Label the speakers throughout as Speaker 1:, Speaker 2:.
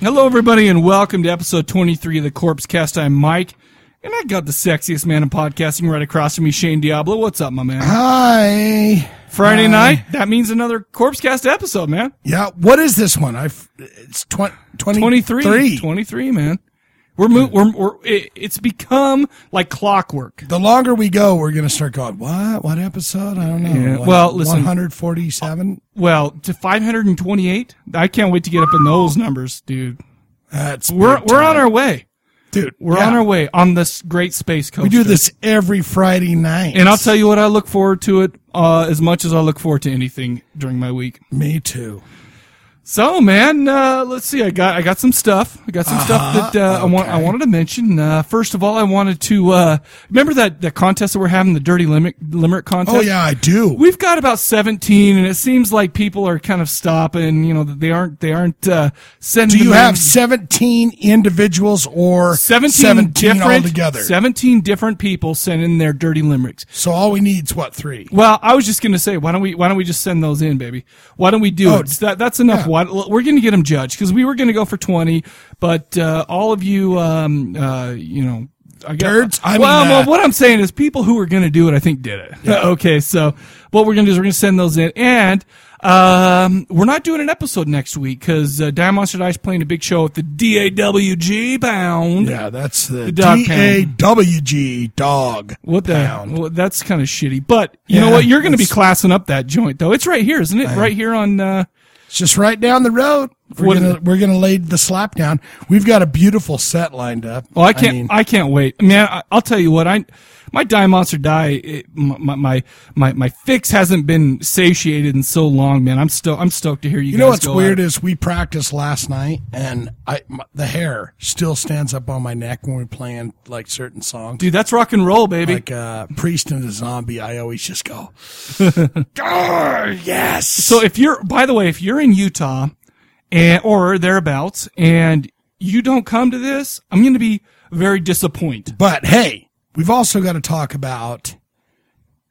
Speaker 1: Hello, everybody, and welcome to episode 23 of the Corpse Cast. I'm Mike, and I got the sexiest man in podcasting right across from me, Shane Diablo. What's up, my man?
Speaker 2: Hi.
Speaker 1: Friday
Speaker 2: Hi.
Speaker 1: night, that means another Corpse Cast episode, man.
Speaker 2: Yeah. What is this one? I've it's twen- 20,
Speaker 1: 23.
Speaker 2: 23.
Speaker 1: 23, man. We're, mo- we're, we're it, it's become like clockwork.
Speaker 2: The longer we go, we're going to start going, what? What episode? I don't know.
Speaker 1: Yeah,
Speaker 2: Like
Speaker 1: well, listen-
Speaker 2: 147?
Speaker 1: Well, to 528, I can't wait to get up in those numbers, dude.
Speaker 2: That's
Speaker 1: We're,
Speaker 2: big
Speaker 1: we're on
Speaker 2: time.
Speaker 1: our way.
Speaker 2: dude.
Speaker 1: We're on our way on this great space coaster.
Speaker 2: We do this every Friday night.
Speaker 1: Uh, And I'll tell you what, I look forward to it uh, as much as I look forward to anything during my week.
Speaker 2: Me too.
Speaker 1: So, man, uh, let's see. I got I got some stuff. I got some stuff that uh,
Speaker 2: Uh-huh.
Speaker 1: I want. I wanted to mention. Uh, first of all, I wanted to uh, remember that that contest that we're having, the Dirty Limerick, Limerick contest.
Speaker 2: Oh yeah, I do.
Speaker 1: We've got about 17 and it seems like people are kind of stopping, you know, that they aren't, they aren't, uh, sending
Speaker 2: do you
Speaker 1: them in-
Speaker 2: have 17 individuals or
Speaker 1: 17,
Speaker 2: 17
Speaker 1: different,
Speaker 2: altogether?
Speaker 1: 17 different people sending their dirty limericks.
Speaker 2: so all we need is what, three?
Speaker 1: Well, I was just gonna say, why don't we why don't we just send those in, baby? Why don't we do
Speaker 2: Oh,
Speaker 1: it? That, that's enough. Why, look, we're gonna get them judged because we were gonna go for twenty, but uh, all of you, um, uh, you know, I guess,
Speaker 2: Nerds? I mean,
Speaker 1: well,
Speaker 2: uh,
Speaker 1: well, what I'm saying is, people who are gonna do it, I think, did it. okay, so what we're gonna do is we're gonna send those in, and um, we're not doing an episode next week because uh, Diamond Monster Dice playing a big show at the DAWG Bound.
Speaker 2: Yeah, that's the,
Speaker 1: dog pound.
Speaker 2: D-A-W-G, dog.
Speaker 1: What the?
Speaker 2: pound.
Speaker 1: Well, that's kind of shitty. But you know
Speaker 2: Yeah,
Speaker 1: what? You're going to be
Speaker 2: it's-
Speaker 1: classing up that joint though. It's right here, isn't it? right here on. Uh,
Speaker 2: It's just right down the road. We're
Speaker 1: What-
Speaker 2: gonna we're gonna lay the slap down. We've got a beautiful set lined up.
Speaker 1: well, I can't. I,
Speaker 2: mean,
Speaker 1: can't wait, man. I, I'll tell you what. I my die monster die. It, my, my my my fix hasn't been satiated in so long, man. I'm still I'm stoked to hear you.
Speaker 2: you know
Speaker 1: guys
Speaker 2: what's
Speaker 1: go
Speaker 2: weird
Speaker 1: at it.
Speaker 2: is we practiced last night, and I my, the hair still stands up on my neck when we're playing like certain songs,
Speaker 1: dude. That's rock and roll, baby.
Speaker 2: like uh, "Priest and the Zombie." I always just go, "Grr, yes.
Speaker 1: So if you're, by the way, if you're in Utah and, or thereabouts, and you don't come to this, I'm going to be very disappointed.
Speaker 2: but hey, we've also got to talk about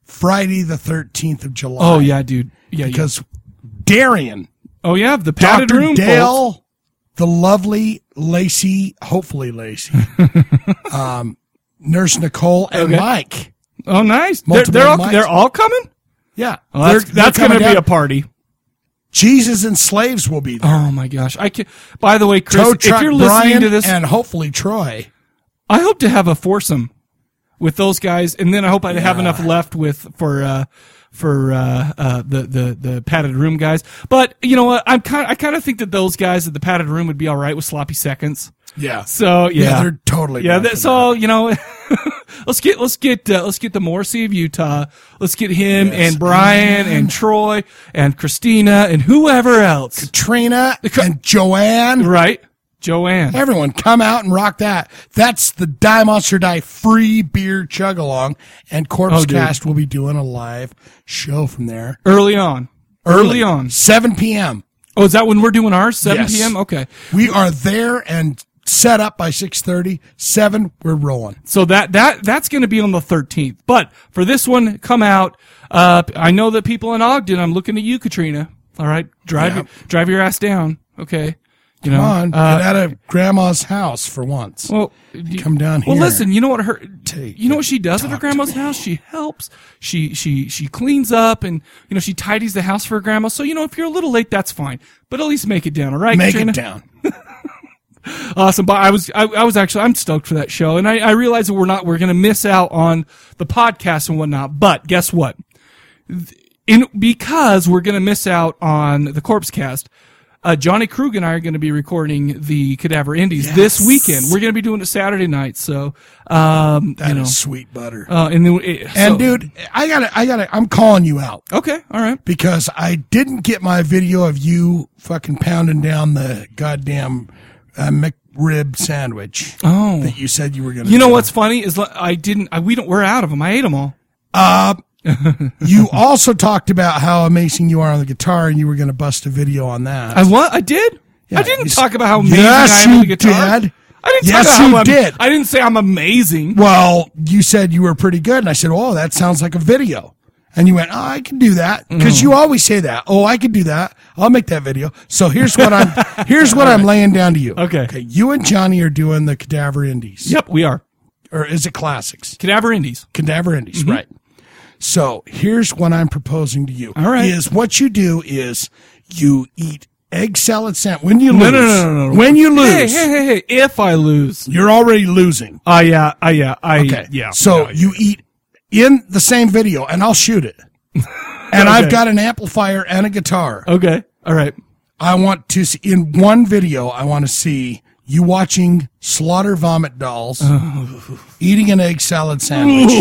Speaker 2: Friday the thirteenth of July.
Speaker 1: Oh yeah, dude. Yeah, yeah.
Speaker 2: because Darian
Speaker 1: Oh yeah, the padded
Speaker 2: Dr.
Speaker 1: room.
Speaker 2: Dale,
Speaker 1: folks.
Speaker 2: the lovely Lacey, hopefully Lacey, um, Nurse Nicole, and
Speaker 1: Okay.
Speaker 2: Mike.
Speaker 1: Oh, nice. They're,
Speaker 2: Multiple
Speaker 1: they're all
Speaker 2: mics.
Speaker 1: they're all coming.
Speaker 2: Yeah.
Speaker 1: Oh, that's
Speaker 2: They're- they're
Speaker 1: that's going to
Speaker 2: coming
Speaker 1: be
Speaker 2: down.
Speaker 1: a party.
Speaker 2: Jesus and slaves will be there.
Speaker 1: Oh my gosh! I can. By the way, Chris,
Speaker 2: Tow
Speaker 1: if
Speaker 2: truck
Speaker 1: you're listening
Speaker 2: Brian
Speaker 1: to this,
Speaker 2: and hopefully Troy.
Speaker 1: I hope to have a foursome with those guys, and then I hope I have enough left with for uh, for uh, uh, the the the padded room guys. But you know what? I'm kind I kind of think that those guys at the padded room would be all right with sloppy seconds.
Speaker 2: Yeah.
Speaker 1: So yeah,
Speaker 2: they're totally.
Speaker 1: Yeah,
Speaker 2: down
Speaker 1: that's
Speaker 2: for that.
Speaker 1: all. You know, let's get let's get uh, let's get the Morrissey of Utah. Let's get him and Brian and Troy and Christina and whoever else.
Speaker 2: Trina and Joanne.
Speaker 1: Right, Joanne.
Speaker 2: Everyone, come out and rock that. That's the Die Monster Die free beer chug along, and Corpse
Speaker 1: Oh, dude.
Speaker 2: Cast will be doing a live show from there
Speaker 1: Early on, early on.
Speaker 2: 7 p.m.
Speaker 1: Oh, is that when we're doing ours? Seven
Speaker 2: Yes.
Speaker 1: p.m. Okay,
Speaker 2: We are there and set up by 6:30, 7 we're rolling.
Speaker 1: so that that that's going to be on the thirteenth. But for this one, come out. Uh, I know that people in Ogden. I'm looking at you, Katrina. All right, drive drive your ass down. Okay, you know.
Speaker 2: Come on,
Speaker 1: uh,
Speaker 2: get out of grandma's house for once.
Speaker 1: Well, d-
Speaker 2: Come down
Speaker 1: Well,
Speaker 2: here.
Speaker 1: listen. You know what her?
Speaker 2: Take
Speaker 1: you know what she does at her grandma's house? She helps. She she she cleans up and you know she tidies the house for her grandma. So you know if you're a little late, that's fine. But at least make it down. All right,
Speaker 2: Make
Speaker 1: Katrina?
Speaker 2: it down.
Speaker 1: Awesome. But I was I, I was actually I'm stoked for that show, and I, I realize that we're not we're gonna miss out on the podcast and whatnot. But guess what? Th- In because we're gonna miss out on the Corpse Cast. uh, Johnny Krug and I are going to be recording the Cadaver Indies this weekend. We're going to be doing it Saturday night. So, um,
Speaker 2: That
Speaker 1: you
Speaker 2: is
Speaker 1: know,
Speaker 2: sweet butter.
Speaker 1: uh, and then it,
Speaker 2: and
Speaker 1: so-
Speaker 2: dude, I gotta, I gotta, I'm calling you out
Speaker 1: okay, all right,
Speaker 2: because I didn't get my video of you fucking pounding down the goddamn uh, McRib sandwich
Speaker 1: oh.
Speaker 2: that you said you were gonna.
Speaker 1: You know
Speaker 2: do.
Speaker 1: what's funny is like, I didn't. I, we don't. We're out of them. I ate them all.
Speaker 2: Uh, you also talked about how amazing you are on the guitar, and you were gonna bust a video on that.
Speaker 1: I what? I did.
Speaker 2: Yeah,
Speaker 1: I didn't
Speaker 2: you s-
Speaker 1: talk about how amazing
Speaker 2: Yes,
Speaker 1: I am on the
Speaker 2: you
Speaker 1: guitar.
Speaker 2: did.
Speaker 1: I didn't
Speaker 2: Yes,
Speaker 1: talk about
Speaker 2: you
Speaker 1: how I'm-
Speaker 2: did.
Speaker 1: I didn't say I'm amazing.
Speaker 2: well, you said you were pretty good, and I said, "Oh, that sounds like a video." And you went, oh, "I can do that,"
Speaker 1: Mm.
Speaker 2: because you always say that. Oh, I can do that. I'll make that video. So here's what I'm here's what I'm laying down to you.
Speaker 1: Okay.
Speaker 2: okay. You and Johnny are doing the Cadaver Indies,
Speaker 1: Yep, we are
Speaker 2: or is it Classics?
Speaker 1: cadaver indies. Mm-hmm.
Speaker 2: Cadaver Indies, right? So here's what I'm proposing to you.
Speaker 1: All right.
Speaker 2: is what you do is you eat egg salad sandwich when you
Speaker 1: No,
Speaker 2: lose.
Speaker 1: no, no, no, no.
Speaker 2: When you lose,
Speaker 1: Hey, hey, hey, hey! If I lose,
Speaker 2: you're already losing.
Speaker 1: I yeah, I yeah, I
Speaker 2: Okay.
Speaker 1: yeah.
Speaker 2: uh, So you eat in the same video, and I'll shoot it. And I've
Speaker 1: Okay.
Speaker 2: got an amplifier and a guitar.
Speaker 1: okay, all right.
Speaker 2: I want to see in one video. I want to see you watching slaughter vomit dolls
Speaker 1: Uh-huh.
Speaker 2: eating an egg salad sandwich.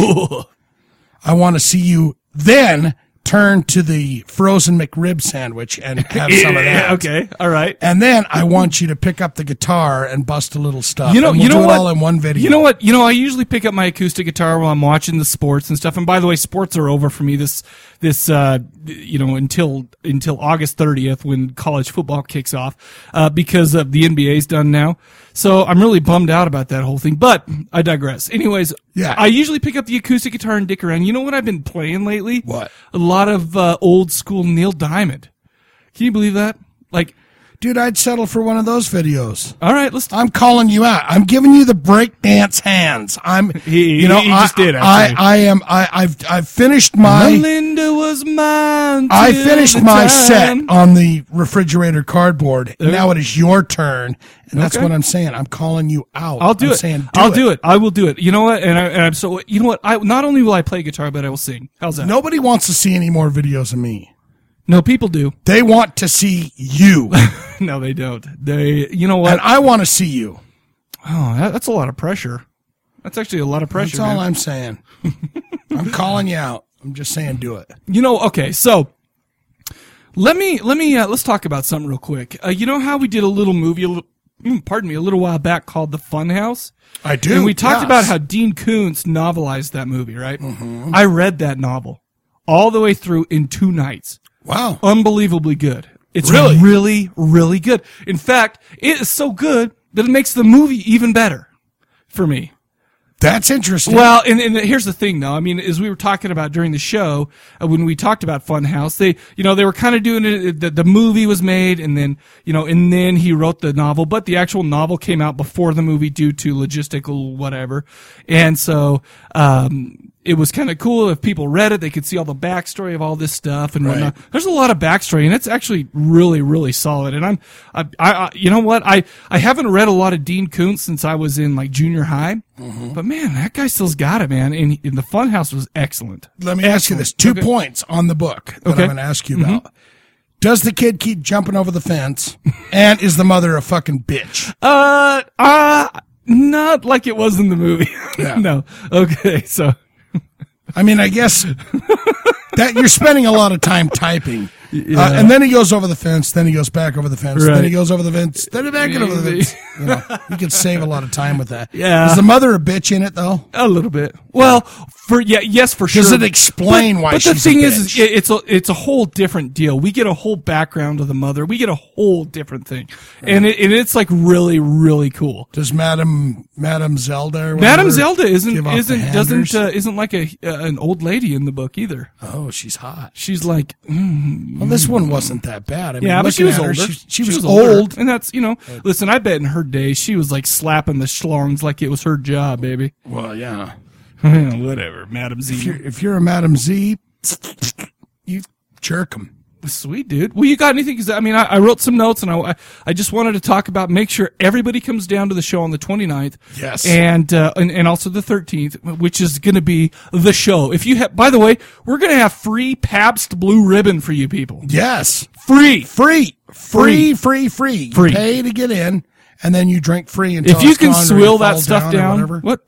Speaker 2: I want to see you then turn to the frozen McRib sandwich and have some of that.
Speaker 1: Yeah, okay, all right.
Speaker 2: And then I want you to pick up the guitar and bust a little stuff.
Speaker 1: You know,
Speaker 2: and we'll
Speaker 1: you know
Speaker 2: do it
Speaker 1: what?
Speaker 2: all in one video.
Speaker 1: You know what? You know, I usually pick up my acoustic guitar while I'm watching the sports and stuff. And by the way, sports are over for me this this uh, you know until until August 30th when college football kicks off uh, because of the NBA's done now. So I'm really bummed out about that whole thing. But I digress. Anyways,
Speaker 2: Yeah.
Speaker 1: I usually pick up the acoustic guitar and dick around. You know what I've been playing lately?
Speaker 2: What?
Speaker 1: A lot of uh, old school Neil Diamond. Can you believe that? Like,
Speaker 2: dude? I'd settle for one of those videos.
Speaker 1: all right, let's.
Speaker 2: I'm calling you out. I'm giving you the breakdance hands. I'm,
Speaker 1: He-
Speaker 2: you know,
Speaker 1: he
Speaker 2: I,
Speaker 1: just did,
Speaker 2: I,
Speaker 1: actually.
Speaker 2: I am. I, I've, I've finished my.
Speaker 1: Melinda was mine.
Speaker 2: I
Speaker 1: till
Speaker 2: finished
Speaker 1: the
Speaker 2: my
Speaker 1: time.
Speaker 2: set on the refrigerator cardboard. Now it is your turn, and that's
Speaker 1: Okay.
Speaker 2: what I'm saying. I'm calling you out.
Speaker 1: I'll do
Speaker 2: Oh, I'm
Speaker 1: it.
Speaker 2: Saying, do
Speaker 1: I'll do it. I will do it. You know what? And, I, and I'm so. You know what? I not only will I play guitar, but I will sing. How's that?
Speaker 2: Nobody wants to see any more videos of me.
Speaker 1: No, people do.
Speaker 2: They want to see you,
Speaker 1: no, they don't. They. You know
Speaker 2: and
Speaker 1: what?
Speaker 2: I want to see you.
Speaker 1: oh, that, that's a lot of pressure. That's actually a lot of pressure.
Speaker 2: That's all
Speaker 1: man.
Speaker 2: I'm saying. I'm calling you out. I'm just saying, do it.
Speaker 1: you know. Okay, so. Let me let me uh, let's talk about something real quick. Uh, you know how we did a little movie, a little, mm, pardon me, a little while back called The Fun House.
Speaker 2: I do.
Speaker 1: And we talked
Speaker 2: yes.
Speaker 1: about how Dean Koontz novelized that movie, right? Mm-hmm. I read that novel all the way through in two nights.
Speaker 2: wow.
Speaker 1: unbelievably good. It's
Speaker 2: Really?
Speaker 1: really, really, really good. In fact, it is so good that it makes the movie even better for me.
Speaker 2: That's interesting.
Speaker 1: Well, and, and here's the thing, though. I mean, as we were talking about during the show, uh, when we talked about Funhouse, they, you know, they were kind of doing it. The, the movie was made, and then, you know, and then he wrote the novel, but the actual novel came out before the movie due to logistical whatever, and so. Um, it was kind of cool if people read it, they could see all the backstory of all this stuff and whatnot. There's a lot of backstory, and it's actually really, really solid. And I'm, I, I, I- you know what? I, I haven't read a lot of Dean Koontz since I was in like junior high,
Speaker 2: Mm-hmm.
Speaker 1: but man, that guy still's got it, man. And, he- and the Funhouse was excellent.
Speaker 2: Let me ask you this: two
Speaker 1: Okay.
Speaker 2: points on the book that
Speaker 1: Okay. Mm-hmm.
Speaker 2: I'm going to ask you about. Does the kid keep jumping over the fence? and is the mother a fucking bitch?
Speaker 1: Uh, uh, not like it was in the movie.
Speaker 2: Yeah.
Speaker 1: no. Okay. So
Speaker 2: I mean, I guess that you're spending a lot of time typing. Uh, and then he goes over the fence. Then he goes back over the fence. Then he
Speaker 1: Right.
Speaker 2: goes over the fence. Then he back over the
Speaker 1: Maybe.
Speaker 2: fence. You, know, you could save a lot of time with that.
Speaker 1: Yeah.
Speaker 2: Is the mother a bitch in it though?
Speaker 1: a little bit. Well, for, yeah, yes, for sure.
Speaker 2: Does it explain
Speaker 1: but,
Speaker 2: why
Speaker 1: But the
Speaker 2: she's a
Speaker 1: thing is, is
Speaker 2: bitch?
Speaker 1: it- it's a it's a whole different deal. We get a whole background of the mother. We get a whole different thing, and it, and it's like really really cool.
Speaker 2: Does Madam Madam Zelda? Or
Speaker 1: Madame
Speaker 2: whatever
Speaker 1: Zelda
Speaker 2: give
Speaker 1: isn't
Speaker 2: off the
Speaker 1: isn't
Speaker 2: handers?
Speaker 1: doesn't uh, isn't like a uh, an old lady in the book either.
Speaker 2: oh, she's hot.
Speaker 1: She's like mm,
Speaker 2: Well, this one wasn't that bad. I mean,
Speaker 1: yeah, but she
Speaker 2: looking
Speaker 1: was
Speaker 2: at her,
Speaker 1: older.
Speaker 2: She, she was,
Speaker 1: older.
Speaker 2: old.
Speaker 1: and that's you know. Listen, I bet in her day she was like slapping the schlongs like it was her job, baby.
Speaker 2: Well, yeah.
Speaker 1: Whatever, Madam
Speaker 2: If
Speaker 1: Z.
Speaker 2: you're, if you're a Madam Z, you jerk them.
Speaker 1: Sweet dude. Well, you got anything? 'Cause, I mean, I, I wrote some notes and I, I just wanted to talk about make sure everybody comes down to the show on the 29th.
Speaker 2: Yes.
Speaker 1: And, uh, and, and also the 13th, which is going to be the show. If you have, by the way, we're going to have free Pabst Blue Ribbon for you people.
Speaker 2: Yes.
Speaker 1: Free.
Speaker 2: Free. Free, free, free.
Speaker 1: Free.
Speaker 2: You pay to get in, and then you drink free until
Speaker 1: If you
Speaker 2: it's
Speaker 1: can
Speaker 2: gone or
Speaker 1: swill that
Speaker 2: falls
Speaker 1: stuff
Speaker 2: or
Speaker 1: down,
Speaker 2: whatever.
Speaker 1: what?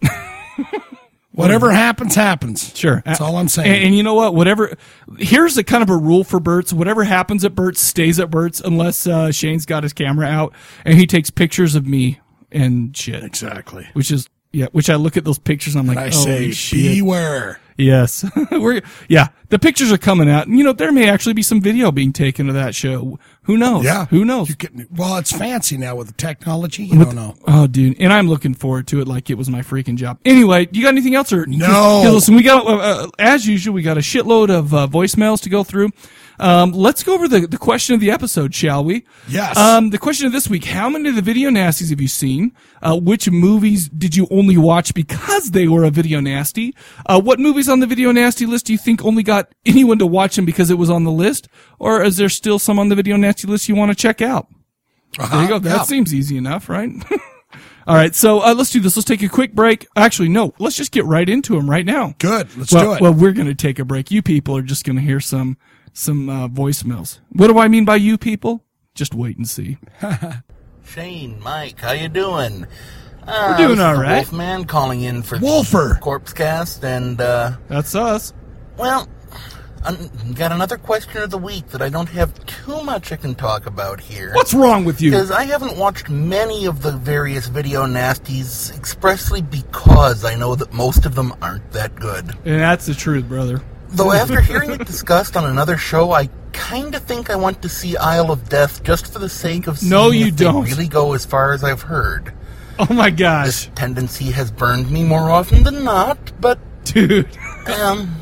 Speaker 2: Whatever happens, happens.
Speaker 1: Sure.
Speaker 2: That's all I'm saying.
Speaker 1: And, and you know what? Whatever. Here's a kind of a rule for Burt's. Whatever happens at Burt's stays at Burt's unless uh, Shane's got his camera out and he takes pictures of me and shit.
Speaker 2: Exactly.
Speaker 1: Which is yeah. Which I look at those pictures. I'm like,
Speaker 2: I
Speaker 1: oh
Speaker 2: say
Speaker 1: shit.
Speaker 2: beware.
Speaker 1: yes. We're yeah. The pictures are coming out, and you know there may actually be some video being taken of that show. Who knows?
Speaker 2: Yeah.
Speaker 1: Who knows?
Speaker 2: You can, well, it's fancy now with the technology. You don't know.
Speaker 1: Oh, dude, and I'm looking forward to it like it was my freaking job. Anyway, you got anything else? Or
Speaker 2: No.
Speaker 1: Cause- 'cause listen, we got uh, uh, as usual, we got a shitload of uh, voicemails to go through. Um, let's go over the the question of the episode, shall we?
Speaker 2: Yes.
Speaker 1: Um, the question of this week: How many of the video nasties have you seen? Uh, which movies did you only watch because they were a video nasty? Uh, what movies on the video nasty list do you think only got anyone to watch them because it was on the list, or is there still some on the video nasty list you want to check out? There you go. That
Speaker 2: Yeah.
Speaker 1: seems easy enough, right? All right, so uh, let's do this. Let's take a quick break. Actually, no, let's just get right into them right now.
Speaker 2: Good. Let's
Speaker 1: well,
Speaker 2: do it.
Speaker 1: Well, we're going to take a break. You people are just going to hear some some uh, voicemails. What do I mean by you people? Just wait and see.
Speaker 3: Shane, Mike, how you doing? Uh,
Speaker 1: We're doing
Speaker 3: this is
Speaker 1: all
Speaker 3: the
Speaker 1: right.
Speaker 3: Wolfman calling in for
Speaker 2: Wolfer.
Speaker 3: Corpse Cast, and uh,
Speaker 1: That's us.
Speaker 3: well, i got another question of the week that I don't have too much I can talk about here.
Speaker 1: What's wrong with you?
Speaker 3: Because I haven't watched many of the various video nasties expressly because I know that most of them aren't that good.
Speaker 1: And that's the truth, brother.
Speaker 3: Though after hearing it discussed on another show, I kind of think I want to see Isle of Death just for the sake of seeing
Speaker 1: No, you
Speaker 3: if they
Speaker 1: don't.
Speaker 3: really go as far as I've heard.
Speaker 1: Oh my
Speaker 3: This
Speaker 1: gosh,
Speaker 3: tendency has burned me more often than not, but
Speaker 1: dude!
Speaker 3: um,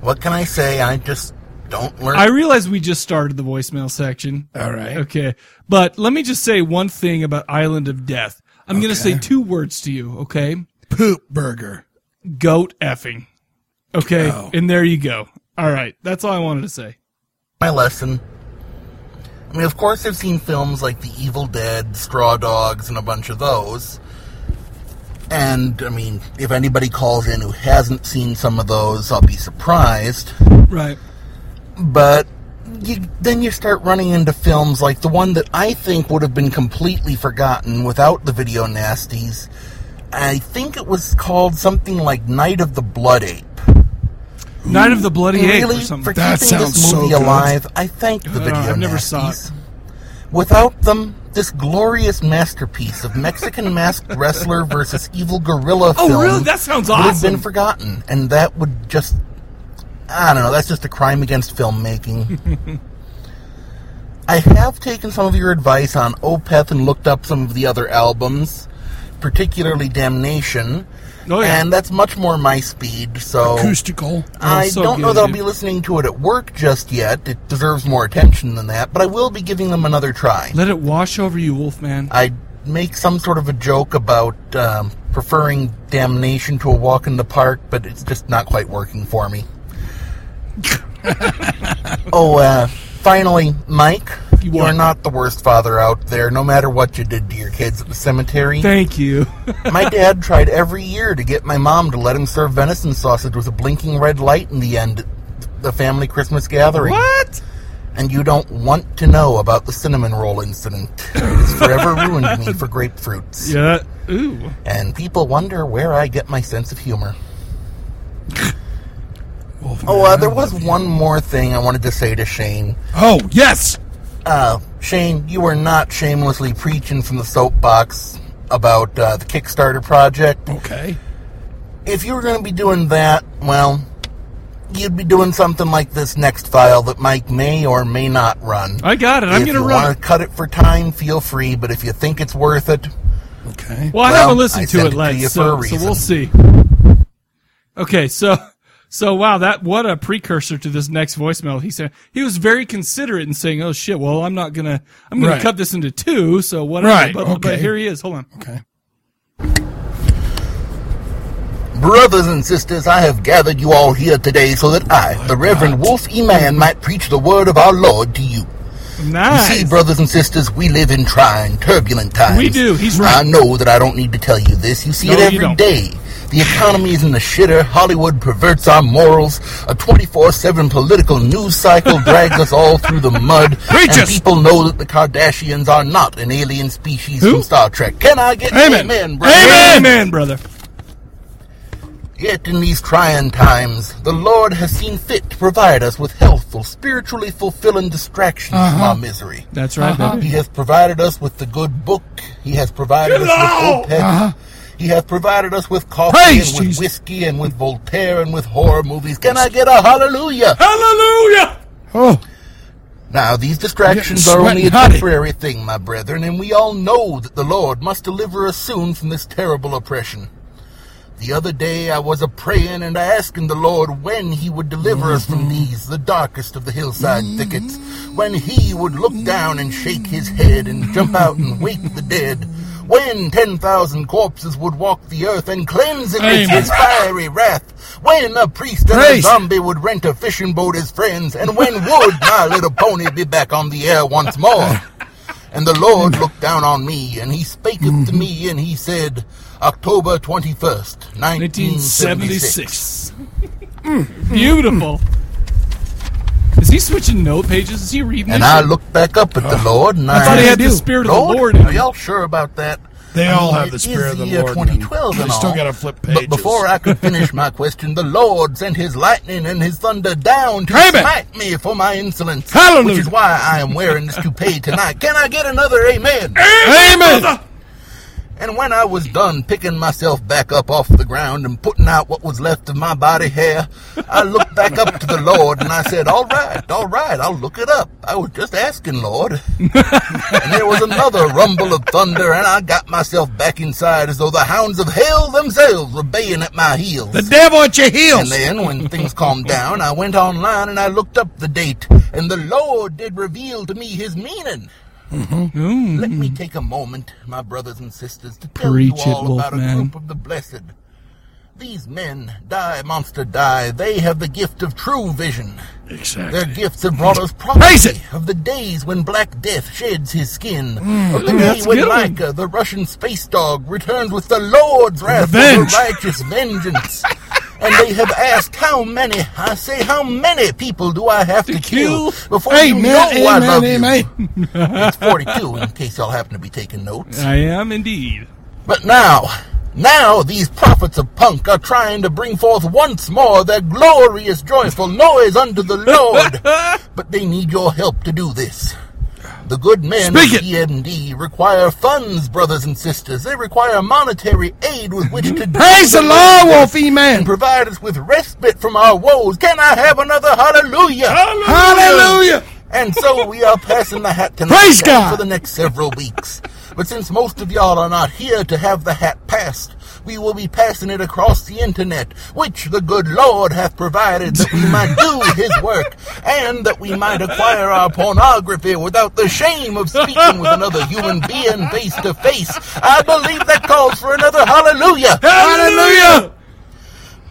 Speaker 3: what can I say? I just don't learn.
Speaker 1: I realize we just started the voicemail section.
Speaker 2: all right.
Speaker 1: Okay. But let me just say one thing about Island of Death. I'm going to say two words to you, okay?
Speaker 2: Poop burger.
Speaker 1: goat effing. Okay,
Speaker 2: Oh.
Speaker 1: and there you go. All right, that's all I wanted to say.
Speaker 3: my lesson. I mean, of course, I've seen films like The Evil Dead, Straw Dogs, and a bunch of those. And, I mean, if anybody calls in who hasn't seen some of those, I'll be surprised.
Speaker 1: Right.
Speaker 3: But you, then you start running into films like the one that I think would have been completely forgotten without the video nasties. I think it was called something like Night of the Blood Ape.
Speaker 1: Night of the Bloody Ape
Speaker 3: really,
Speaker 1: or
Speaker 3: for
Speaker 1: something.
Speaker 2: That
Speaker 3: keeping
Speaker 2: sounds
Speaker 3: this
Speaker 2: so
Speaker 3: movie
Speaker 2: good.
Speaker 3: alive, I thank the
Speaker 1: Uh,
Speaker 3: video
Speaker 1: I've never
Speaker 3: nasties.
Speaker 1: saw it.
Speaker 3: Without them, this glorious masterpiece of Mexican masked wrestler versus evil gorilla
Speaker 1: Oh,
Speaker 3: film
Speaker 1: really? That sounds
Speaker 3: would have
Speaker 1: awesome.
Speaker 3: been forgotten, and that would just. I don't know, that's just a crime against filmmaking. I have taken some of your advice on Opeth and looked up some of the other albums, particularly Damnation,
Speaker 1: oh, yeah.
Speaker 3: and that's much more my speed, so.
Speaker 2: Acoustical.
Speaker 3: Oh, I
Speaker 1: Oh, so
Speaker 3: don't know
Speaker 1: good,
Speaker 3: that I'll
Speaker 1: dude.
Speaker 3: be listening to it at work just yet. It deserves more attention than that, but I will be giving them another try.
Speaker 1: Let it wash over you, Wolfman.
Speaker 3: I make some sort of a joke about um, preferring damnation to a walk in the park, but it's just not quite working for me. oh, uh, finally, Mike,
Speaker 1: You
Speaker 3: you,
Speaker 1: what?
Speaker 3: are not the worst father out there, no matter what you did to your kids at the cemetery.
Speaker 1: Thank you.
Speaker 3: My dad tried every year to get my mom to let him serve venison sausage with a blinking red light in the end at the family Christmas gathering.
Speaker 1: what?
Speaker 3: And you don't want to know about the cinnamon roll incident. It's forever ruined me for grapefruits.
Speaker 1: Yeah. Ooh.
Speaker 3: And people wonder where I get my sense of humor. Oh, uh, there was one more thing I wanted to say to Shane.
Speaker 2: Oh, yes.
Speaker 3: Uh, Shane, you were not shamelessly preaching from the soapbox about uh, the Kickstarter project.
Speaker 2: Okay.
Speaker 3: if you were going to be doing that, well, you'd be doing something like this next file that Mike may or may not run.
Speaker 1: I got it. I'm
Speaker 3: if
Speaker 1: going to
Speaker 3: you
Speaker 1: run.
Speaker 3: want to cut it for time, feel free. But if you think it's worth it,
Speaker 2: Okay.
Speaker 1: Well, I
Speaker 3: Well,
Speaker 1: haven't
Speaker 3: I
Speaker 1: listened to
Speaker 3: sent
Speaker 1: it,
Speaker 3: it to
Speaker 1: like
Speaker 3: you
Speaker 1: so,
Speaker 3: for a
Speaker 1: so we'll see. Okay, so so wow, that what a precursor to this next voicemail. He said he was very considerate in saying, "Oh shit, well I'm not gonna I'm gonna
Speaker 2: Right.
Speaker 1: cut this into two, so whatever."
Speaker 2: Right,
Speaker 1: But, but
Speaker 2: okay.
Speaker 1: here he is. Hold on.
Speaker 2: okay.
Speaker 3: Brothers and sisters, I have gathered you all here today so that I,
Speaker 1: Oh
Speaker 3: the Reverend Wolf E. Man, might preach the word of our Lord to you. You see,
Speaker 1: Nice.
Speaker 3: brothers and sisters, we live in trying, turbulent times.
Speaker 1: We do. He's right.
Speaker 3: I know that I don't need to tell you this. You see
Speaker 1: No,
Speaker 3: it
Speaker 1: you
Speaker 3: every
Speaker 1: don't.
Speaker 3: day. The economy is in the shitter. Hollywood perverts our morals. A 24-7 political news cycle drags us all through the mud.
Speaker 2: Preach
Speaker 3: and
Speaker 2: us.
Speaker 3: people know that the Kardashians are not an alien species from Star Trek. Can I get an
Speaker 1: Amen.
Speaker 3: amen brother?
Speaker 1: Amen. Amen, brother.
Speaker 3: Yet in these trying times, the Lord has seen fit to provide us with healthful, spiritually fulfilling distractions from our misery.
Speaker 1: Uh-huh. That's right,
Speaker 3: He
Speaker 1: baby.
Speaker 3: has provided us with the good book. He has provided
Speaker 1: Good
Speaker 3: us
Speaker 1: Lord!
Speaker 3: with OPEC. He has provided us with coffee
Speaker 2: Praise
Speaker 3: and with
Speaker 2: Jesus.
Speaker 3: whiskey and with Voltaire and with horror movies. Can I get a hallelujah?
Speaker 1: Hallelujah.
Speaker 2: Oh,
Speaker 3: Now, these distractions
Speaker 2: Getting
Speaker 3: are only a
Speaker 2: sweating hotty.
Speaker 3: temporary thing, my brethren, and we all know that the Lord must deliver us soon from this terrible oppression. The other day I was a praying and asking the Lord when He would deliver us
Speaker 2: Mm-hmm.
Speaker 3: from these, the darkest of the hillside thickets, when He would look down and shake His head and jump out and wake the dead, when 10,000 corpses would walk the earth and cleanse it with
Speaker 2: Amen.
Speaker 3: His fiery wrath, when a priest and a
Speaker 2: Praise.
Speaker 3: zombie would rent a fishing boat as friends, and when would My Little Pony be back on the air once more? And the Lord looked down on me, and he spaketh to me, and he said, October 21st, 1976.
Speaker 1: 1976. Beautiful. Is he switching note pages? Is he reading
Speaker 3: And
Speaker 1: this
Speaker 3: I
Speaker 1: shit?
Speaker 3: looked back up at the Lord, and I,
Speaker 1: I thought he
Speaker 2: I
Speaker 1: had the
Speaker 2: do.
Speaker 1: spirit of the
Speaker 3: Lord,
Speaker 1: Lord in
Speaker 3: are
Speaker 1: him.
Speaker 3: y'all sure about that?
Speaker 2: they
Speaker 3: I
Speaker 2: all
Speaker 3: mean,
Speaker 2: have the
Speaker 3: it
Speaker 2: spirit
Speaker 3: is
Speaker 2: of the
Speaker 3: year
Speaker 2: Lord.
Speaker 3: 2012
Speaker 2: I
Speaker 3: and all.
Speaker 2: still got to flip pages.
Speaker 3: But before I could finish my question, the Lord sent his lightning and his thunder down to
Speaker 2: Amen.
Speaker 3: smite me for my insolence.
Speaker 2: Hallelujah.
Speaker 3: Which is why I am wearing this toupee tonight. Can I get another amen?
Speaker 2: Amen.
Speaker 3: And when I was done picking myself back up off the ground and putting out what was left of my body hair, I looked back up to the Lord and I said, All right, all right, I'll look it up. I was just asking, Lord. and there was another rumble of thunder, and I got myself back inside as though the hounds of hell themselves were baying at my heels.
Speaker 2: The devil at your
Speaker 3: And
Speaker 2: heels.
Speaker 3: then, when things calmed down, I went online and I looked up the date, and the Lord did reveal to me his meaning.
Speaker 2: Mm-hmm.
Speaker 3: Let me take a moment, my brothers and sisters, to tell
Speaker 1: Preach it,
Speaker 3: you all about
Speaker 1: Wolfman.
Speaker 3: a group of the blessed. These men, die, monster, die, they have the gift of true vision. Their
Speaker 2: Exactly.
Speaker 3: gifts have brought us
Speaker 2: Praise
Speaker 3: prophecy
Speaker 2: it!
Speaker 3: of the days when Black Death sheds his skin, of the
Speaker 1: that's
Speaker 3: day
Speaker 1: a
Speaker 3: when
Speaker 1: good one.
Speaker 3: Micah, the Russian space dog, returns with the Lord's wrath for the
Speaker 2: Revenge.
Speaker 3: righteous vengeance. and they have asked, how many, I say, how many people do I have to, kill,
Speaker 1: kill?
Speaker 3: before you
Speaker 2: Amen.
Speaker 3: know I love
Speaker 2: Amen.
Speaker 3: you?
Speaker 2: Amen.
Speaker 3: It's 42, in case y'all happen to be taking notes.
Speaker 1: I am indeed.
Speaker 3: But now, now these prophets of punk are trying to bring forth once more their glorious, joyful noise unto the Lord. but they need your help to do this. The good men
Speaker 2: Speak
Speaker 3: of
Speaker 2: it.
Speaker 3: DMD require funds, brothers and sisters. They require monetary aid with which to
Speaker 2: Praise the Lord, Wolfie man.
Speaker 3: and provide us with respite from our woes. Can I have another hallelujah?
Speaker 2: Hallelujah.
Speaker 3: And so we are passing the hat tonight
Speaker 2: Praise God.
Speaker 3: for the next several weeks. But since most of y'all are not here to have the hat passed, we will be passing it across the internet, which the good Lord hath provided that we might do his work, and that we might acquire our pornography without the shame of speaking with another human being face to face. I believe that calls for another hallelujah.
Speaker 2: Hallelujah.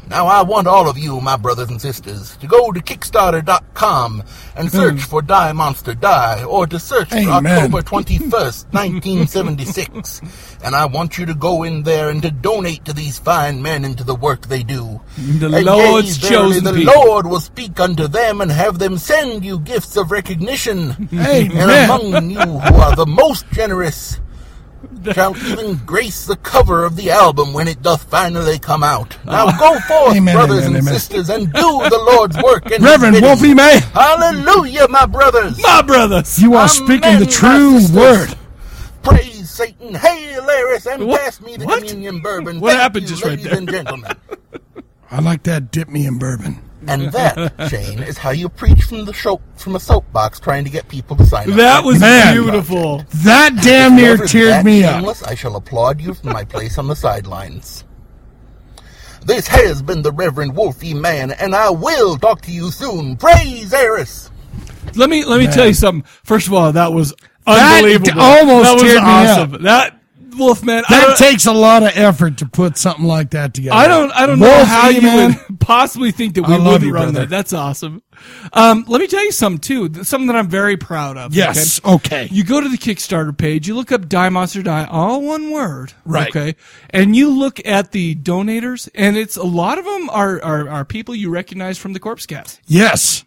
Speaker 3: Now I want all of you, my brothers and sisters, to go to Kickstarter.com
Speaker 1: Hmm.
Speaker 3: and search for Die Monster Die, or to search for
Speaker 2: Amen.
Speaker 3: October 21st, 1976. and I want you to go in there and to donate to these fine men and to the work they do.
Speaker 1: The
Speaker 3: And yea,
Speaker 1: Lord's
Speaker 3: verily,
Speaker 1: chosen
Speaker 3: The
Speaker 1: people.
Speaker 3: Lord will speak unto them and have them send you gifts of recognition. And
Speaker 2: Amen.
Speaker 3: among you who are the most generous shall even grace the cover of the album when it doth finally come out. Now
Speaker 1: Ah.
Speaker 3: go forth,
Speaker 2: Amen,
Speaker 3: brothers
Speaker 2: amen,
Speaker 3: and
Speaker 2: amen.
Speaker 3: sisters, and do the Lord's work. And
Speaker 2: Reverend Wolfie man.
Speaker 3: Hallelujah, my brothers.
Speaker 1: My brothers.
Speaker 2: You are
Speaker 3: Amen,
Speaker 2: speaking
Speaker 3: my
Speaker 2: the true
Speaker 3: sisters.
Speaker 2: word.
Speaker 3: Praise Satan. Hey, Laris, and
Speaker 1: What?
Speaker 3: pass me the
Speaker 1: What?
Speaker 3: communion bourbon.
Speaker 1: What
Speaker 3: Thank
Speaker 1: happened
Speaker 3: you,
Speaker 1: just right
Speaker 3: ladies
Speaker 1: there?
Speaker 3: and gentlemen.
Speaker 2: I like that dip me in bourbon.
Speaker 3: And that, Shane, is how you preach from the show, from a soapbox trying to get people to sign up.
Speaker 1: That was
Speaker 2: Man.
Speaker 1: beautiful.
Speaker 2: That damn near
Speaker 3: Whoever's
Speaker 2: teared
Speaker 3: that
Speaker 2: me up.
Speaker 3: shameless, I shall applaud you from my place on the sidelines. This has been the Reverend Wolfie Man, and I will talk to you soon. Praise Eris!
Speaker 1: Let me let me tell you something. First of all, that was
Speaker 2: That
Speaker 1: unbelievable.
Speaker 2: almost
Speaker 1: that was
Speaker 2: teared me up.
Speaker 1: awesome. That Wolfman. I
Speaker 2: That
Speaker 1: don't-
Speaker 2: takes a lot of effort to put something like that together.
Speaker 1: I don't. I don't know
Speaker 2: Wolf
Speaker 1: how you
Speaker 2: Eman.
Speaker 1: would possibly think that we
Speaker 2: I love
Speaker 1: would
Speaker 2: you,
Speaker 1: run
Speaker 2: brother.
Speaker 1: that. That's awesome. Um, let me tell you something too. th- Something that I'm very proud of.
Speaker 2: Yes, okay.
Speaker 1: You go to the Kickstarter page. You look up Die Monster Die, all one word.
Speaker 2: Right.
Speaker 1: Okay. And you look at the donators, and it's a lot of them are are, are people you recognize from the Corpse Cast.
Speaker 2: Yes,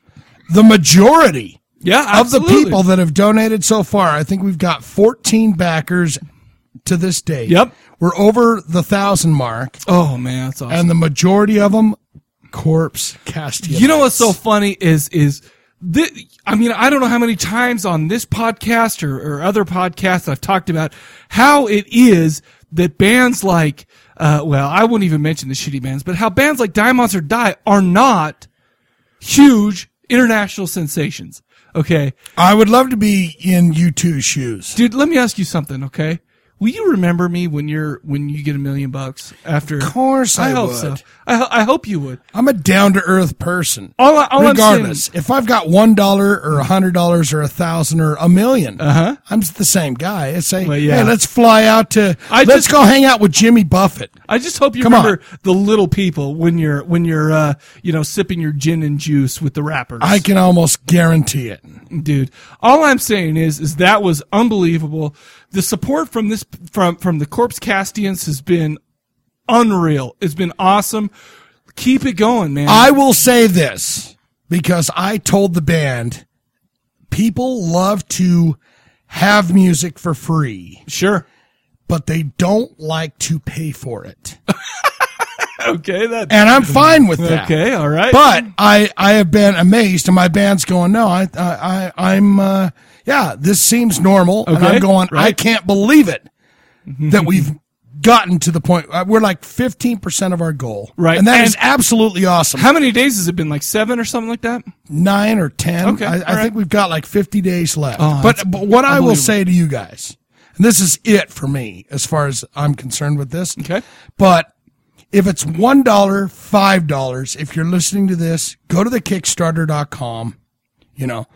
Speaker 2: the majority
Speaker 1: Yeah,
Speaker 2: of
Speaker 1: absolutely.
Speaker 2: the people that have donated so far, I think we've got 14 backers to this day.
Speaker 1: Yep.
Speaker 2: we're over the thousand mark,
Speaker 1: Oh man, that's awesome.
Speaker 2: and the majority of them corpse Castiel.
Speaker 1: You know what's so funny is is this, I mean I don't know how many times on this podcast or, or other podcasts I've talked about how it is that bands like uh, well I won't even mention the shitty bands but how bands like Die Monster Die are not huge international sensations. Okay,
Speaker 2: I would love to be in you two's shoes.
Speaker 1: dude, let me ask you something. Okay, will you remember me when you're when you get a million bucks after? Of
Speaker 2: course I
Speaker 1: hope
Speaker 2: would.
Speaker 1: so. I, ho- I hope you would.
Speaker 2: I'm a down to earth person.
Speaker 1: All, I- all I'm saying-
Speaker 2: Regardless, if I've got one dollar or a hundred dollars or a thousand or a million, uh-huh. I'm the same guy. It's say,
Speaker 1: Well, yeah.
Speaker 2: hey, let's fly out to,
Speaker 1: I
Speaker 2: let's
Speaker 1: just-
Speaker 2: go hang out with Jimmy Buffett.
Speaker 1: I just hope you
Speaker 2: Come
Speaker 1: remember the little people when you're when you're uh, you know sipping your gin and juice with the rappers.
Speaker 2: I can almost guarantee it.
Speaker 1: dude. All I'm saying is is that was unbelievable. The support from this from from the Corpse Castians has been unreal. It's been awesome. Keep it going, man.
Speaker 2: I will say this because I told the band, people love to have music for free,
Speaker 1: sure.
Speaker 2: but they don't like to pay for it,
Speaker 1: Okay, that
Speaker 2: and I'm fine with that.
Speaker 1: Okay, all right.
Speaker 2: But I, I have been amazed, and my band's going, no, I, I, I I'm, uh, yeah, this seems normal, and
Speaker 1: Okay,
Speaker 2: I'm going, I
Speaker 1: right.
Speaker 2: can't believe it that we've gotten to the point. uh, We're like 15 percent of our goal,
Speaker 1: Right,
Speaker 2: And that
Speaker 1: and-
Speaker 2: is absolutely awesome.
Speaker 1: how many days has it been? Like seven or something like that?
Speaker 2: Nine or ten.
Speaker 1: Okay,
Speaker 2: I, I
Speaker 1: all right.
Speaker 2: think we've got like 50 days left.
Speaker 1: Oh, that's
Speaker 2: but, but what I will
Speaker 1: unbelievable.
Speaker 2: say to you guys, and this is it for me as far as I'm concerned with this.
Speaker 1: Okay.
Speaker 2: But if it's one dollar, five dollars, if you're listening to this, go to the Kickstarter.com. You know,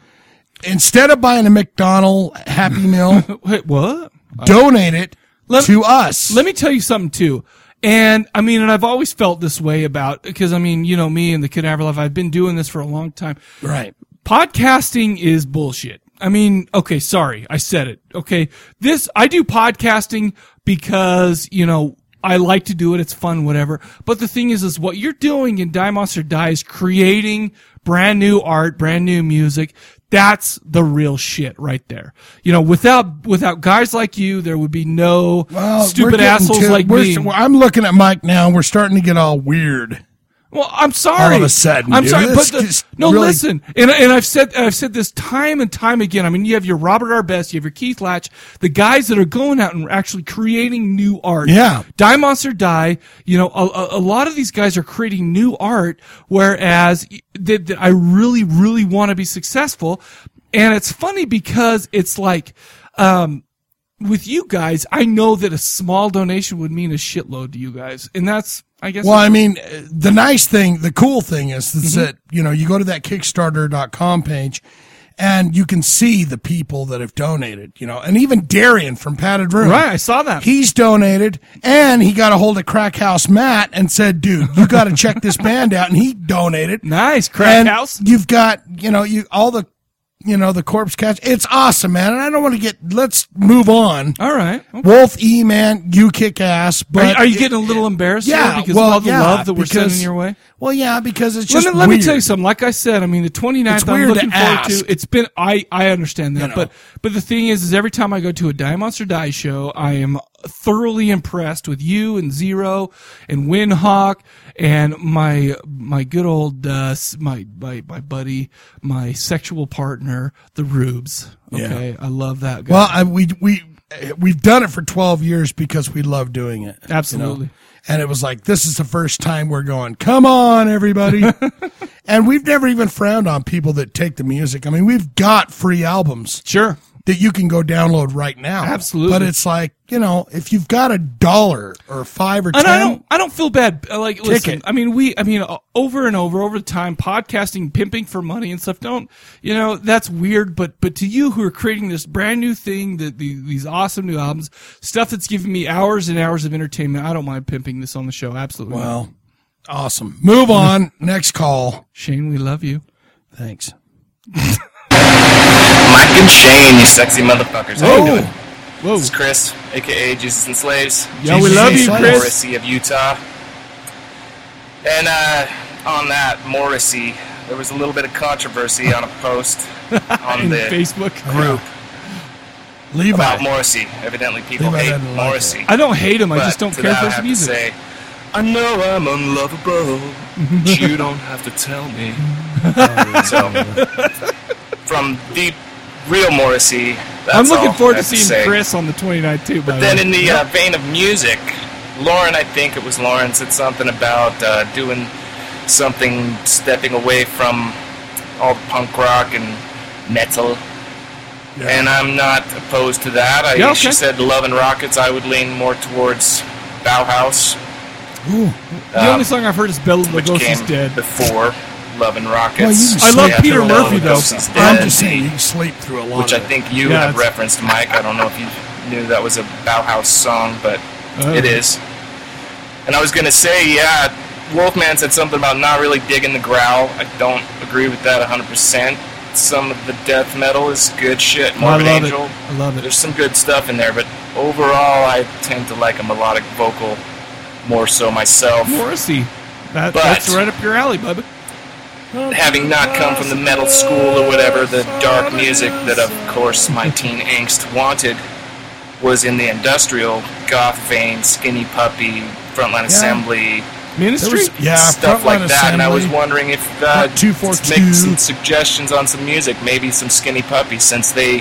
Speaker 2: instead of buying a McDonald Happy Meal,
Speaker 1: Wait, what?
Speaker 2: donate it
Speaker 1: Let-
Speaker 2: to us.
Speaker 1: Let me tell you something too. And I mean, and I've always felt this way about because I mean, you know me and the Cadaver Life. I've been doing this for a long time.
Speaker 2: right.
Speaker 1: Podcasting is bullshit. I mean, okay, sorry, I said it. Okay, this I do podcasting because you know I like to do it. It's fun, whatever. But the thing is, is what you're doing in Die Monster Die is creating brand new art, brand new music. That's the real shit right there. You know, without without guys like you, there would be no
Speaker 2: Well, we're
Speaker 1: stupid
Speaker 2: getting
Speaker 1: assholes
Speaker 2: to-
Speaker 1: like
Speaker 2: we're-
Speaker 1: me.
Speaker 2: I'm looking at Mike now. and We're starting to get all weird.
Speaker 1: Well, I'm sorry.
Speaker 2: All of a sudden,
Speaker 1: I'm
Speaker 2: dude,
Speaker 1: sorry, but
Speaker 2: this
Speaker 1: the-
Speaker 2: just
Speaker 1: no,
Speaker 2: really-
Speaker 1: listen, and and I've said I've said this time and time again. I mean, you have your Robert Arbest, you have your Keith Latch, the guys that are going out and actually creating new art.
Speaker 2: Yeah.
Speaker 1: Die Monster Die. You know, a, a, a lot of these guys are creating new art, whereas that that I really, really want to be successful. And it's funny because it's like, um, with you guys, I know that a small donation would mean a shitload to you guys, and that's I guess Mm-hmm.
Speaker 2: Well, I mean, uh, the nice thing, the cool thing is, is that, you know, you go to that Kickstarter.com page and you can see the people that have donated, you know, and even Darian from Padded Room.
Speaker 1: Right, I saw that.
Speaker 2: He's donated and he got a hold of Crack House Matt and said, dude, you got to check this band out. And he donated.
Speaker 1: Nice crack
Speaker 2: And
Speaker 1: house.
Speaker 2: You've got, you know, you, all the, you know, the corpse catch. It's awesome, man. And I don't want to get, let's move on.
Speaker 1: All right. Okay.
Speaker 2: Wolf E, man, you kick ass. But
Speaker 1: Are, you- are you getting a little embarrassed?
Speaker 2: yeah,
Speaker 1: there because
Speaker 2: well,
Speaker 1: of all the
Speaker 2: yeah,
Speaker 1: love that we're
Speaker 2: because-
Speaker 1: sending your way.
Speaker 2: Well, yeah, because it's
Speaker 1: Let
Speaker 2: just
Speaker 1: me, let me
Speaker 2: weird.
Speaker 1: tell you something. Like I said, I mean, the 29th,
Speaker 2: It's
Speaker 1: I'm
Speaker 2: weird to
Speaker 1: looking forward
Speaker 2: ask.
Speaker 1: to. It's been, I, I understand that.
Speaker 2: know.
Speaker 1: But, but the thing is, is every time I go to a Die Monster Die show, I am thoroughly impressed with you and Zero and Windhawk and my, my good old, uh, s- my, my, my buddy, my sexual partner, the Rubes. Okay. I love that guy.
Speaker 2: Well, I, we we uh, we've done it for twelve years because we love doing it. you know?
Speaker 1: Absolutely.
Speaker 2: And it was like this is the first time we're going. Come on, everybody! and we've never even frowned on people that take the music. I mean, we've got free albums
Speaker 1: sure.
Speaker 2: that you can go download right now.
Speaker 1: Absolutely.
Speaker 2: But it's like, you know, if you've got a dollar or five or
Speaker 1: And I
Speaker 2: ten,
Speaker 1: don't, I don't feel bad. Uh, Like, listen,
Speaker 2: Ticket.
Speaker 1: I mean, we, I mean, uh, over and over, over the time, podcasting, pimping for money and stuff. Don't, you know, that's weird. But, but to you who are creating this brand new thing, that the, these awesome new albums, stuff that's giving me hours and hours of entertainment, I don't mind pimping this on the show. Absolutely. not.
Speaker 2: well, awesome. Move on. Next call.
Speaker 1: Shane, we love you.
Speaker 2: Thanks.
Speaker 4: Mike and Shane, you sexy motherfuckers. How you doing?
Speaker 1: Whoa.
Speaker 4: This is Chris, aka Jesus and Slaves.
Speaker 1: Yeah,
Speaker 2: we
Speaker 4: Jesus
Speaker 2: love
Speaker 4: and
Speaker 2: you,
Speaker 4: Slaves,
Speaker 2: Chris.
Speaker 4: Morrissey of Utah. And uh, on that, Morrissey, there was a little bit of controversy on a post on
Speaker 1: In
Speaker 4: the
Speaker 1: Facebook.
Speaker 4: group about
Speaker 2: Levi.
Speaker 4: Morrissey. Evidently, people
Speaker 2: Levi
Speaker 4: hate
Speaker 2: doesn't like
Speaker 4: Morrissey.
Speaker 1: I don't hate him. I
Speaker 4: But
Speaker 1: just don't
Speaker 4: to
Speaker 1: care
Speaker 4: that,
Speaker 1: for
Speaker 4: I
Speaker 1: his
Speaker 4: have to
Speaker 1: music.
Speaker 4: say, I know I'm unlovable, but you don't have to tell me. so, from deep, real Morrissey. That's
Speaker 1: I'm looking
Speaker 4: all
Speaker 1: forward to
Speaker 4: I have
Speaker 1: seeing
Speaker 4: say.
Speaker 1: Chris on the 29th too. But
Speaker 4: Then, in the uh, vein of music, Lauren, I think it was Lauren, said something about uh, doing something, stepping away from all the punk rock and metal. And I'm not opposed to that. I,
Speaker 1: Yeah,
Speaker 4: She
Speaker 1: okay.
Speaker 4: said Love and Rockets. I would lean more towards Bauhaus,
Speaker 1: the only song I've heard is Bella
Speaker 4: which
Speaker 1: Lugosi's
Speaker 4: came
Speaker 1: dead.
Speaker 4: before Love and Rockets.
Speaker 2: Well, you can
Speaker 1: I love
Speaker 4: Yeah,
Speaker 1: Peter
Speaker 4: Bela
Speaker 1: Murphy though.
Speaker 4: Lugosi's
Speaker 2: I'm
Speaker 4: dead,
Speaker 2: just saying, you can sleep through a lot
Speaker 4: Which I
Speaker 2: of it.
Speaker 4: think you
Speaker 1: Yeah,
Speaker 4: have
Speaker 1: it's-
Speaker 4: referenced, Mike. I don't know if you knew that was a Bauhaus song, but
Speaker 1: Oh.
Speaker 4: it is. And I was going to say, yeah, Wolfman said something about not really digging the growl. I don't agree with that 100%. Some of the death metal is good shit.
Speaker 1: Oh, I
Speaker 4: Morbid
Speaker 1: love it.
Speaker 4: Angel.
Speaker 1: I love it.
Speaker 4: There's some good stuff in there, but overall, I tend to like a melodic vocal more so myself.
Speaker 1: Morrissey. That,
Speaker 4: But-
Speaker 1: that's right up your alley, bub.
Speaker 4: having not come from the metal school or whatever, the dark music that, of course, my teen angst wanted was in the industrial goth vein, skinny puppy, frontline assembly,
Speaker 2: There
Speaker 1: Ministry.
Speaker 2: was- yeah,
Speaker 4: stuff like
Speaker 2: Frontline
Speaker 4: that. And I was
Speaker 2: Assembly.
Speaker 4: wondering if uh,
Speaker 2: Front 242.
Speaker 4: make some suggestions on some music, maybe some skinny puppy, since they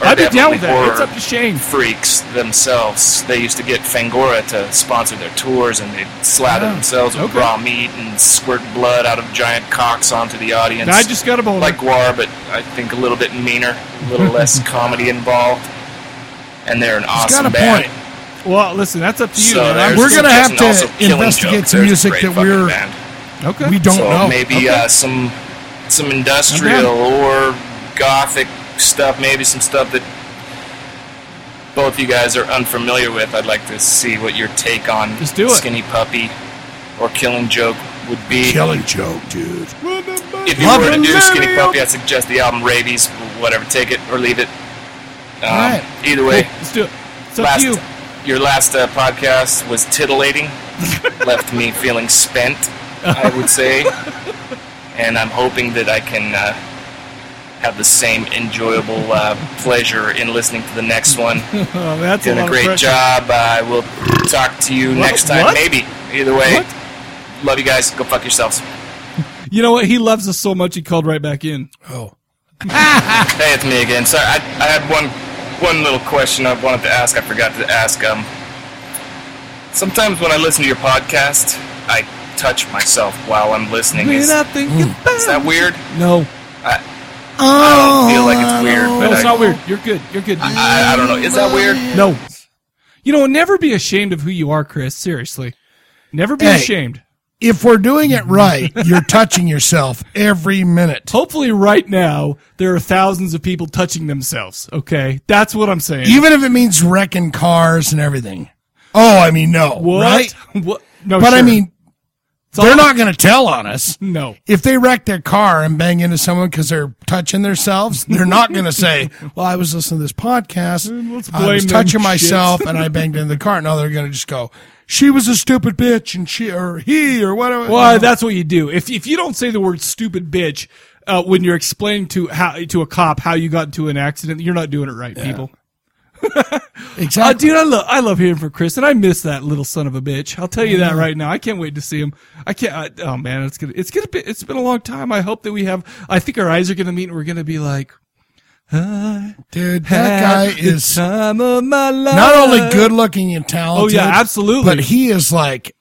Speaker 4: are
Speaker 1: I'd be down
Speaker 4: definitely
Speaker 1: with that. It's
Speaker 4: horror
Speaker 1: up to Shane.
Speaker 4: freaks themselves. They used to get Fangora to sponsor their tours, and they'd slather
Speaker 1: Ah,
Speaker 4: themselves with
Speaker 1: okay.
Speaker 4: raw meat and squirt blood out of giant cocks onto the audience.
Speaker 1: Now, I just got a boner.
Speaker 4: like Guar, but I think a little bit meaner, a little less comedy involved. And they're an awesome
Speaker 2: got a
Speaker 4: band.
Speaker 2: point.
Speaker 1: well, listen, that's up to you.
Speaker 4: So
Speaker 1: man. I'm-
Speaker 4: there's
Speaker 2: We're gonna have
Speaker 4: Justin
Speaker 2: to
Speaker 4: also Killing
Speaker 2: investigate
Speaker 4: Joke.
Speaker 2: some
Speaker 4: There's a
Speaker 2: music
Speaker 4: great
Speaker 2: that
Speaker 4: fucking
Speaker 2: we're-
Speaker 4: band.
Speaker 1: okay.
Speaker 2: We don't
Speaker 4: So
Speaker 2: know.
Speaker 4: maybe uh, some some industrial or gothic stuff. Maybe some stuff that both you guys are unfamiliar with. I'd like to see what your take on
Speaker 1: Just do it.
Speaker 4: Skinny Puppy or Killing Joke would be.
Speaker 2: Killing joke, dude.
Speaker 4: if you
Speaker 2: Love
Speaker 4: were to
Speaker 2: and
Speaker 4: do Skinny
Speaker 2: Mario.
Speaker 4: Puppy, I suggest the album Rabies. Whatever, take it or leave it. Um,
Speaker 2: Alright.
Speaker 4: Either way,
Speaker 1: Let's do it. It's up
Speaker 4: last
Speaker 1: to you.
Speaker 4: your last uh, podcast was titillating, left me feeling spent. I would say, and I'm hoping that I can uh, have the same enjoyable uh, pleasure in listening to the next one.
Speaker 1: Oh, that's
Speaker 4: Doing
Speaker 1: a,
Speaker 4: a
Speaker 1: lot
Speaker 4: great
Speaker 1: of pressure.
Speaker 4: job. I will talk to you next time,
Speaker 1: what?
Speaker 4: maybe. Either way,
Speaker 1: What?
Speaker 4: love you guys. Go fuck yourselves.
Speaker 1: You know what? He loves us so much he called right back in.
Speaker 2: Oh.
Speaker 1: Ah.
Speaker 4: Hey, it's me again. Sorry, I, I had one one little question I wanted to ask. I forgot to ask. Um, sometimes when I listen to your podcast, I touch myself while I'm listening. Is,
Speaker 1: When I
Speaker 4: is
Speaker 1: think about
Speaker 4: that weird?
Speaker 1: No, Oh,
Speaker 4: I don't feel like it's weird, but
Speaker 1: no, it's
Speaker 4: I,
Speaker 1: not weird. You're good. You're good. dude.
Speaker 4: I, I don't know. Is that weird?
Speaker 1: no. You know, never be ashamed of who you are, Chris. Seriously, never be
Speaker 2: Hey.
Speaker 1: ashamed.
Speaker 2: If we're doing it right, you're touching yourself every minute.
Speaker 1: Hopefully, right now there are thousands of people touching themselves. Okay, that's what I'm saying.
Speaker 2: Even if it means wrecking cars and everything. Oh, I mean, no.
Speaker 1: what?
Speaker 2: Right?
Speaker 1: What? No,
Speaker 2: But I
Speaker 1: sure.
Speaker 2: mean,
Speaker 1: It's all-
Speaker 2: they're not going to tell on us.
Speaker 1: No.
Speaker 2: If they wreck their car and bang into someone because they're touching themselves, they're not going to say, Well, I was listening to this podcast.
Speaker 1: let's
Speaker 2: I was
Speaker 1: blame them
Speaker 2: touching
Speaker 1: shits."
Speaker 2: myself and I banged into the car. No, they're going to just go, She was a stupid bitch and she, or he, or whatever.
Speaker 1: Well,
Speaker 2: You know?
Speaker 1: that's what you do. If if you don't say the word "stupid bitch" uh, when you're explaining to how to a cop how you got into an accident, you're not doing it right, people. Uh,
Speaker 2: exactly.
Speaker 1: dude, I love I love hearing from Chris, and I miss that little son of a bitch. I'll tell you that right now. I can't wait to see him. I can't. I, oh man, it's gonna it's gonna be it's been a long time. I hope that we have. I think our eyes are gonna meet, and we're gonna be like, I
Speaker 2: Dude,
Speaker 1: had
Speaker 2: that guy
Speaker 1: the
Speaker 2: is
Speaker 1: time of my life.
Speaker 2: not only good looking and talented.
Speaker 1: Oh, yeah, absolutely.
Speaker 2: But he is like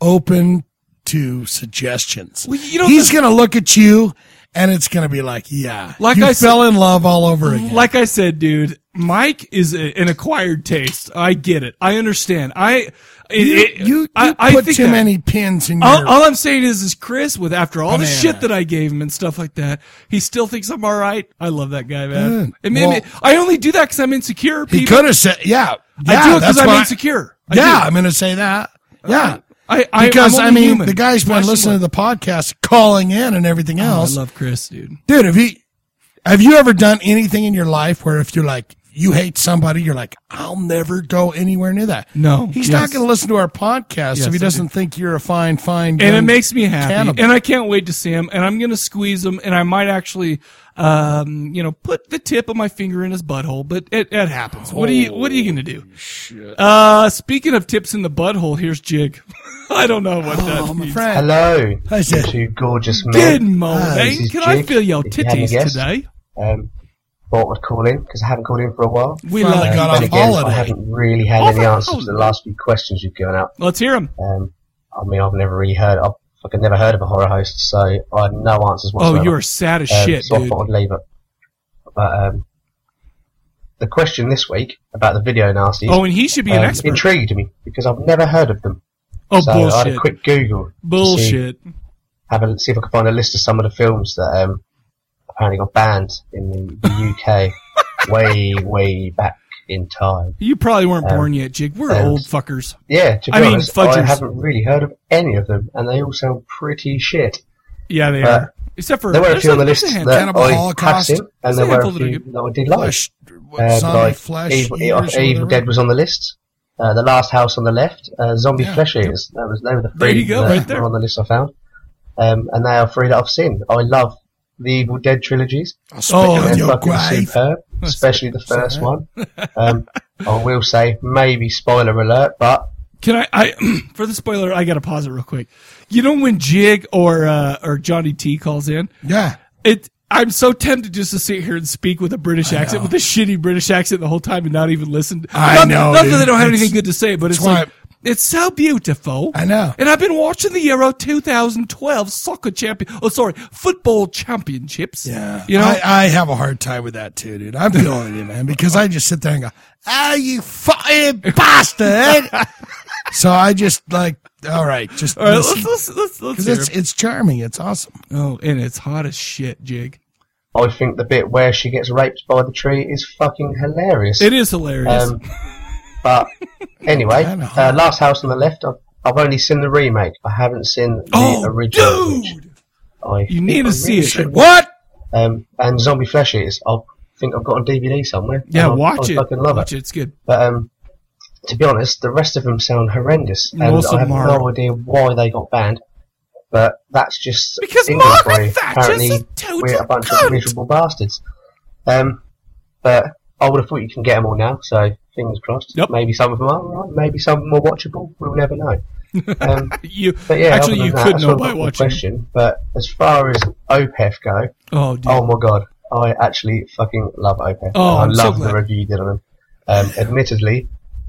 Speaker 2: open to suggestions.
Speaker 1: Well, you know,
Speaker 2: he's
Speaker 1: this-
Speaker 2: going to look at you and it's gonna be like, yeah,
Speaker 1: Like
Speaker 2: you
Speaker 1: I said-
Speaker 2: fell in love all over again.
Speaker 1: Like I said, dude, Mike is a, an acquired taste. I get it. I understand. I it,
Speaker 2: you,
Speaker 1: it-
Speaker 2: you, you
Speaker 1: I, I
Speaker 2: put
Speaker 1: think
Speaker 2: too
Speaker 1: that-
Speaker 2: many pins in your.
Speaker 1: All, all I'm saying is, is Chris, with after all the
Speaker 2: Banana.
Speaker 1: shit that I gave him and stuff like that, he still thinks I'm all right. I love that guy,
Speaker 2: Good.
Speaker 1: man. It made
Speaker 2: Well-
Speaker 1: me, I only do that because I'm insecure.
Speaker 2: he
Speaker 1: People.
Speaker 2: could have said, yeah, yeah,
Speaker 1: I do it because
Speaker 2: that's
Speaker 1: I'm
Speaker 2: why-
Speaker 1: insecure. I
Speaker 2: yeah,
Speaker 1: do.
Speaker 2: I'm gonna say that. Yeah.
Speaker 1: I, I
Speaker 2: because
Speaker 1: I'm
Speaker 2: I
Speaker 1: only
Speaker 2: mean,
Speaker 1: human.
Speaker 2: the guy's been
Speaker 1: Flesh and
Speaker 2: listening to
Speaker 1: blood.
Speaker 2: the podcast, calling in, and everything
Speaker 1: Oh, I
Speaker 2: else.
Speaker 1: love Chris, dude.
Speaker 2: Dude, have you have you ever done anything in your life where if you're like you hate somebody, you're like, I'll never go anywhere near that.
Speaker 1: No.
Speaker 2: he's
Speaker 1: Yes.
Speaker 2: not going to listen to our podcast
Speaker 1: Yes,
Speaker 2: if
Speaker 1: I
Speaker 2: he doesn't think you're a fine, fine.
Speaker 1: and it
Speaker 2: young
Speaker 1: makes me happy.
Speaker 2: cannibal.
Speaker 1: And I can't wait to see him. And I'm gonna squeeze him, and I might actually, um, you know, put the tip of my finger in his butthole. But it, it happens. What are you What are you gonna do? Uh, speaking of tips in the butthole, here's Jig. I don't know what
Speaker 2: oh,
Speaker 1: that
Speaker 2: my
Speaker 1: means.
Speaker 2: friend.
Speaker 5: Hello,
Speaker 2: Hi,
Speaker 5: you
Speaker 2: Sid.
Speaker 5: two gorgeous
Speaker 1: Good
Speaker 5: men. this
Speaker 1: morning.
Speaker 5: is
Speaker 1: Can I
Speaker 5: Jig,
Speaker 1: feel your
Speaker 5: if you hadn't
Speaker 1: titties
Speaker 5: guessed.
Speaker 1: today?
Speaker 5: Um, thought I'd call in because I haven't called in for a while.
Speaker 1: We
Speaker 2: Finally
Speaker 1: love you.
Speaker 2: got
Speaker 5: But
Speaker 2: off
Speaker 5: again, I
Speaker 2: holiday.
Speaker 5: haven't really had
Speaker 1: Off
Speaker 5: any answers to
Speaker 1: holiday.
Speaker 5: the last few questions you've given out.
Speaker 1: oh, Let's hear him.
Speaker 5: Um, I mean, I've never really heard. I've fucking never heard of a horror host, so I had no answers whatsoever.
Speaker 1: Oh, you are sad as
Speaker 5: Um,
Speaker 1: shit,
Speaker 5: so I
Speaker 1: dude.
Speaker 5: thought I'd leave it. But um, the question this week about the video nasties
Speaker 1: Oh, and he should be an
Speaker 5: um,
Speaker 1: expert.
Speaker 5: intrigued me because I've never heard of them.
Speaker 1: Oh,
Speaker 5: so I had
Speaker 1: bullshit.
Speaker 5: a quick Google. to see
Speaker 1: Bullshit.
Speaker 5: have a see if I can find a list of some of the films that um, apparently got banned in the, the UK way, way back in time.
Speaker 1: You probably weren't
Speaker 5: Um,
Speaker 1: born yet, Jig. We're
Speaker 5: um,
Speaker 1: old fuckers.
Speaker 5: Yeah, to be
Speaker 1: I mean,
Speaker 5: honest, I
Speaker 1: fudgers.
Speaker 5: haven't really heard of any of them, and they all sound pretty shit.
Speaker 1: Yeah, they
Speaker 5: uh,
Speaker 1: are. Except for
Speaker 5: There were a
Speaker 1: there's
Speaker 5: few on the
Speaker 1: there's
Speaker 5: list
Speaker 1: hand-
Speaker 5: that
Speaker 2: Cannibal
Speaker 5: I have
Speaker 2: Holocaust.
Speaker 5: seen, and
Speaker 1: There's a
Speaker 5: there were a
Speaker 1: handful
Speaker 5: few
Speaker 1: that
Speaker 5: that I did like.
Speaker 2: Flesh, what,
Speaker 5: Uh, but
Speaker 2: zombie
Speaker 5: like
Speaker 2: flesh.
Speaker 5: Evil,
Speaker 2: eaters or
Speaker 5: Evil Dead
Speaker 2: whatever?
Speaker 5: was on the list. Uh, the Last House on the left, uh, Zombie
Speaker 2: Yeah.
Speaker 5: Flesh Eaters. That was they were the
Speaker 1: There
Speaker 5: three
Speaker 1: you go,
Speaker 5: that
Speaker 1: right there.
Speaker 5: were on the list I found, um, and they are three that I've seen. I love the Evil Dead trilogies.
Speaker 2: I'll spit
Speaker 1: Oh,
Speaker 2: on
Speaker 5: They're
Speaker 2: your
Speaker 5: fucking
Speaker 2: grave.
Speaker 5: superb, especially the first one. Um, I will say maybe spoiler alert, but
Speaker 1: Can I? I for the spoiler, I gotta pause it real quick. You know when Jig or uh, or Johnny T calls in,
Speaker 2: Yeah.
Speaker 1: it. I'm so tempted just to sit here and speak with a British accent, with a shitty British accent the whole time, and not even listen.
Speaker 2: I
Speaker 1: not,
Speaker 2: know,
Speaker 1: Not that
Speaker 2: dude.
Speaker 1: they don't have
Speaker 2: It's-
Speaker 1: anything good to say, but it's
Speaker 2: why
Speaker 1: like it's so beautiful.
Speaker 2: I know.
Speaker 1: And I've been watching the Euro 2012 soccer champion. Oh, sorry, football championships.
Speaker 2: Yeah.
Speaker 1: you know.
Speaker 2: I, I have a hard time with that too, dude. I'm feeling it, man, because I just sit there and go, ah, you fucking bastard. so I just like, all right, just
Speaker 1: all right,
Speaker 2: listen.
Speaker 1: let's let's let's, let's
Speaker 2: 'Cause
Speaker 1: hear
Speaker 2: it's,
Speaker 1: it.
Speaker 2: it's charming. It's awesome.
Speaker 1: Oh, and it's hot as shit, Jig.
Speaker 5: I think the bit where she gets raped by the tree is fucking hilarious.
Speaker 1: It is hilarious.
Speaker 5: Um, but anyway,
Speaker 2: Kinda
Speaker 5: uh,
Speaker 2: hard.
Speaker 5: Last House on the Left. I've, I've only seen the remake. I haven't seen the
Speaker 1: oh,
Speaker 5: original. which
Speaker 1: dude.
Speaker 5: I
Speaker 1: You
Speaker 5: think
Speaker 1: need
Speaker 5: I
Speaker 1: to see
Speaker 5: really
Speaker 1: it.
Speaker 5: should
Speaker 2: What?
Speaker 5: Um, and Zombie Flesh Eaters. I think I've got on DVD somewhere.
Speaker 1: Yeah,
Speaker 5: and I-
Speaker 1: watch
Speaker 5: I
Speaker 1: it.
Speaker 5: Fucking love
Speaker 1: watch
Speaker 5: it.
Speaker 1: it. It's good.
Speaker 5: But um, to be honest, the rest of them sound horrendous, and
Speaker 1: Most of
Speaker 5: I have
Speaker 1: them are.
Speaker 5: no idea why they got banned. But that's just
Speaker 1: Because
Speaker 5: England
Speaker 1: Margaret
Speaker 5: for you.
Speaker 1: Thatcher's
Speaker 5: Apparently,
Speaker 1: a total
Speaker 5: we're a bunch
Speaker 1: cunt.
Speaker 5: of miserable bastards. Um, but I would have thought you can get them all now. So fingers crossed.
Speaker 1: Yep.
Speaker 5: Maybe some of them are all right. Maybe some of them are watchable. We'll never know. Um,
Speaker 1: You
Speaker 5: but yeah,
Speaker 1: actually
Speaker 5: other than
Speaker 1: you
Speaker 5: that,
Speaker 1: could
Speaker 5: that's
Speaker 1: know
Speaker 5: all
Speaker 1: by
Speaker 5: I've got for the
Speaker 1: watching.
Speaker 5: Question, but as far as OPEF go,
Speaker 1: Oh, dude.
Speaker 5: Oh my god, I actually fucking love Opeth.
Speaker 1: Oh,
Speaker 5: I
Speaker 1: I'm so
Speaker 5: love
Speaker 1: glad.
Speaker 5: the review you did on him. Um, admittedly,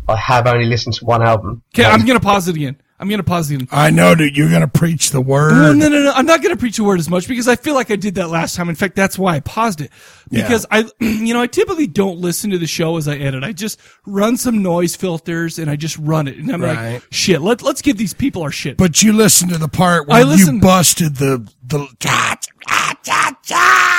Speaker 5: I have only listened to one album.
Speaker 1: okay, I'm gonna pause it again. I'm gonna pause it again.
Speaker 2: I know, dude. You're going to preach the word.
Speaker 1: No, no, no, no. I'm not going to preach a word as much because I feel like I did that last time. In fact, that's why I paused it because I, you know, I typically don't listen to the show as I edit. I just run some noise filters and I just run it. And I'm
Speaker 2: Right.
Speaker 1: like, shit, let, let's give these people our shit.
Speaker 2: But you listened to the part
Speaker 1: I
Speaker 2: where you
Speaker 1: listened-
Speaker 2: busted the, the,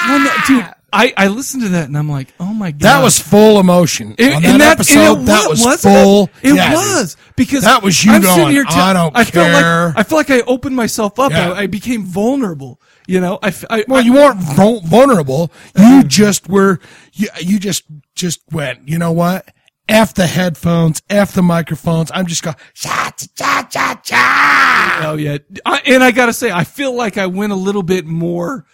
Speaker 1: Well, no, dude, I, I listened to that and I'm like, oh my God.
Speaker 2: that was full emotion.
Speaker 1: It-
Speaker 2: On
Speaker 1: and
Speaker 2: that
Speaker 1: and
Speaker 2: episode,
Speaker 1: it
Speaker 2: that
Speaker 1: wa-
Speaker 2: was
Speaker 1: wasn't
Speaker 2: full.
Speaker 1: It, It
Speaker 2: Yeah, dude.
Speaker 1: was because
Speaker 2: That was you
Speaker 1: I'm
Speaker 2: going,
Speaker 1: Sitting here
Speaker 2: "I don't
Speaker 1: felt
Speaker 2: care."
Speaker 1: like I feel like I opened myself up.
Speaker 2: Yeah.
Speaker 1: I, I became vulnerable. You know, I. f- I-
Speaker 2: Well,
Speaker 1: I-
Speaker 2: you weren't vul- vulnerable. You just were. You, you just just went. You know what? F the headphones. F the microphones. I'm just going. Cha cha cha cha cha.
Speaker 1: Oh yeah, I, and I gotta say, I feel like I went a little bit more.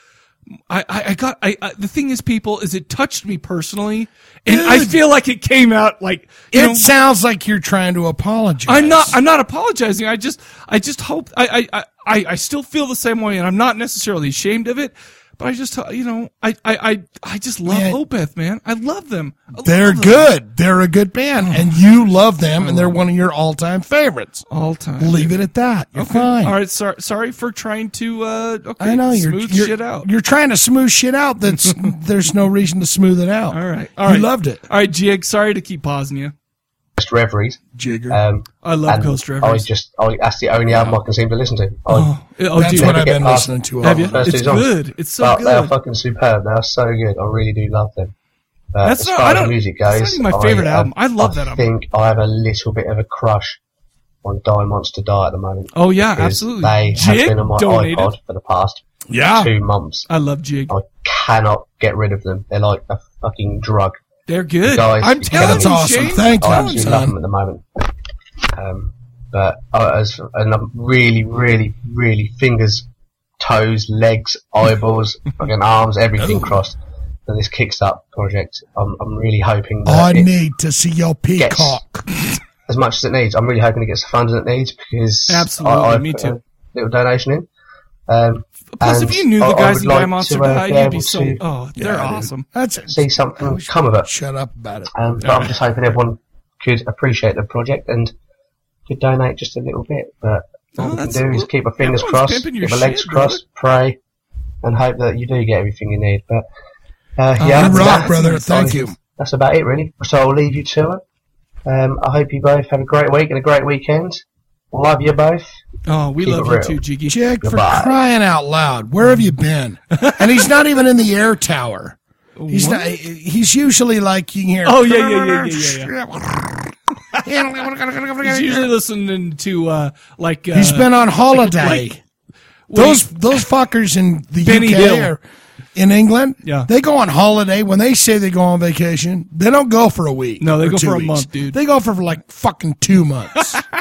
Speaker 1: I, I, I got I, I the thing is, people is it touched me personally, and I
Speaker 2: Dude.
Speaker 1: feel like it came out like you
Speaker 2: It
Speaker 1: know,
Speaker 2: sounds like you're trying to apologize.
Speaker 1: I'm not. I'm not apologizing. I just. I just hope. I. I. I. I still feel the same way, and I'm not necessarily ashamed of it. But I just, uh, you know, I, I, I, I just love
Speaker 2: Man.
Speaker 1: Opeth, man. I love them. I love
Speaker 2: They're
Speaker 1: them.
Speaker 2: good. They're a good band, and you love them, and they're one of your all-time favorites.
Speaker 1: all time.
Speaker 2: Leave it at that. You're
Speaker 1: Okay.
Speaker 2: fine.
Speaker 1: All right. Sorry, sorry for trying to. Uh, okay,
Speaker 2: I know you're,
Speaker 1: smooth
Speaker 2: you're-
Speaker 1: shit out.
Speaker 2: You're trying to smooth shit out. That's there's no reason to smooth it out.
Speaker 1: All right.
Speaker 2: All
Speaker 1: All
Speaker 2: right.
Speaker 1: right.
Speaker 2: You loved it,
Speaker 1: All right, Jig. Sorry to keep pausing you.
Speaker 5: Just reveries.
Speaker 2: Jigger.
Speaker 5: Um,
Speaker 1: I love
Speaker 5: and
Speaker 1: Ghost
Speaker 5: I
Speaker 1: Reveries.
Speaker 5: just, I, that's the only album I can seem to listen to. I,
Speaker 1: oh, oh,
Speaker 2: That's
Speaker 1: dude,
Speaker 2: what
Speaker 5: I
Speaker 2: I've
Speaker 5: get
Speaker 2: been
Speaker 5: past-
Speaker 2: listening to. all
Speaker 1: have you?
Speaker 2: of it.
Speaker 5: First
Speaker 1: It's
Speaker 5: two songs.
Speaker 1: good. It's so
Speaker 5: but
Speaker 1: good.
Speaker 5: they are fucking superb. They are so good. I really do love them. Uh,
Speaker 1: That's
Speaker 5: as
Speaker 1: not-
Speaker 5: far
Speaker 1: I
Speaker 5: as
Speaker 1: don't-
Speaker 5: music
Speaker 1: that's
Speaker 5: goes,
Speaker 1: not even my favourite
Speaker 5: I,
Speaker 1: album. I love that album.
Speaker 5: think I have a little bit of a crush on Die Monster Die at the moment.
Speaker 1: Oh yeah,
Speaker 5: 'Cause
Speaker 1: absolutely.
Speaker 5: They have
Speaker 1: Jig
Speaker 5: been on my
Speaker 1: donated.
Speaker 5: iPod for the past
Speaker 2: Yeah.
Speaker 5: two months.
Speaker 1: I love Jig.
Speaker 5: I cannot get rid of them. They're like a fucking drug.
Speaker 1: They're good.
Speaker 5: guys-
Speaker 1: I'm
Speaker 5: That's
Speaker 1: telling
Speaker 2: That's
Speaker 1: you,
Speaker 2: awesome.
Speaker 1: Shane.
Speaker 2: Thank
Speaker 5: I
Speaker 2: you,
Speaker 5: absolutely love them
Speaker 2: son.
Speaker 5: at the moment. Um, but I, as and I'm really, really, really fingers, toes, legs, eyeballs, fucking arms,
Speaker 1: Oh.
Speaker 5: everything crossed for this Kickstart project. I'm, I'm really hoping
Speaker 2: I
Speaker 5: that it-
Speaker 2: need to see your peacock.
Speaker 5: as much as it needs. I'm really hoping it gets the funds it needs because
Speaker 1: Absolutely,
Speaker 5: I, I
Speaker 1: me
Speaker 5: put
Speaker 1: too.
Speaker 5: A little donation in. Um,
Speaker 1: Plus,
Speaker 5: and
Speaker 1: if you knew
Speaker 5: I-
Speaker 1: the
Speaker 5: I
Speaker 1: guys
Speaker 5: would
Speaker 1: in
Speaker 5: like
Speaker 1: Guy Monster
Speaker 5: to, uh,
Speaker 1: Die,
Speaker 5: be
Speaker 1: you'd
Speaker 5: able
Speaker 1: be so.
Speaker 5: to
Speaker 1: Oh, they're
Speaker 2: Yeah, I do.
Speaker 1: awesome.
Speaker 2: That's it.
Speaker 5: see something come of it.
Speaker 2: Shut up about it.
Speaker 5: Um, but I'm just hoping everyone could appreciate the project and could donate just a little bit. But
Speaker 1: Oh,
Speaker 5: all we can
Speaker 1: that's-
Speaker 5: do is keep our fingers
Speaker 1: everyone's
Speaker 5: crossed,
Speaker 1: pimping
Speaker 5: keep
Speaker 1: your
Speaker 5: our legs
Speaker 1: shit,
Speaker 5: crossed, pray, and hope that you do get everything you need. But uh,
Speaker 1: Oh,
Speaker 5: yeah,
Speaker 2: You
Speaker 5: that's
Speaker 2: rock,
Speaker 5: about-
Speaker 2: brother. Thank you.
Speaker 5: That's about it, really. So I'll leave you to it. Um, I hope you both have a great week and a great weekend. Love you both.
Speaker 1: Oh, we
Speaker 5: Keep
Speaker 1: love
Speaker 5: it
Speaker 1: you
Speaker 5: real.
Speaker 1: too, Jiggy.
Speaker 2: Jig, for
Speaker 5: Goodbye.
Speaker 2: crying out loud, where have you been? and he's not even in the air tower. He's not. He's usually like you can hear.
Speaker 1: Oh, yeah, yeah, yeah, yeah, He's usually
Speaker 2: yeah.
Speaker 1: listening to uh, like uh,
Speaker 2: He's been on holiday.
Speaker 1: wait,
Speaker 2: those those fuckers in the
Speaker 1: Benny
Speaker 2: UK
Speaker 1: Hill.
Speaker 2: or in England,
Speaker 1: Yeah.
Speaker 2: they go on holiday. When they say they go on vacation, they don't go for a week.
Speaker 1: No, they
Speaker 2: or
Speaker 1: go
Speaker 2: two
Speaker 1: for a
Speaker 2: weeks.
Speaker 1: month, dude.
Speaker 2: They go for like fucking two months.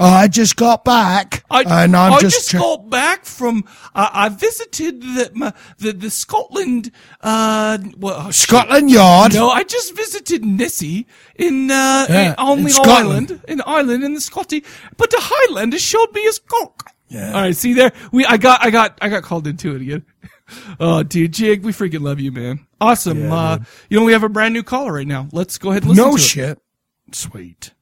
Speaker 2: oh, I just got back,
Speaker 1: I,
Speaker 2: and Uh, I'm
Speaker 1: I
Speaker 2: just,
Speaker 1: just, got back from. Uh, I visited the my, the, the Scotland. Uh, well, oh, shit.
Speaker 2: Scotland Yard.
Speaker 1: No, I just visited Nessie in, uh,
Speaker 2: Yeah,
Speaker 1: in- on
Speaker 2: in
Speaker 1: the
Speaker 2: Scotland.
Speaker 1: island, in Ireland, in the Scotty. But the Highlander showed me his cock. Yeah. All right, see there, we I got I got I got called into it again. Oh, dude, Jig, we freaking love you, man. Awesome. uh, you know we have a brand new caller right now. Let's go ahead and listen
Speaker 2: no
Speaker 1: to it.
Speaker 2: shit. Sweet.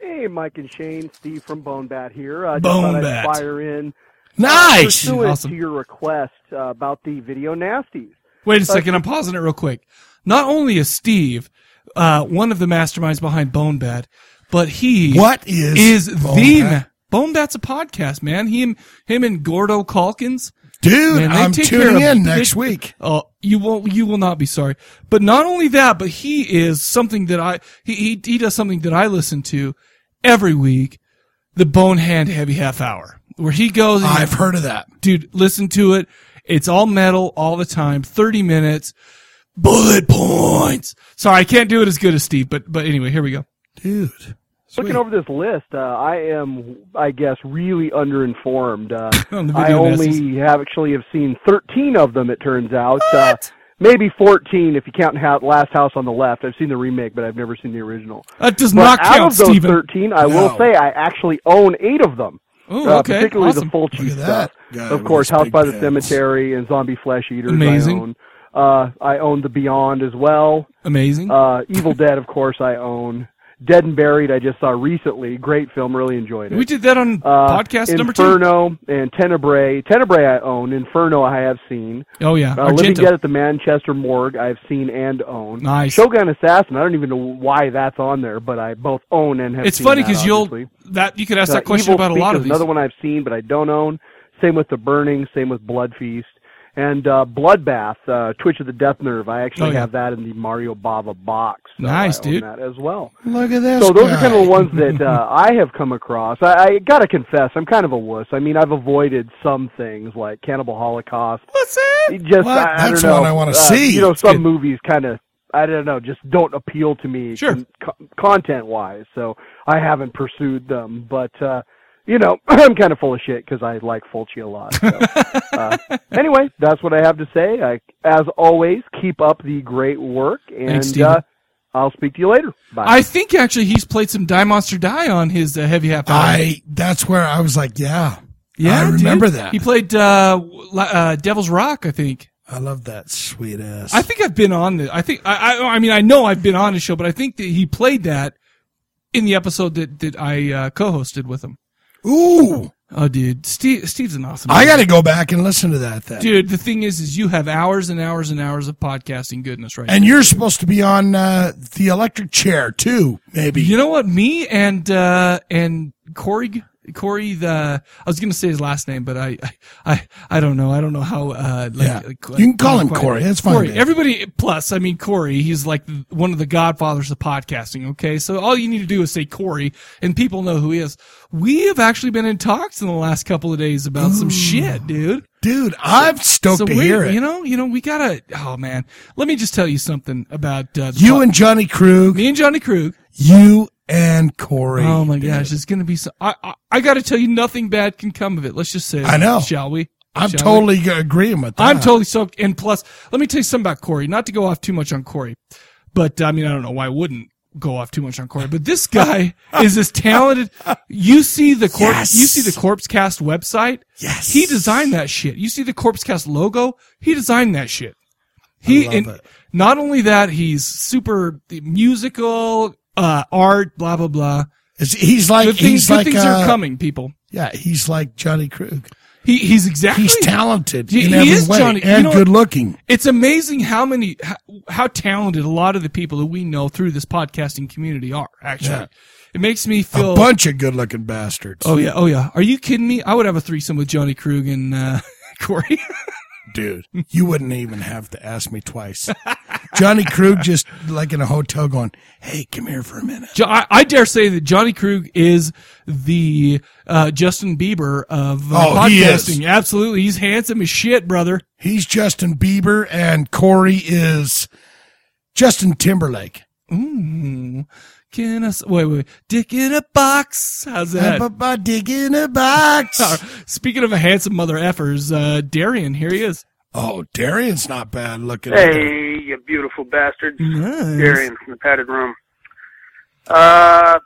Speaker 6: Hey, Mike and Shane, Steve from Bone Bat here. I
Speaker 1: Bone
Speaker 6: just thought
Speaker 1: Bat.
Speaker 6: I'd fire in uh,
Speaker 2: Nice.
Speaker 6: pursuant
Speaker 1: Awesome.
Speaker 6: to your request uh, about the video nasties. Uh,
Speaker 1: Wait a second, I'm pausing it real quick. Not only is Steve uh, one of the masterminds behind Bone Bat, but he
Speaker 2: What
Speaker 1: is
Speaker 2: is Bone
Speaker 1: the
Speaker 2: Bat?
Speaker 1: ma- Bone Bat's a podcast, man. Him him and Gordo Calkins.
Speaker 2: Dude,
Speaker 1: Man, they
Speaker 2: I'm
Speaker 1: take care
Speaker 2: tuning
Speaker 1: of
Speaker 2: in
Speaker 1: big-
Speaker 2: next week.
Speaker 1: Oh, you won't. You will not be sorry. But not only that, but he is something that I he he, he does something that I listen to every week, the Bone Hand Heavy Half Hour, where he goes. and-
Speaker 2: I've heard of that.
Speaker 1: dude, listen to it. It's all metal all the time. Thirty minutes, bullet points. Sorry, I can't do it as good as Steve, but but anyway, here we go.
Speaker 2: Dude.
Speaker 6: Looking over this list, uh, I am, I guess, really underinformed. Uh,
Speaker 1: On the
Speaker 6: I
Speaker 1: video
Speaker 6: only have actually have seen 13 of them. It turns out, uh, maybe 14 if you count ha- Last House on the Left. I've seen the remake, but I've never seen the original.
Speaker 1: That does
Speaker 6: But
Speaker 1: not
Speaker 6: out
Speaker 1: count,
Speaker 6: of those
Speaker 1: Steven.
Speaker 6: 13, I will
Speaker 2: No.
Speaker 6: say I actually own eight of them.
Speaker 1: Oh,
Speaker 6: uh,
Speaker 1: okay,
Speaker 6: particularly
Speaker 1: awesome.
Speaker 6: the Fulci
Speaker 2: Look at
Speaker 6: stuff.
Speaker 2: that guy
Speaker 6: of
Speaker 2: with
Speaker 6: course,
Speaker 2: his
Speaker 6: House
Speaker 2: big
Speaker 6: by the
Speaker 2: pants.
Speaker 6: Cemetery and Zombie Flesh Eaters.
Speaker 1: Amazing.
Speaker 6: I own. Uh, I own The Beyond as well.
Speaker 1: Amazing.
Speaker 6: Uh, Evil Dead, of course, I own. Dead and Buried, I just saw recently. Great film, really enjoyed it.
Speaker 1: we did that on
Speaker 6: uh,
Speaker 1: podcast number two.
Speaker 6: Inferno and Tenebrae. Tenebrae I own. Inferno I have seen.
Speaker 1: Oh yeah,
Speaker 6: Uh, Living
Speaker 1: Argento.
Speaker 6: Dead at the Manchester Morgue I have seen and own.
Speaker 1: Nice.
Speaker 6: Shogun Assassin, I don't even know why that's on there, but I both own and have
Speaker 1: It's
Speaker 6: seen
Speaker 1: funny
Speaker 6: that,
Speaker 1: because you'll
Speaker 6: obviously.
Speaker 1: that you could ask
Speaker 6: Uh,
Speaker 1: that question
Speaker 6: Evil
Speaker 1: about a lot of
Speaker 6: Speak is
Speaker 1: these.
Speaker 6: Another one I've seen, but I don't own. Same with the Burning. Same with Blood Feast and uh, Bloodbath. Uh, Twitch of the Death Nerve. I actually
Speaker 1: Oh, yeah.
Speaker 6: have that in the Mario Bava box. So
Speaker 1: Nice,
Speaker 6: I own
Speaker 1: dude.
Speaker 6: That as well.
Speaker 2: Look at this.
Speaker 6: So those are
Speaker 2: guy.
Speaker 6: kind of the ones that uh, I have come across. I, I gotta confess, I'm kind of a wuss. I mean, I've avoided some things like Cannibal Holocaust.
Speaker 1: What's that?
Speaker 6: It Just
Speaker 2: What?
Speaker 6: I, I
Speaker 2: That's
Speaker 6: don't know.
Speaker 2: one I wanna
Speaker 6: uh,
Speaker 2: see.
Speaker 6: You know,
Speaker 2: It's
Speaker 6: some
Speaker 1: good.
Speaker 6: movies kind of. I don't know, just don't appeal to me
Speaker 1: Sure.
Speaker 6: con- content wise. So I haven't pursued them, but uh, you know, I'm kind of full of shit because I like Fulci a lot. So. uh, anyway, that's what I have to say. I, as always, keep up the great work, and
Speaker 1: Thanks, Steven.
Speaker 6: uh, I'll speak to you later. Bye.
Speaker 1: I think actually he's played some Die Monster Die on his uh, Heavy Half Hour.
Speaker 2: I that's where I was like, yeah,
Speaker 1: Yeah,
Speaker 2: I
Speaker 1: dude.
Speaker 2: remember that.
Speaker 1: He played uh, w- la- uh, Devil's Rock, I think.
Speaker 2: I love that sweet ass.
Speaker 1: I think I've been on the. I think I, I. I mean, I know I've been on his show, but I think that he played that in the episode that that I uh, co-hosted with him.
Speaker 2: Ooh,
Speaker 1: oh, dude, Steve. Steve's an awesome.
Speaker 2: I
Speaker 1: guy.
Speaker 2: got to go back and listen to that then.
Speaker 1: dude. The thing is, is you have hours and hours and hours of podcasting goodness right
Speaker 2: And
Speaker 1: now.
Speaker 2: you're supposed to be on uh, the electric chair too, maybe.
Speaker 1: You know what? Me and uh and Corey. Corey, the I was gonna say his last name, but I, I, I, I don't know. I don't know how. Uh, like,
Speaker 2: Yeah. You can call him Corey. That's fine,
Speaker 1: Corey.
Speaker 2: Dave.
Speaker 1: Everybody. Plus, I mean, Corey. He's like the- one of the godfathers of podcasting. Okay, so all you need to do is say Corey, and people know who he is. We have actually been in talks in the last couple of days about some shit, dude.
Speaker 2: Dude, I'm stoked to
Speaker 1: we-
Speaker 2: hear it.
Speaker 1: You know, you know, we gotta. Oh man, let me just tell you something about uh, the
Speaker 2: You
Speaker 1: po-
Speaker 2: and Johnny Krug,
Speaker 1: me and Johnny Krug.
Speaker 2: you and Corey.
Speaker 1: Oh my gosh, it's gonna be so. I I, I got to tell you, nothing bad can come of it. Let's just say,
Speaker 2: I know.
Speaker 1: Shall we?
Speaker 2: I'm
Speaker 1: Shall we?
Speaker 2: totally g- agreeing with that.
Speaker 1: I'm totally so. And plus, let me tell you something about Corey. Not to go off too much on Corey, but I mean, I don't know why I wouldn't go off too much on Corey. But this guy is as talented. You see the corp,
Speaker 2: Yes.
Speaker 1: you see the Corpse Cast website.
Speaker 2: Yes.
Speaker 1: he designed that shit. You see the Corpse Cast logo. He designed that shit. He
Speaker 2: love
Speaker 1: and
Speaker 2: it.
Speaker 1: not only that, he's super musical, uh, art, blah blah blah.
Speaker 2: It's- he's like
Speaker 1: Good things,
Speaker 2: he's
Speaker 1: good
Speaker 2: like
Speaker 1: things
Speaker 2: uh,
Speaker 1: are coming, people.
Speaker 2: Yeah, he's like Johnny Krug.
Speaker 1: He, he's exactly.
Speaker 2: He's talented
Speaker 1: He-
Speaker 2: in
Speaker 1: he
Speaker 2: every
Speaker 1: is
Speaker 2: way
Speaker 1: Johnny- you
Speaker 2: and
Speaker 1: know-
Speaker 2: good looking.
Speaker 1: It's amazing how many how, how talented a lot of the people that we know through this podcasting community are. Actually,
Speaker 2: Yeah.
Speaker 1: it makes me feel.
Speaker 2: A bunch of good looking bastards.
Speaker 1: oh yeah, oh yeah. Are you kidding me? I would have a threesome with Johnny Krug and uh, Corey.
Speaker 2: dude, you wouldn't even have to ask me twice. Johnny Krug just like in a hotel going, "Hey, come here for a minute."
Speaker 1: Jo- I, I dare say that Johnny Krug is the uh, Justin Bieber of uh,
Speaker 2: Oh,
Speaker 1: podcasting.
Speaker 2: he is.
Speaker 1: Absolutely, he's handsome as shit, brother.
Speaker 2: He's Justin Bieber and Corey is Justin Timberlake.
Speaker 1: Ooh, can I s- wait? Wait, dick in a box. How's that?
Speaker 2: Up a dig in a box.
Speaker 1: Uh, Speaking of a handsome mother effers, uh, Darian, here he is.
Speaker 2: Oh, Darian's not bad looking.
Speaker 7: Hey, you beautiful bastards.
Speaker 1: Nice.
Speaker 7: Darian from the padded room. Uh,